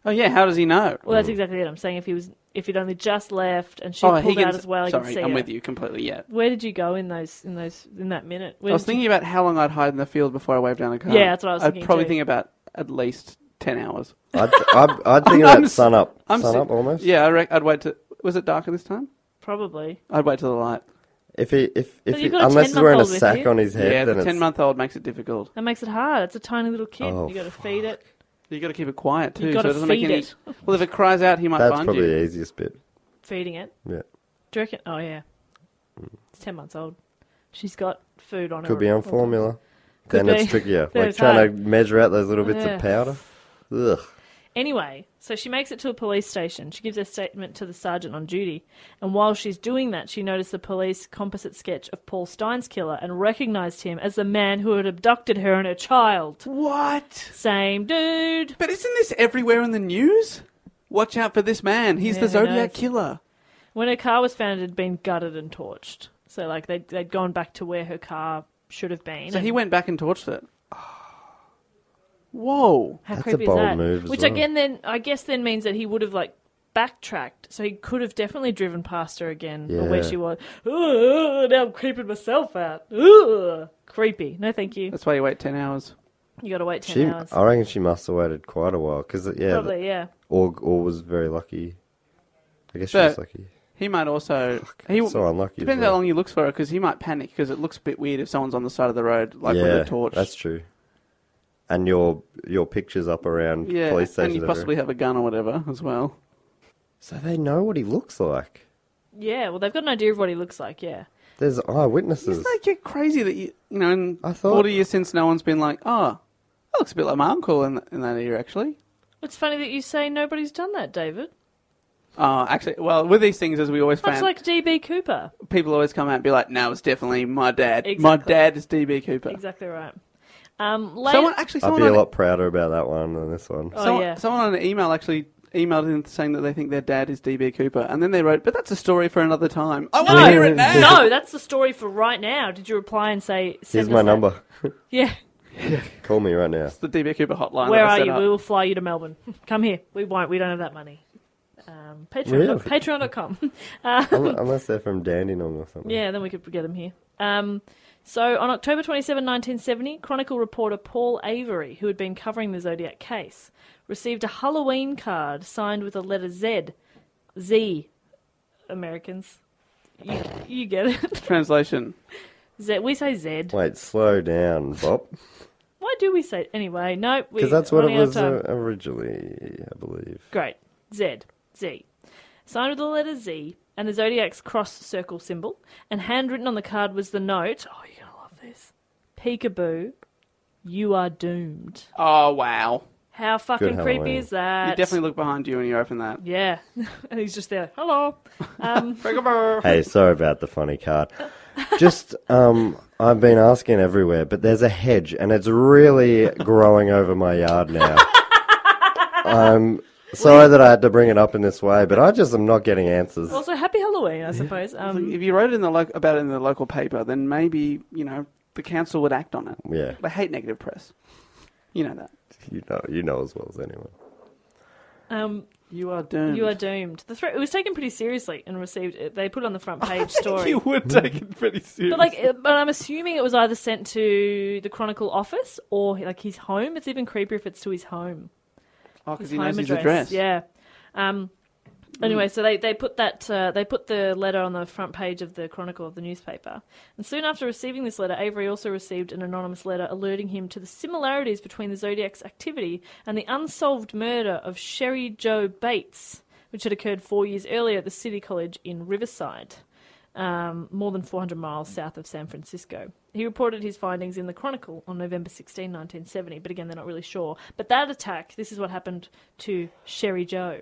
S3: oh, yeah, how does he know?
S2: Well,
S5: Mm.
S2: that's exactly it. I'm saying if he was, if he'd only just left and she
S3: oh,
S2: pulled
S3: he can,
S2: out as well, he
S3: Sorry,
S2: could see
S3: I'm
S2: her.
S3: with you completely, yeah.
S2: Where did you go in those in those in that minute? Where
S3: I was
S2: did you-
S3: thinking about how long I'd hide in the field before I waved down a car.
S2: Yeah, that's what I was
S3: I'd
S2: thinking
S3: probably
S2: too.
S3: think about at least 10 hours.
S5: I'd, I'd, I'd
S3: I'm
S5: think about
S3: s-
S5: sun up.
S3: I'm
S5: sun
S3: si-
S5: up almost.
S3: Yeah, I rec- I'd wait to. Was it darker this time?
S2: probably.
S3: I'd wait till the light.
S5: If he, if, if
S2: you've
S5: he,
S2: got a
S5: unless he's wearing a
S2: 10-month-old with
S5: sack
S2: you.
S5: on his head,
S3: yeah,
S5: then
S3: the
S5: it's.
S3: 10 month old makes it difficult.
S2: That makes it hard. It's a tiny little kid.
S5: Oh,
S2: you got to feed it.
S3: you got to keep it quiet, too.
S2: You
S3: so
S2: gotta
S3: it doesn't make
S2: feed
S3: any.
S2: it.
S3: Well, if it cries out, he might
S5: that's
S3: find
S5: probably
S3: you.
S5: the easiest bit.
S2: Feeding it.
S5: Yeah.
S2: Do you reckon? Oh yeah, it's ten months old. She's got food on her.
S5: Mm. Could be on
S2: all-
S5: formula.
S2: Could
S5: then
S2: be.
S5: it's trickier.
S2: Then
S5: like
S2: it's
S5: trying
S2: hard.
S5: to measure out those little bits
S2: Yeah.
S5: of powder. Ugh.
S2: Anyway, so she makes it to a police station. She gives her statement to the sergeant on duty, and while she's doing that, she noticed the police composite sketch of Paul Stein's killer and recognized him as the man who had abducted her and her child.
S3: What?
S2: Same dude.
S3: But isn't this everywhere in the news? Watch out for this man. He's
S2: Yeah,
S3: the
S2: who
S3: Zodiac
S2: knows?
S3: killer.
S2: When her car was found, it had been gutted and torched. So like they'd, they'd gone back to where her car should have been.
S3: So
S2: and-
S3: he went back and torched it. Whoa.
S2: How
S5: That's a
S2: creepy
S5: bold
S2: is that?
S5: move as
S2: Which
S5: well.
S2: again, then I guess then means that he would have like backtracked, so he could have definitely driven past her again or where
S5: Yeah.
S2: she was. Ooh, now I'm creeping myself out. Ooh, creepy. No, thank you.
S3: That's why you wait 10 hours.
S2: You got to wait ten
S5: She,
S2: hours.
S5: I reckon she must have waited quite a while because yeah,
S2: Probably, yeah.
S5: or or was very lucky. I guess she
S3: But-
S5: was lucky.
S3: He might also. he
S5: so unlucky as
S3: Depends
S5: well.
S3: how long you look for it, because he might panic, because it looks a bit weird if someone's on the side of the road, like
S5: yeah,
S3: with a torch.
S5: that's true. And your your pictures up around
S3: Yeah,
S5: police
S3: and
S5: stations.
S3: you possibly have a gun or whatever as well.
S5: So they know what he looks like.
S2: Yeah. Well, they've got an idea of what he looks like. Yeah.
S5: There's eyewitnesses.
S3: Isn't that get crazy that you, you know, in
S5: I thought-
S3: 40 years since no one's been like, oh, that looks a bit like my uncle in, in that year, actually.
S2: It's funny that you say nobody's done that, David.
S3: Uh, actually, well, with these things, as we always
S2: Much
S3: found,
S2: like DB Cooper.
S3: people always come out and be like, no, it's definitely my dad. My
S2: Exactly.
S3: dad is DB Cooper.
S2: Exactly right. Um, later,
S3: Someone, actually,
S5: I'd
S3: someone
S5: be a
S3: on,
S5: lot prouder about that one than this one.
S2: Oh,
S3: someone,
S2: yeah.
S3: someone on an email actually emailed in saying that they think their dad is DB Cooper, and then they wrote, but that's a story for another time. Oh, I want to hear it now.
S2: no, that's the story for right now. Did you reply and say? send
S5: Here's
S2: us
S5: my
S2: that?
S5: number.
S2: Yeah.
S5: Call me right now.
S3: It's the DB Cooper hotline.
S2: Where
S3: that I
S2: are
S3: set
S2: you?
S3: up.
S2: We will fly you to Melbourne. Come here. We won't. We don't have that money. Um, Patreon.
S5: Really?
S2: Patreon.com. Uh,
S5: Un- Unless they're from Dandenong or something.
S2: yeah, then we could get him here. Um, so on October 27, 1970, Chronicle reporter Paul Avery, who had been covering the Zodiac case, received a Halloween card signed with the letter Z. Z. Americans. You, you get it.
S3: Translation.
S2: Z. We say Z.
S5: Wait, slow down, Bob.
S2: Why do we say anyway? No, we-
S5: Because that's what it
S2: running out of
S5: was
S2: time.
S5: uh, originally, I believe.
S2: Great. Z. Z. Signed with the letter Z and the zodiac's cross circle symbol, and handwritten on the card was the note. Oh, you're going to love this. Peekaboo, you are doomed.
S3: Oh, wow.
S2: How fucking
S5: Good
S2: creepy
S5: Halloween.
S2: is that?
S3: You definitely look behind you when you open that.
S2: Yeah. and he's just there, hello. Um,
S5: Hey, sorry about the funny card. Just, um, I've been asking everywhere, but there's a hedge and it's really growing over my yard now. I'm sorry that I had to bring it up in this way, but I just am not getting answers.
S2: also, happy Halloween, I suppose. Um,
S3: If you wrote in the lo- about it in the local paper, then maybe you know the council would act on it.
S5: Yeah.
S3: they hate negative press. You know that.
S5: You know, you know as well as anyone.
S2: um,
S3: You are doomed.
S2: you are doomed. The threat it was taken pretty seriously and received. They put it on the front page story.
S3: You
S5: Mm-hmm.
S3: would take it pretty seriously.
S2: But like, it- but I'm assuming it was either sent to the Chronicle office or like his home. It's even creepier if it's to his home.
S3: oh,
S2: His
S3: because he
S2: home
S3: knows his Mm.
S2: address.
S3: address.
S2: Yeah. Um, Anyway, so they, they put that uh, they put the letter on the front page of the Chronicle of the newspaper. And soon after receiving this letter, Avery also received an anonymous letter alerting him to the similarities between the Zodiac's activity and the unsolved murder of Sherry Joe Bates, which had occurred four years earlier at the City College in Riverside, um, more than 400 miles south of San Francisco. He reported his findings in the Chronicle on November 16, 1970, but again, they're not really sure. But that attack, this is what happened to Sherry Joe.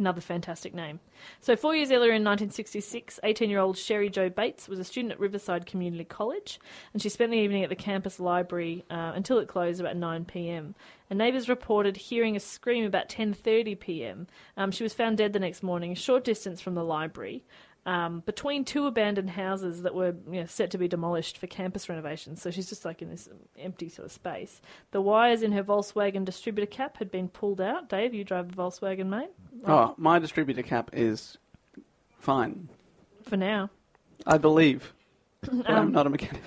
S2: Another fantastic name. So, four years earlier in 1966, 18 year old Sherry Jo Bates was a student at Riverside Community College, and she spent the evening at the campus library uh, until it closed about 9 pm. And neighbours reported hearing a scream about 10:30 pm. Um, she was found dead the next morning, a short distance from the library, um, between two abandoned houses that were you know, set to be demolished for campus renovations. So she's just like in this empty sort of space. The wires in her Volkswagen distributor cap had been pulled out. Dave, you drive a Volkswagen, mate?
S3: Oh, my distributor cap is fine,
S2: For now.
S3: I believe. But I'm not a mechanic.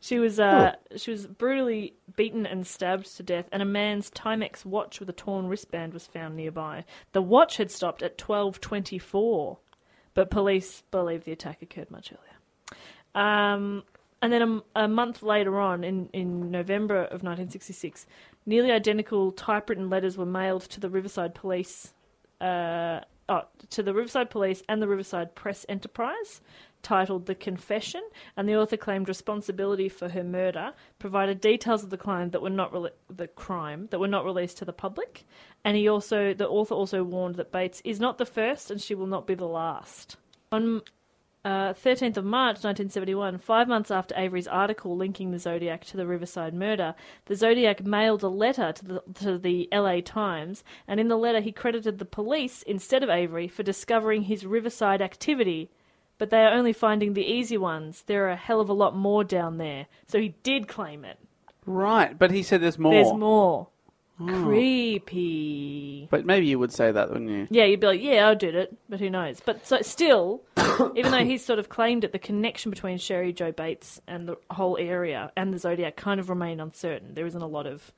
S2: She was uh, she was brutally beaten and stabbed to death, and a man's Timex watch with a torn wristband was found nearby. The watch had stopped at twelve twenty four, but police believe the attack occurred much earlier. Um, and then a m- a, month later on, in, in November of 1966, nearly identical typewritten letters were mailed to the Riverside Police uh, oh, to the Riverside Police and the Riverside Press Enterprise, titled "The Confession," and the author claimed responsibility for her murder, provided details of the crime that were not rele the crime that were not released to the public, and he also the author also warned that Bates is not the first and she will not be the last. On uh, 13th of March 1971, five months after Avery's article linking the Zodiac to the Riverside murder, the Zodiac mailed a letter to the, to the LA Times, and in the letter he credited the police instead of Avery for discovering his Riverside activity. But they are only finding the easy ones. There are a hell of a lot more down there. So he did claim it.
S3: Right, but he said there's more.
S2: There's more. Creepy.
S3: But maybe you would say that, wouldn't you?
S2: Yeah, you'd be like, yeah, I did it, but who knows? But so still, even though he's sort of claimed it, the connection between Sherry Joe Bates and the whole area and the Zodiac kind of remain uncertain. There isn't a lot of.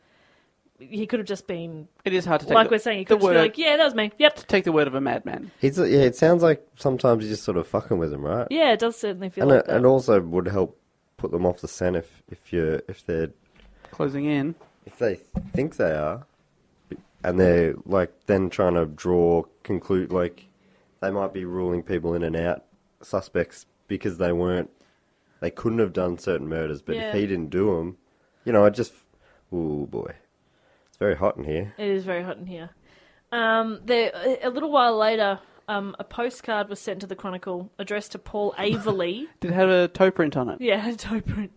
S2: He could have just been
S3: It is hard to take
S2: like
S3: the,
S2: we're saying. He
S3: the
S2: could just
S3: word.
S2: be like, yeah, that was me. Yep.
S3: Take the word of a madman.
S5: He's, yeah, it sounds like sometimes you're just sort of fucking with them, right?
S2: Yeah, it does certainly feel
S5: and
S2: like
S5: it,
S2: that.
S5: and also would help put them off the scent if if you if they're
S3: Closing in.
S5: if they think they are, and they're like then trying to draw conclude like they might be ruling people in and out suspects because they weren't they couldn't have done certain murders, but
S2: Yeah.
S5: if he didn't do them, you know, I just oh boy, it's very hot in here.
S2: It is very hot in here. Um, there, a- a little while later, um, a postcard was sent to the Chronicle addressed to Paul Averley.
S3: Did it have a toe print on it?
S2: Yeah, it's open.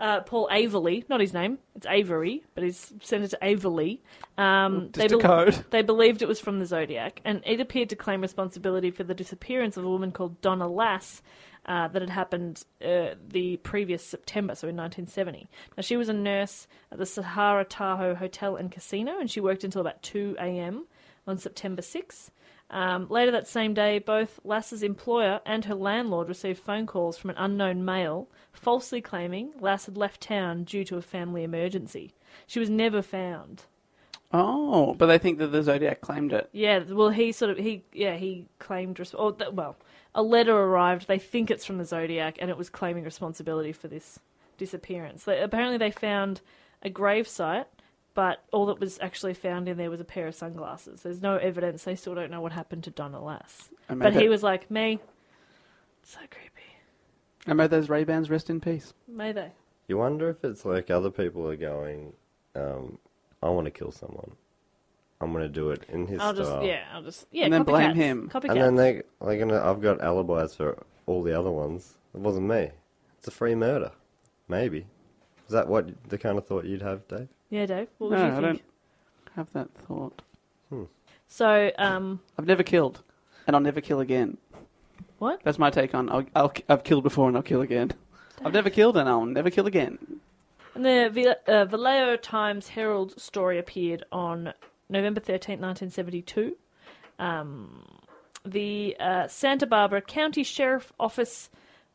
S2: uh, Paul Averley, not his name. It's Avery, but he's Senator Averley. Um,
S3: Just a code.
S2: They believed it was from the Zodiac, and it appeared to claim responsibility for the disappearance of a woman called Donna Lass. Uh, that had happened uh, the previous September, so in 1970. Now, she was a nurse at the Sahara Tahoe Hotel and Casino, and she worked until about 2 a.m. on September 6th. Um, later that same day, both Lass's employer and her landlord received phone calls from an unknown male falsely claiming Lass had left town due to a family emergency. She was never found.
S3: Oh, but they think that the Zodiac claimed it.
S2: Yeah, well, he sort of he yeah he claimed res- or th- well, a letter arrived. They think it's from the Zodiac, and it was claiming responsibility for this disappearance. They, apparently, they found a grave site, but all that was actually found in there was a pair of sunglasses. There's no evidence. They still don't know what happened to Donna Lass.
S3: I made
S2: But he
S3: that-
S2: was like me. So creepy.
S3: And may those Ray Bans rest in peace.
S2: May they?
S5: You wonder if it's like other people are going, um, I want to kill someone, I'm gonna do it in his
S2: I'll
S5: style.
S2: just yeah. I'll just yeah.
S3: And then blame
S2: copycats.
S3: him.
S2: Copycats.
S5: And then they, they're gonna. I've got alibis for all the other ones. It wasn't me. It's a free murder. Maybe. Is that what the kind of thought you'd have, Dave?
S2: Yeah, Dave. What would
S3: no,
S2: you think?
S3: I don't have that thought.
S2: So um,
S3: I've never killed, and I'll never kill again.
S2: what?
S3: That's my take on I'll, I'll, I've killed before and I'll kill again. I've never killed and I'll never kill again.
S2: And the Val- uh, Vallejo Times Herald story appeared on November thirteenth, 1972. Um, the uh, Santa Barbara County Sheriff Office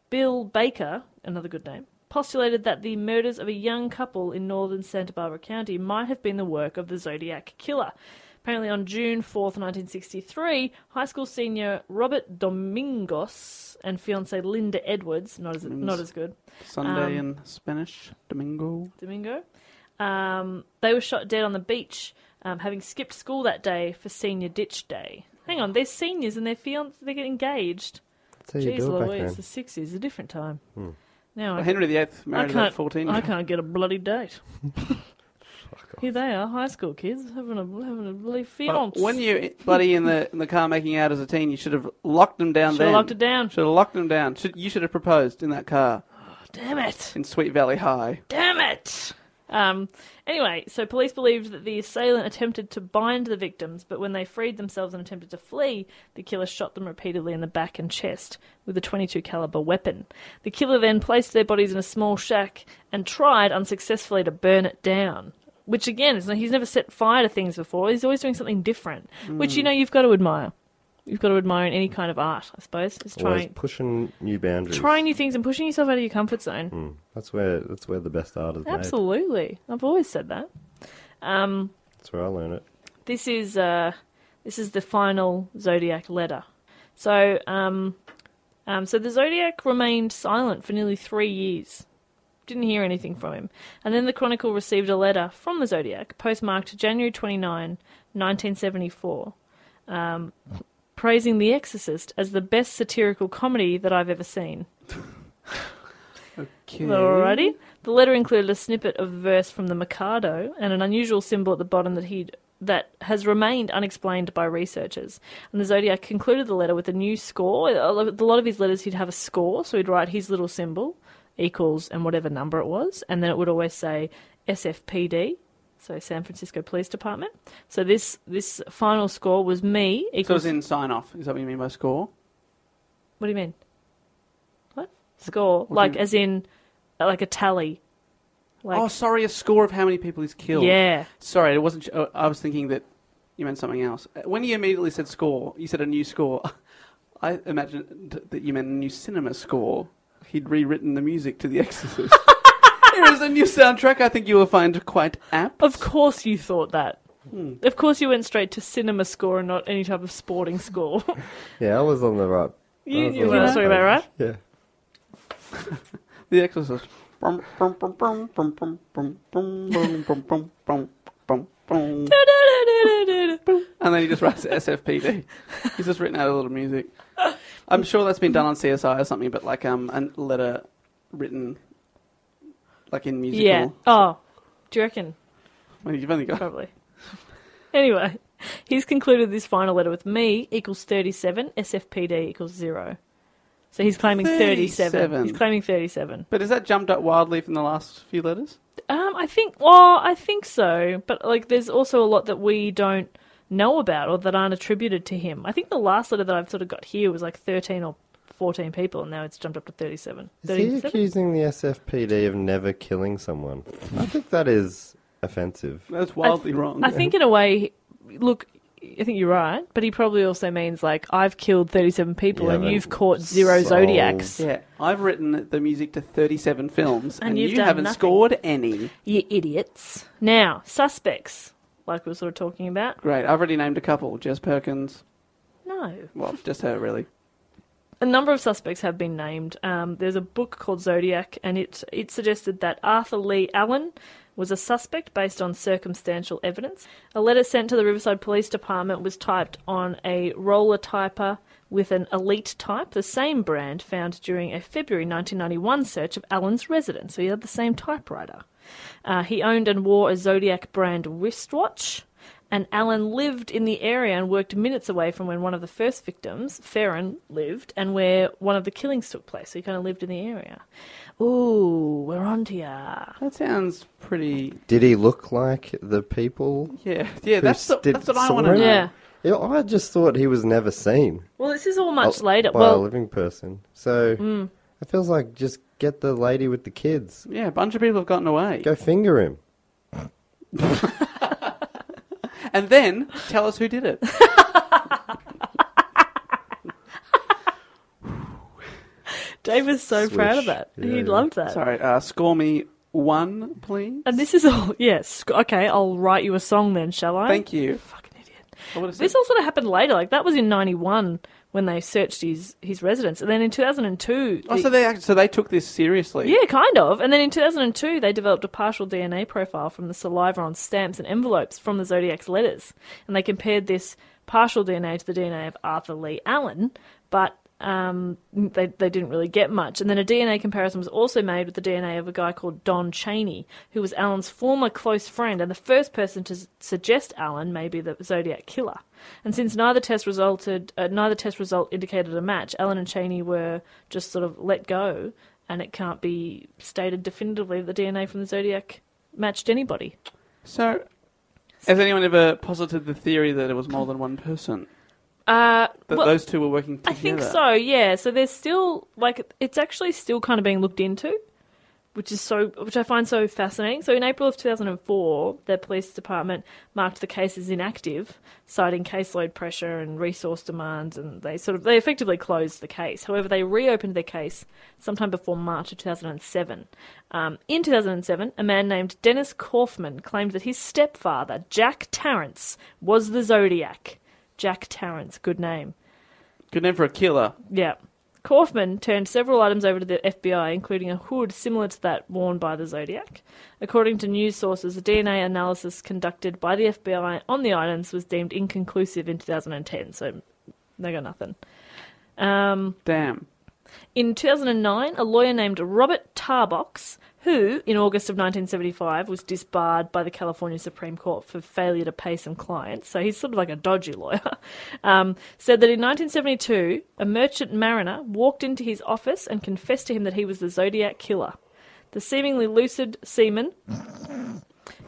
S2: Bill Baker, another good name, postulated that the murders of a young couple in northern Santa Barbara County might have been the work of the Zodiac killer. Apparently, on June 4th, 1963, high school senior Robert Domingos and fiancee Linda Edwards, not as, not as good,
S3: Sunday
S2: Um,
S3: in Spanish, Domingo.
S2: Domingo, um, they were shot dead on the beach, um, having skipped school that day for senior ditch day. Hang on, they're seniors and their fiancés, they get engaged.
S5: That's how you
S2: Jeez
S5: do it back
S2: Louise,
S5: then. Hmm.
S2: the 60s, a different time. Now
S3: Well,
S2: I
S3: Henry VIII
S2: I
S3: married her
S2: can't,
S3: at 14.
S2: I can't get a bloody date. Here they are, high school kids having a having a bloody
S3: But
S2: fiance.
S3: when you bloody in the in the car making out as a teen, you should have locked them down.
S2: Should've
S3: then.
S2: locked it down.
S3: Should have locked them down. Should, you should have proposed in that car
S2: damn it,
S3: in Sweet Valley High.
S2: damn it. Um, anyway, so police believed that the assailant attempted to bind the victims, but when they freed themselves and attempted to flee, the killer shot them repeatedly in the back and chest with a 22 caliber weapon. The killer then placed their bodies in a small shack and tried unsuccessfully to burn it down. Which again, is he's never set fire to things before. He's always doing something different, which you know you've got to admire. You've got to admire in any kind of art, I suppose. Is
S5: Always
S2: trying
S5: pushing new boundaries.
S2: trying new things and pushing yourself out of your comfort zone.
S5: That's where that's where the best art is made.
S2: Absolutely. I've always said that. Um,
S5: That's where I learn it.
S2: this is uh, this is the final zodiac letter. So um, um, so the zodiac remained silent for nearly three years. Didn't hear anything from him. And then the Chronicle received a letter from the Zodiac, postmarked January 29, 1974, um, praising The Exorcist as the best satirical comedy that I've ever seen.
S3: Okay.
S2: Alrighty. The letter included a snippet of a verse from the Mikado and an unusual symbol at the bottom that he that has remained unexplained by researchers. And the Zodiac concluded the letter with a new score. A lo- a lot of his letters he'd have a score, so he'd write his little symbol equals and whatever number it was, and then it would always say SFPD, so San Francisco Police Department. So this this final score was me
S3: So
S2: equals.
S3: it's in sign off. Is that what you mean by score?
S2: What do you mean? What score? Like as in uh, like a tally. Like,
S3: oh, sorry, a score of how many people he's killed.
S2: Yeah.
S3: Sorry, it wasn't. oh, I was thinking that you meant something else. Uh, When you immediately said score, you said a new score. I imagined that you meant a new cinema score. He'd rewritten the music to The Exorcist. Here is a new soundtrack. I think you will find quite apt.
S2: Of course you thought that. Of course you went straight to cinema score and not any type of sporting score.
S5: Yeah, I was on the right.
S2: you
S5: was
S2: you know what
S5: on the
S2: I'm talking about, right?
S5: Yeah.
S3: The Exorcist. Bum, bum, bum, bum, bum, bum, bum, bum, bum, bum, bum, bum, bum, bum. And then he just writes SFPD. He's just written out a little music. I'm sure that's been done on CSI or something, but like um, a letter written like in musical.
S2: Yeah. Oh, do you reckon?
S3: Well, you've only got
S2: Probably. anyway, he's concluded this final letter with me equals 37, SFPD equals zero. So he's claiming 37.
S3: 37.
S2: He's claiming 37.
S3: But is that jumped up wildly from the last few letters?
S2: Um, I think, well, I think so. But like, there's also a lot that we don't know about or that aren't attributed to him. I think the last letter that I've sort of got here was like 13 or 14 people, and now it's jumped up to 37.
S5: Is he
S2: 37?
S5: accusing the SFPD of never killing someone? I think that is offensive.
S3: That's
S2: I-
S3: wildly wrong.
S2: I think in a way, look, I think you're right, but he probably also means like I've killed 37 people
S5: Yeah,
S2: and
S5: but
S2: you've caught zero
S5: so-
S2: zodiacs.
S3: yeah, I've written the music to 37 films,
S2: And
S3: and,
S2: you've
S3: you
S2: done
S3: haven't
S2: nothing.
S3: scored any.
S2: You idiots. Now, suspects, like we were sort of talking about.
S3: Great. I've already named a couple. Jess Perkins.
S2: No.
S3: Well, just her, really.
S2: a number of suspects have been named. Um, there's a book called Zodiac, and it it suggested that Arthur Lee Allen was a suspect based on circumstantial evidence. A letter sent to the Riverside Police Department was typed on a roller typer with an Elite type, the same brand found during a February 1991 search of Allen's residence. So he had the same typewriter. Uh, he owned and wore a Zodiac brand wristwatch. And Alan lived in the area and worked minutes away from when one of the first victims, Farron, lived and where one of the killings took place. So he kind of lived in the area. Ooh, we're on to ya.
S3: That sounds pretty.
S5: Did he look like the people?
S3: Yeah, yeah. That's, the,
S5: did
S3: that's what I
S5: saw
S3: want to
S5: it?
S3: know.
S2: Yeah.
S5: Yeah, I just thought he was never seen
S2: Well, this is all much
S5: uh,
S2: later.
S5: by a
S2: Well, Mm.
S5: living person. So it feels like just get the lady with the kids.
S3: Yeah, a bunch of people have gotten away.
S5: Go finger him.
S3: And then tell us who did it.
S2: Dave is so
S5: Swish.
S2: proud of that.
S5: Yeah,
S2: he
S5: yeah.
S2: loved that.
S3: Sorry, uh, score me one, please.
S2: And this is all. Yes. Okay, I'll write you a song then, shall I?
S3: Thank you.
S2: Fucking idiot.
S3: I would have said,
S2: This all sort of happened later. Like that was in '91 when they searched his his residence, and then in 2002.
S3: oh,
S2: the-
S3: so they act- so they took this seriously.
S2: yeah, kind of. And then in 2002, they developed a partial DNA profile from the saliva on stamps and envelopes from the Zodiac's letters. And they compared this partial DNA to the DNA of Arthur Lee Allen, but um, they, they didn't really get much. And then a DNA comparison was also made with the DNA of a guy called Don Cheney, who was Allen's former close friend and the first person to s- suggest Allen may be the Zodiac killer. And since neither test resulted, uh, neither test result indicated a match, Allen and Cheney were just sort of let go and it can't be stated definitively that the DNA from the Zodiac matched anybody.
S3: So, has anyone ever posited the theory that it was more than one person?
S2: Uh,
S3: That
S2: well,
S3: those two were working
S2: I
S3: together?
S2: think so, yeah. So there's still, like, it's actually still kind of being looked into, which is so, which I find so fascinating. So in April of 2004, the police department marked the case as inactive, citing caseload pressure and resource demands, and they sort of, they effectively closed the case. However, they reopened their case sometime before March of 2007. Um, in 2007, a man named Dennis Kaufman claimed that his stepfather, Jack Tarrance, was the Zodiac. Jack Tarrance, good name.
S3: Good name for a killer.
S2: Yeah. Kaufman turned several items over to the FBI, including a hood similar to that worn by the Zodiac. According to news sources, a DNA analysis conducted by the FBI on the items was deemed inconclusive in 2010, so they got nothing. Um,
S3: Damn.
S2: in 2009, a lawyer named Robert Tarbox, who, in August of 1975, was disbarred by the California Supreme Court for failure to pay some clients, so he's sort of like a dodgy lawyer, um, said that in 1972, a merchant mariner walked into his office and confessed to him that he was the Zodiac killer. The seemingly lucid seaman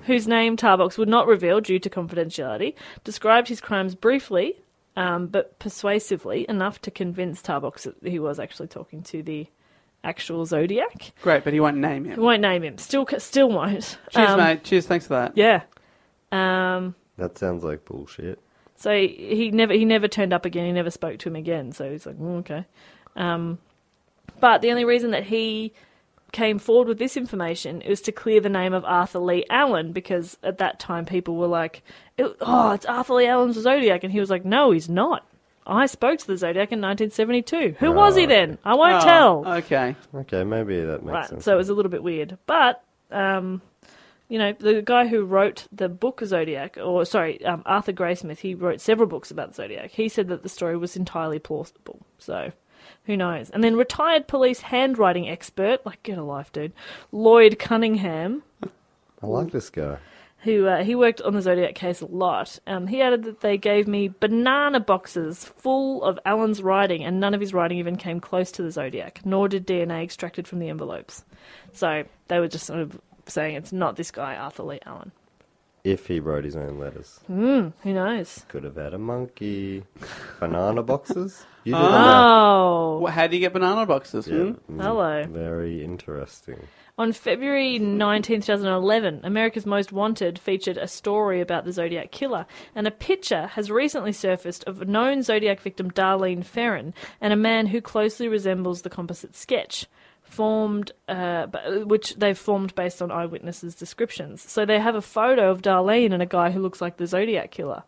S2: whose name Tarbox would not reveal due to confidentiality, described his crimes briefly um, but persuasively enough to convince Tarbox that he was actually talking to the actual Zodiac.
S3: Great, but he won't name
S2: We
S3: him.
S2: won't name him. Still, c- still won't.
S3: Cheers,
S2: Um,
S3: mate. Cheers. Thanks for that.
S2: Yeah. Um,
S5: That sounds like bullshit.
S2: so he never he never turned up again. He never spoke to him again. So he's like, "Mm, okay. Um, but the only reason that he came forward with this information is to clear the name of Arthur Lee Allen because at that time people were like, "It- oh, it's Arthur Lee Allen's Zodiac, and he was like, no, he's not. I spoke to the Zodiac in 1972. Who was he then? I won't
S3: Oh,
S2: tell.
S3: Okay.
S5: Okay, maybe that makes
S2: Right,
S5: sense.
S2: so it was a little bit weird. But, um, you know, the guy who wrote the book Zodiac, or sorry, um, Arthur Graysmith, he wrote several books about Zodiac. He said that the story was entirely plausible. So, who knows? And then retired police handwriting expert, like, get a life, dude, Lloyd Cunningham,
S5: I like this guy.
S2: who uh, he worked on the Zodiac case a lot. Um, he added that they gave me banana boxes full of Allen's writing, and none of his writing even came close to the Zodiac, nor did DNA extracted from the envelopes. So they were just sort of saying it's not this guy, Arthur Lee Allen.
S5: If he wrote his own letters,
S2: Hmm. Who knows?
S5: could have had a monkey, banana boxes. You did
S2: Oh,
S3: Well, how do you get banana boxes?
S5: the math.
S3: Hmm?
S5: Yeah. Mm,
S2: hello.
S5: Very interesting.
S2: On February 19, 2011, America's Most Wanted featured a story about the Zodiac Killer, and a picture has recently surfaced of known Zodiac victim Darlene Ferron and a man who closely resembles the composite sketch, formed, uh, b- which they've formed based on eyewitnesses' descriptions. So they have a photo of Darlene and a guy who looks like the Zodiac Killer.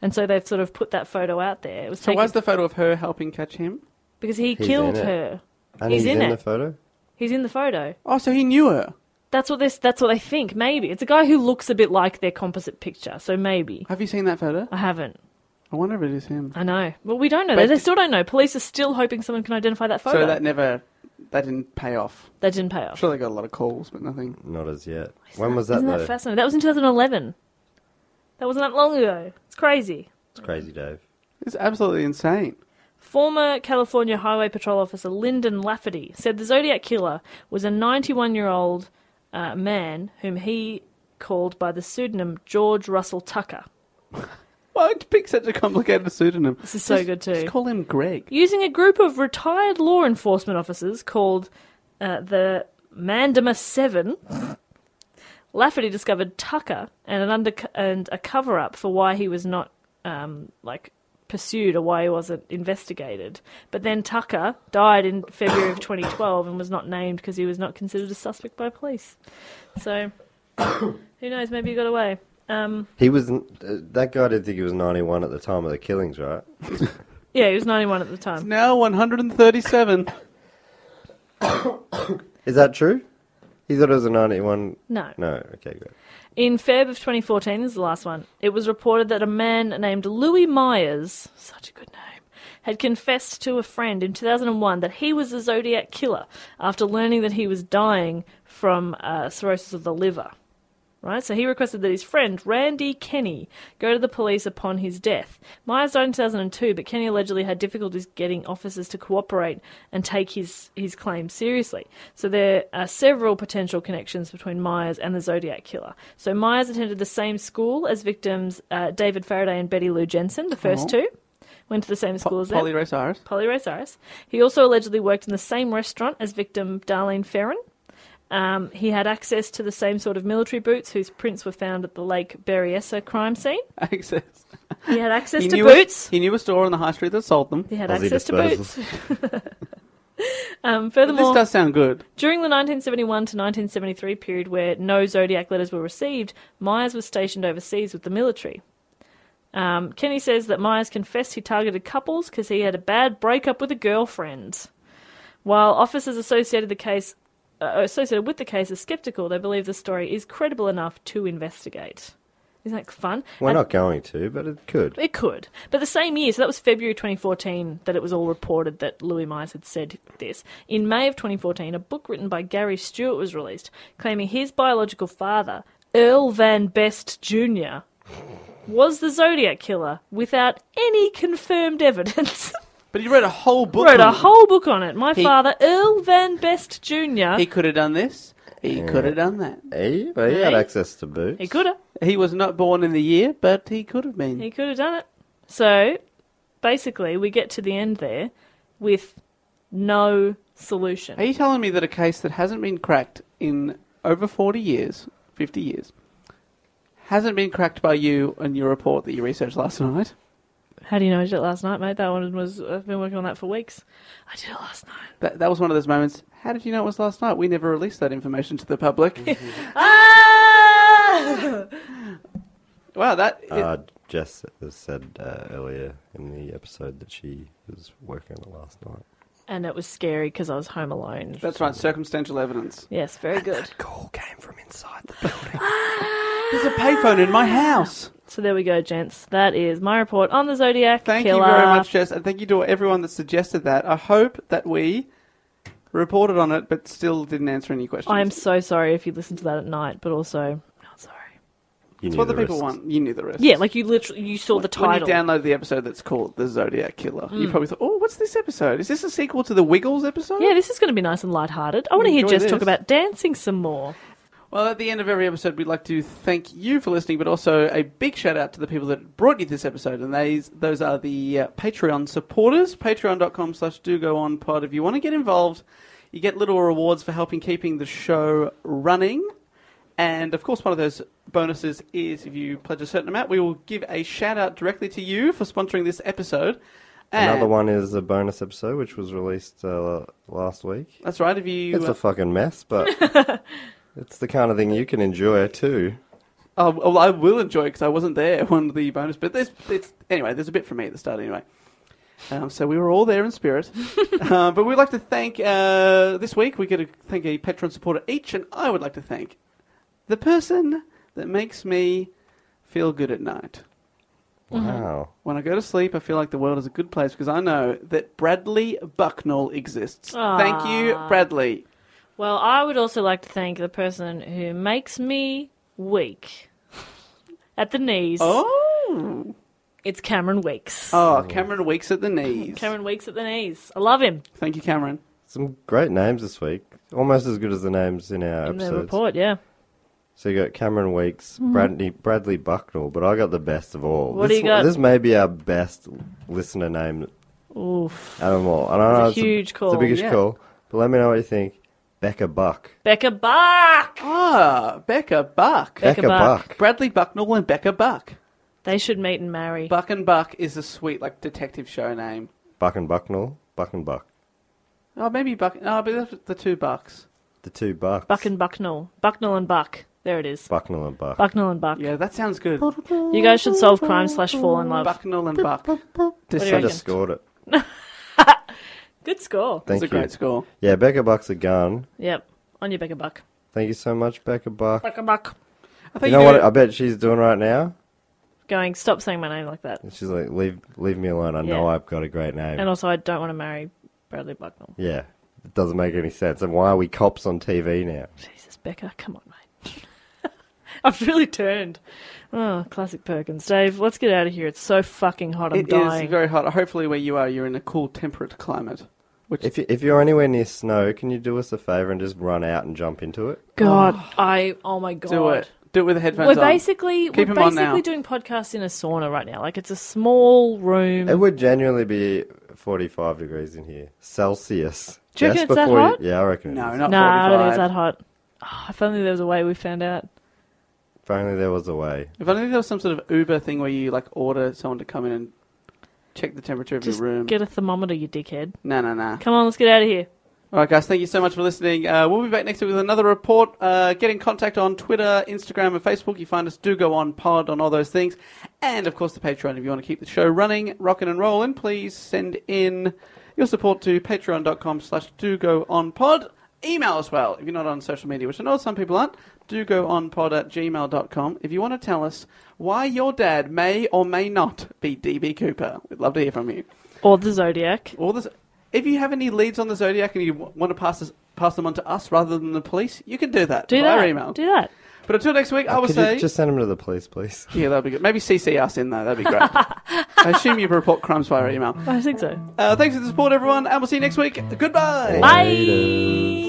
S2: And so they've sort of put that photo out there. It was
S3: So
S2: taken
S3: why's the photo of her helping catch him?
S2: because he
S5: He's
S2: killed
S5: in it.
S2: her.
S5: And
S2: He's
S5: he's,
S2: in
S5: in
S2: it.
S5: the photo.
S2: He's in the photo.
S3: Oh, so he knew her.
S2: That's what this. That's what they think. Maybe it's a guy who looks a bit like their composite picture. So maybe
S3: Have you seen that photo?
S2: I haven't.
S3: I wonder if it is him.
S2: I know. Well, we don't know.
S3: But-
S2: They still don't know. Police are still hoping someone can identify that photo.
S3: So that
S2: that...
S3: never, that didn't pay off.
S2: didn't pay off.
S3: I'm sure they got a lot of calls, but nothing.
S5: Not as yet. When was that
S2: Isn't that
S5: though?
S2: fascinating? That was in 2011. That wasn't that long ago. It's crazy.
S5: It's crazy, Dave.
S3: It's absolutely insane.
S2: Former California Highway Patrol officer Lyndon Lafferty said the Zodiac Killer was a 91 year old uh, man whom he called by the pseudonym George Russell Tucker.
S3: Why'd you pick such a complicated pseudonym?
S2: This is so
S3: Just-
S2: good too.
S3: Just call him Greg.
S2: using a group of retired law enforcement officers called uh, the Mandama Seven. Lafferty discovered Tucker and an under and a cover up for why he was not um, like pursued or why he wasn't investigated. But then Tucker died in February of 2012 and was not named because he was not considered a suspect by police. So who knows? Maybe he got away. Um,
S5: He was uh, that guy. Didn't think he was ninety one at the time of the killings, right?
S2: yeah, he was 91 at the time.
S3: Now 137.
S5: Is that true? He thought it was a ninety one.
S2: No.
S5: No. Okay. Good.
S2: In Feb of 2014, this is the last one, it was reported that a man named Louis Myers, such a good name, had confessed to a friend in 2001 that he was the Zodiac killer after learning that he was dying from uh, cirrhosis of the liver. Right, so he requested that his friend Randy Kenny go to the police upon his death. Myers died in 2002, but Kenny allegedly had difficulties getting officers to cooperate and take his his claim seriously. So there are several potential connections between Myers and the Zodiac killer. So Myers attended the same school as victims uh, David Faraday and Betty Lou Jensen, the first two. Went to the same school as them.
S3: Polly Ray Cyrus.
S2: Polly Ray Cyrus. He also allegedly worked in the same restaurant as victim Darlene Ferron. Um, he had access to the same sort of military boots whose prints were found at the Lake Berryessa crime scene.
S3: Access.
S2: He had access
S3: He
S2: to
S3: knew, a,
S2: boots.
S3: he knew a store on the high street that sold them.
S2: He had
S5: Aussie
S2: access
S5: disposal.
S2: to boots. um,
S3: But this
S2: furthermore,
S3: does sound good.
S2: during the 1971 to 1973 period where no Zodiac letters were received, Myers was stationed overseas with the military. Um, Kenny says that Myers confessed he targeted couples because he had a bad breakup with a girlfriend. While officers associated the case uh, associated with the case are skeptical, they believe the story is credible enough to investigate. Isn't that fun?
S5: We're
S2: And-
S5: not going to, but it could.
S2: it could. But the same year, so that was February 2014 that it was all reported that Louis Myers had said this. In May of 2014, a book written by Gary Stewart was released claiming his biological father, Earl Van Best Jr., was the Zodiac killer without any confirmed evidence.
S3: But he wrote a whole book.
S2: Wrote
S3: on
S2: a
S3: it.
S2: whole book on it. My
S3: He-
S2: father, Earl Van Best Jr.,
S3: He could have done this. He could have done that.
S5: He, but he had
S2: Hey.
S5: access to boots.
S2: he could have.
S3: He was not born in the year, but he could have been.
S2: He could have done it. So basically, we get to the end there with no solution.
S3: Are you telling me that a case that hasn't been cracked in over 40 years, 50 years, hasn't been cracked by you and your report that you researched last night?
S2: How do you know I did it last night, mate? That one was I've been working on that for weeks. I did it last night.
S3: That, that was one of those moments. How did you know it was last night? We never released that information to the public.
S2: Ah!
S3: wow, that.
S5: Uh, Jess said uh, earlier in the episode that she was working on it last night.
S2: and it was scary because I was home alone.
S3: that's right, circumstantial evidence.
S2: Yes, very good.
S5: Call came from inside the building.
S3: There's a payphone in my house.
S2: So there we go, gents. That is my report on the Zodiac
S3: Thank
S2: killer.
S3: you very much, Jess, and thank you to everyone that suggested that. I hope that we reported on it, but still didn't answer any questions.
S2: I am so sorry if you listened to that at night, but also not sorry.
S5: You
S3: It's
S5: knew
S3: what the, people
S5: risks.
S3: want. You knew the rest.
S2: Yeah, like you literally you saw the
S3: When
S2: title. Mm.
S3: you download the episode that's called The Zodiac Killer, you probably thought, oh, what's this episode? Is this a sequel to the Wiggles episode?
S2: yeah, this is going to be nice and lighthearted. I want to hear
S3: Enjoy
S2: Jess
S3: this.
S2: talk about dancing some more.
S3: Well, at the end of every episode, we'd like to thank you for listening, but also a big shout out to the people that brought you this episode, and these those are the uh, Patreon supporters. Patreon.com slash do go on pod. If you want to get involved, you get little rewards for helping keeping the show running. And of course, one of those bonuses is if you pledge a certain amount, we will give a shout out directly to you for sponsoring this episode. And
S5: Another one is a bonus episode which was released uh, last week.
S3: That's right. If you, uh,
S5: It's a fucking mess, but it's the kind of thing you can enjoy too.
S3: Uh, well, I will enjoy because I wasn't there when the bonus. But there's, it's, anyway, there's a bit for me at the start anyway. Um, so we were all there in spirit. uh, but we'd like to thank uh, this week. We get to thank a patron supporter each, and I would like to thank the person that makes me feel good at night. Mm-hmm.
S5: Wow.
S3: When I go to sleep, I feel like the world is a good place because I know that Bradley Bucknell exists. Thank you, Bradley.
S2: Well, I would also like to thank the person who makes me weak at the knees.
S3: Oh,
S2: It's Cameron Weeks.
S3: oh, Cameron Weeks at the knees.
S2: Cameron Weeks at the knees. I love him
S3: Thank you, Cameron.
S5: Some great names this week. Almost as good as the names in our
S2: in the
S5: episodes.
S2: report. Yeah.
S5: So you got Cameron Weeks, Bradley, Bradley Bucknell, but I got the best of all.
S2: Mm-hmm. What do
S5: this,
S2: you got?
S5: This may be our best listener name
S2: Oof.
S5: out of them all. And I know
S2: a
S5: it's
S2: huge
S5: the,
S2: call,
S5: It's the biggest
S3: yeah.
S5: call. But let me know what you think. Becca Buck.
S2: Becca Buck.
S3: Ah, Becca Buck.
S2: Becca Buck.
S3: Bradley Bucknell and Becca Buck.
S2: They should meet and marry.
S3: Buck and Buck is a sweet like detective show name.
S5: Buck and Bucknell. Buck and Buck.
S3: Oh, maybe Buck. No, oh, but that's the two Bucks.
S5: The two Bucks.
S2: Buck and Bucknell. Bucknell and Buck. There it is.
S5: Bucknell and Buck.
S2: Bucknell and Buck.
S3: Yeah, that sounds good.
S2: You guys should solve crime slash fall in love.
S3: Bucknell and Buck.
S2: do you
S5: I
S3: This
S2: reckon?
S5: just scored it.
S2: Good score.
S3: is
S5: Thank
S3: a
S5: you.
S3: great score.
S5: Yeah, Becca Buck's a gun.
S2: Yep. On your Becca Buck.
S5: Thank you so much, Becca Buck.
S2: Becca Buck.
S3: I think
S5: You know
S3: do
S5: what?
S3: it-
S5: I bet she's doing right now.
S2: Going, stop saying my name like that.
S5: She's like, leave, leave me alone. I know
S2: Yeah.
S5: I've got a great name.
S2: And also, I don't want to marry Bradley Bucknell.
S5: yeah, it doesn't make any sense. And why are we cops on TV now?
S2: Jesus, Becca, come on, mate. I've really turned. Oh, classic Perkins. Dave, let's get out of here. It's so fucking hot. I'm
S3: It is
S2: dying.
S3: very hot. Hopefully, where you are, you're in a cool, temperate climate. Which
S5: If, you, if you're anywhere near snow, can you do us a favor and just run out and jump into it?
S2: God, I. Oh my God.
S3: do it. Do it with the headphones
S2: We're
S3: on.
S2: basically
S3: Keep
S2: we're
S3: 'em on now.
S2: basically doing podcasts in a sauna right now. Like it's a small room.
S5: It would genuinely be 45 degrees in here, Celsius.
S2: Do you reckon it's that
S5: you-
S2: hot?
S5: yeah, I reckon.
S3: No,
S5: it is.
S3: not
S2: nah, I don't think
S3: 45.
S2: it's that hot. Oh, if only there was a way we found out.
S5: If only there was a way.
S3: If only there was some sort of Uber thing where you like order someone to come in and check the temperature of
S2: Just
S3: your room.
S2: get a thermometer, you dickhead.
S3: No, no, no.
S2: Come on, let's get out of here.
S3: All right, guys. Thank you so much for listening. Uh, we'll be back next week with another report. Uh, get in contact on Twitter, Instagram, and Facebook. You find us. Do go on pod on all those things, and of course the Patreon if you want to keep the show running, rocking and rolling. Please send in your support to patreon.com/slash Do Go On Pod. Email as well if you're not on social media, which I know some people aren't. Do go on pod at gmail.com if you want to tell us why your dad may or may not be DB Cooper. We'd love to hear from you
S2: Or the Zodiac.
S3: all this. If you have any leads on the Zodiac and you w- want to pass us, pass them on to us rather than the police, you can do that.
S2: Do
S3: via
S2: that.
S3: email.
S2: Do that.
S3: But until next week, I will
S5: Oh, Could
S3: say.
S5: you just send them to the police, please?
S3: Yeah, that'd be good. Maybe CC us in there. That'd be great. I assume you report crimes via email.
S2: I think so.
S3: Uh, thanks for the support, everyone, and we'll see you next week. Goodbye.
S2: Bye.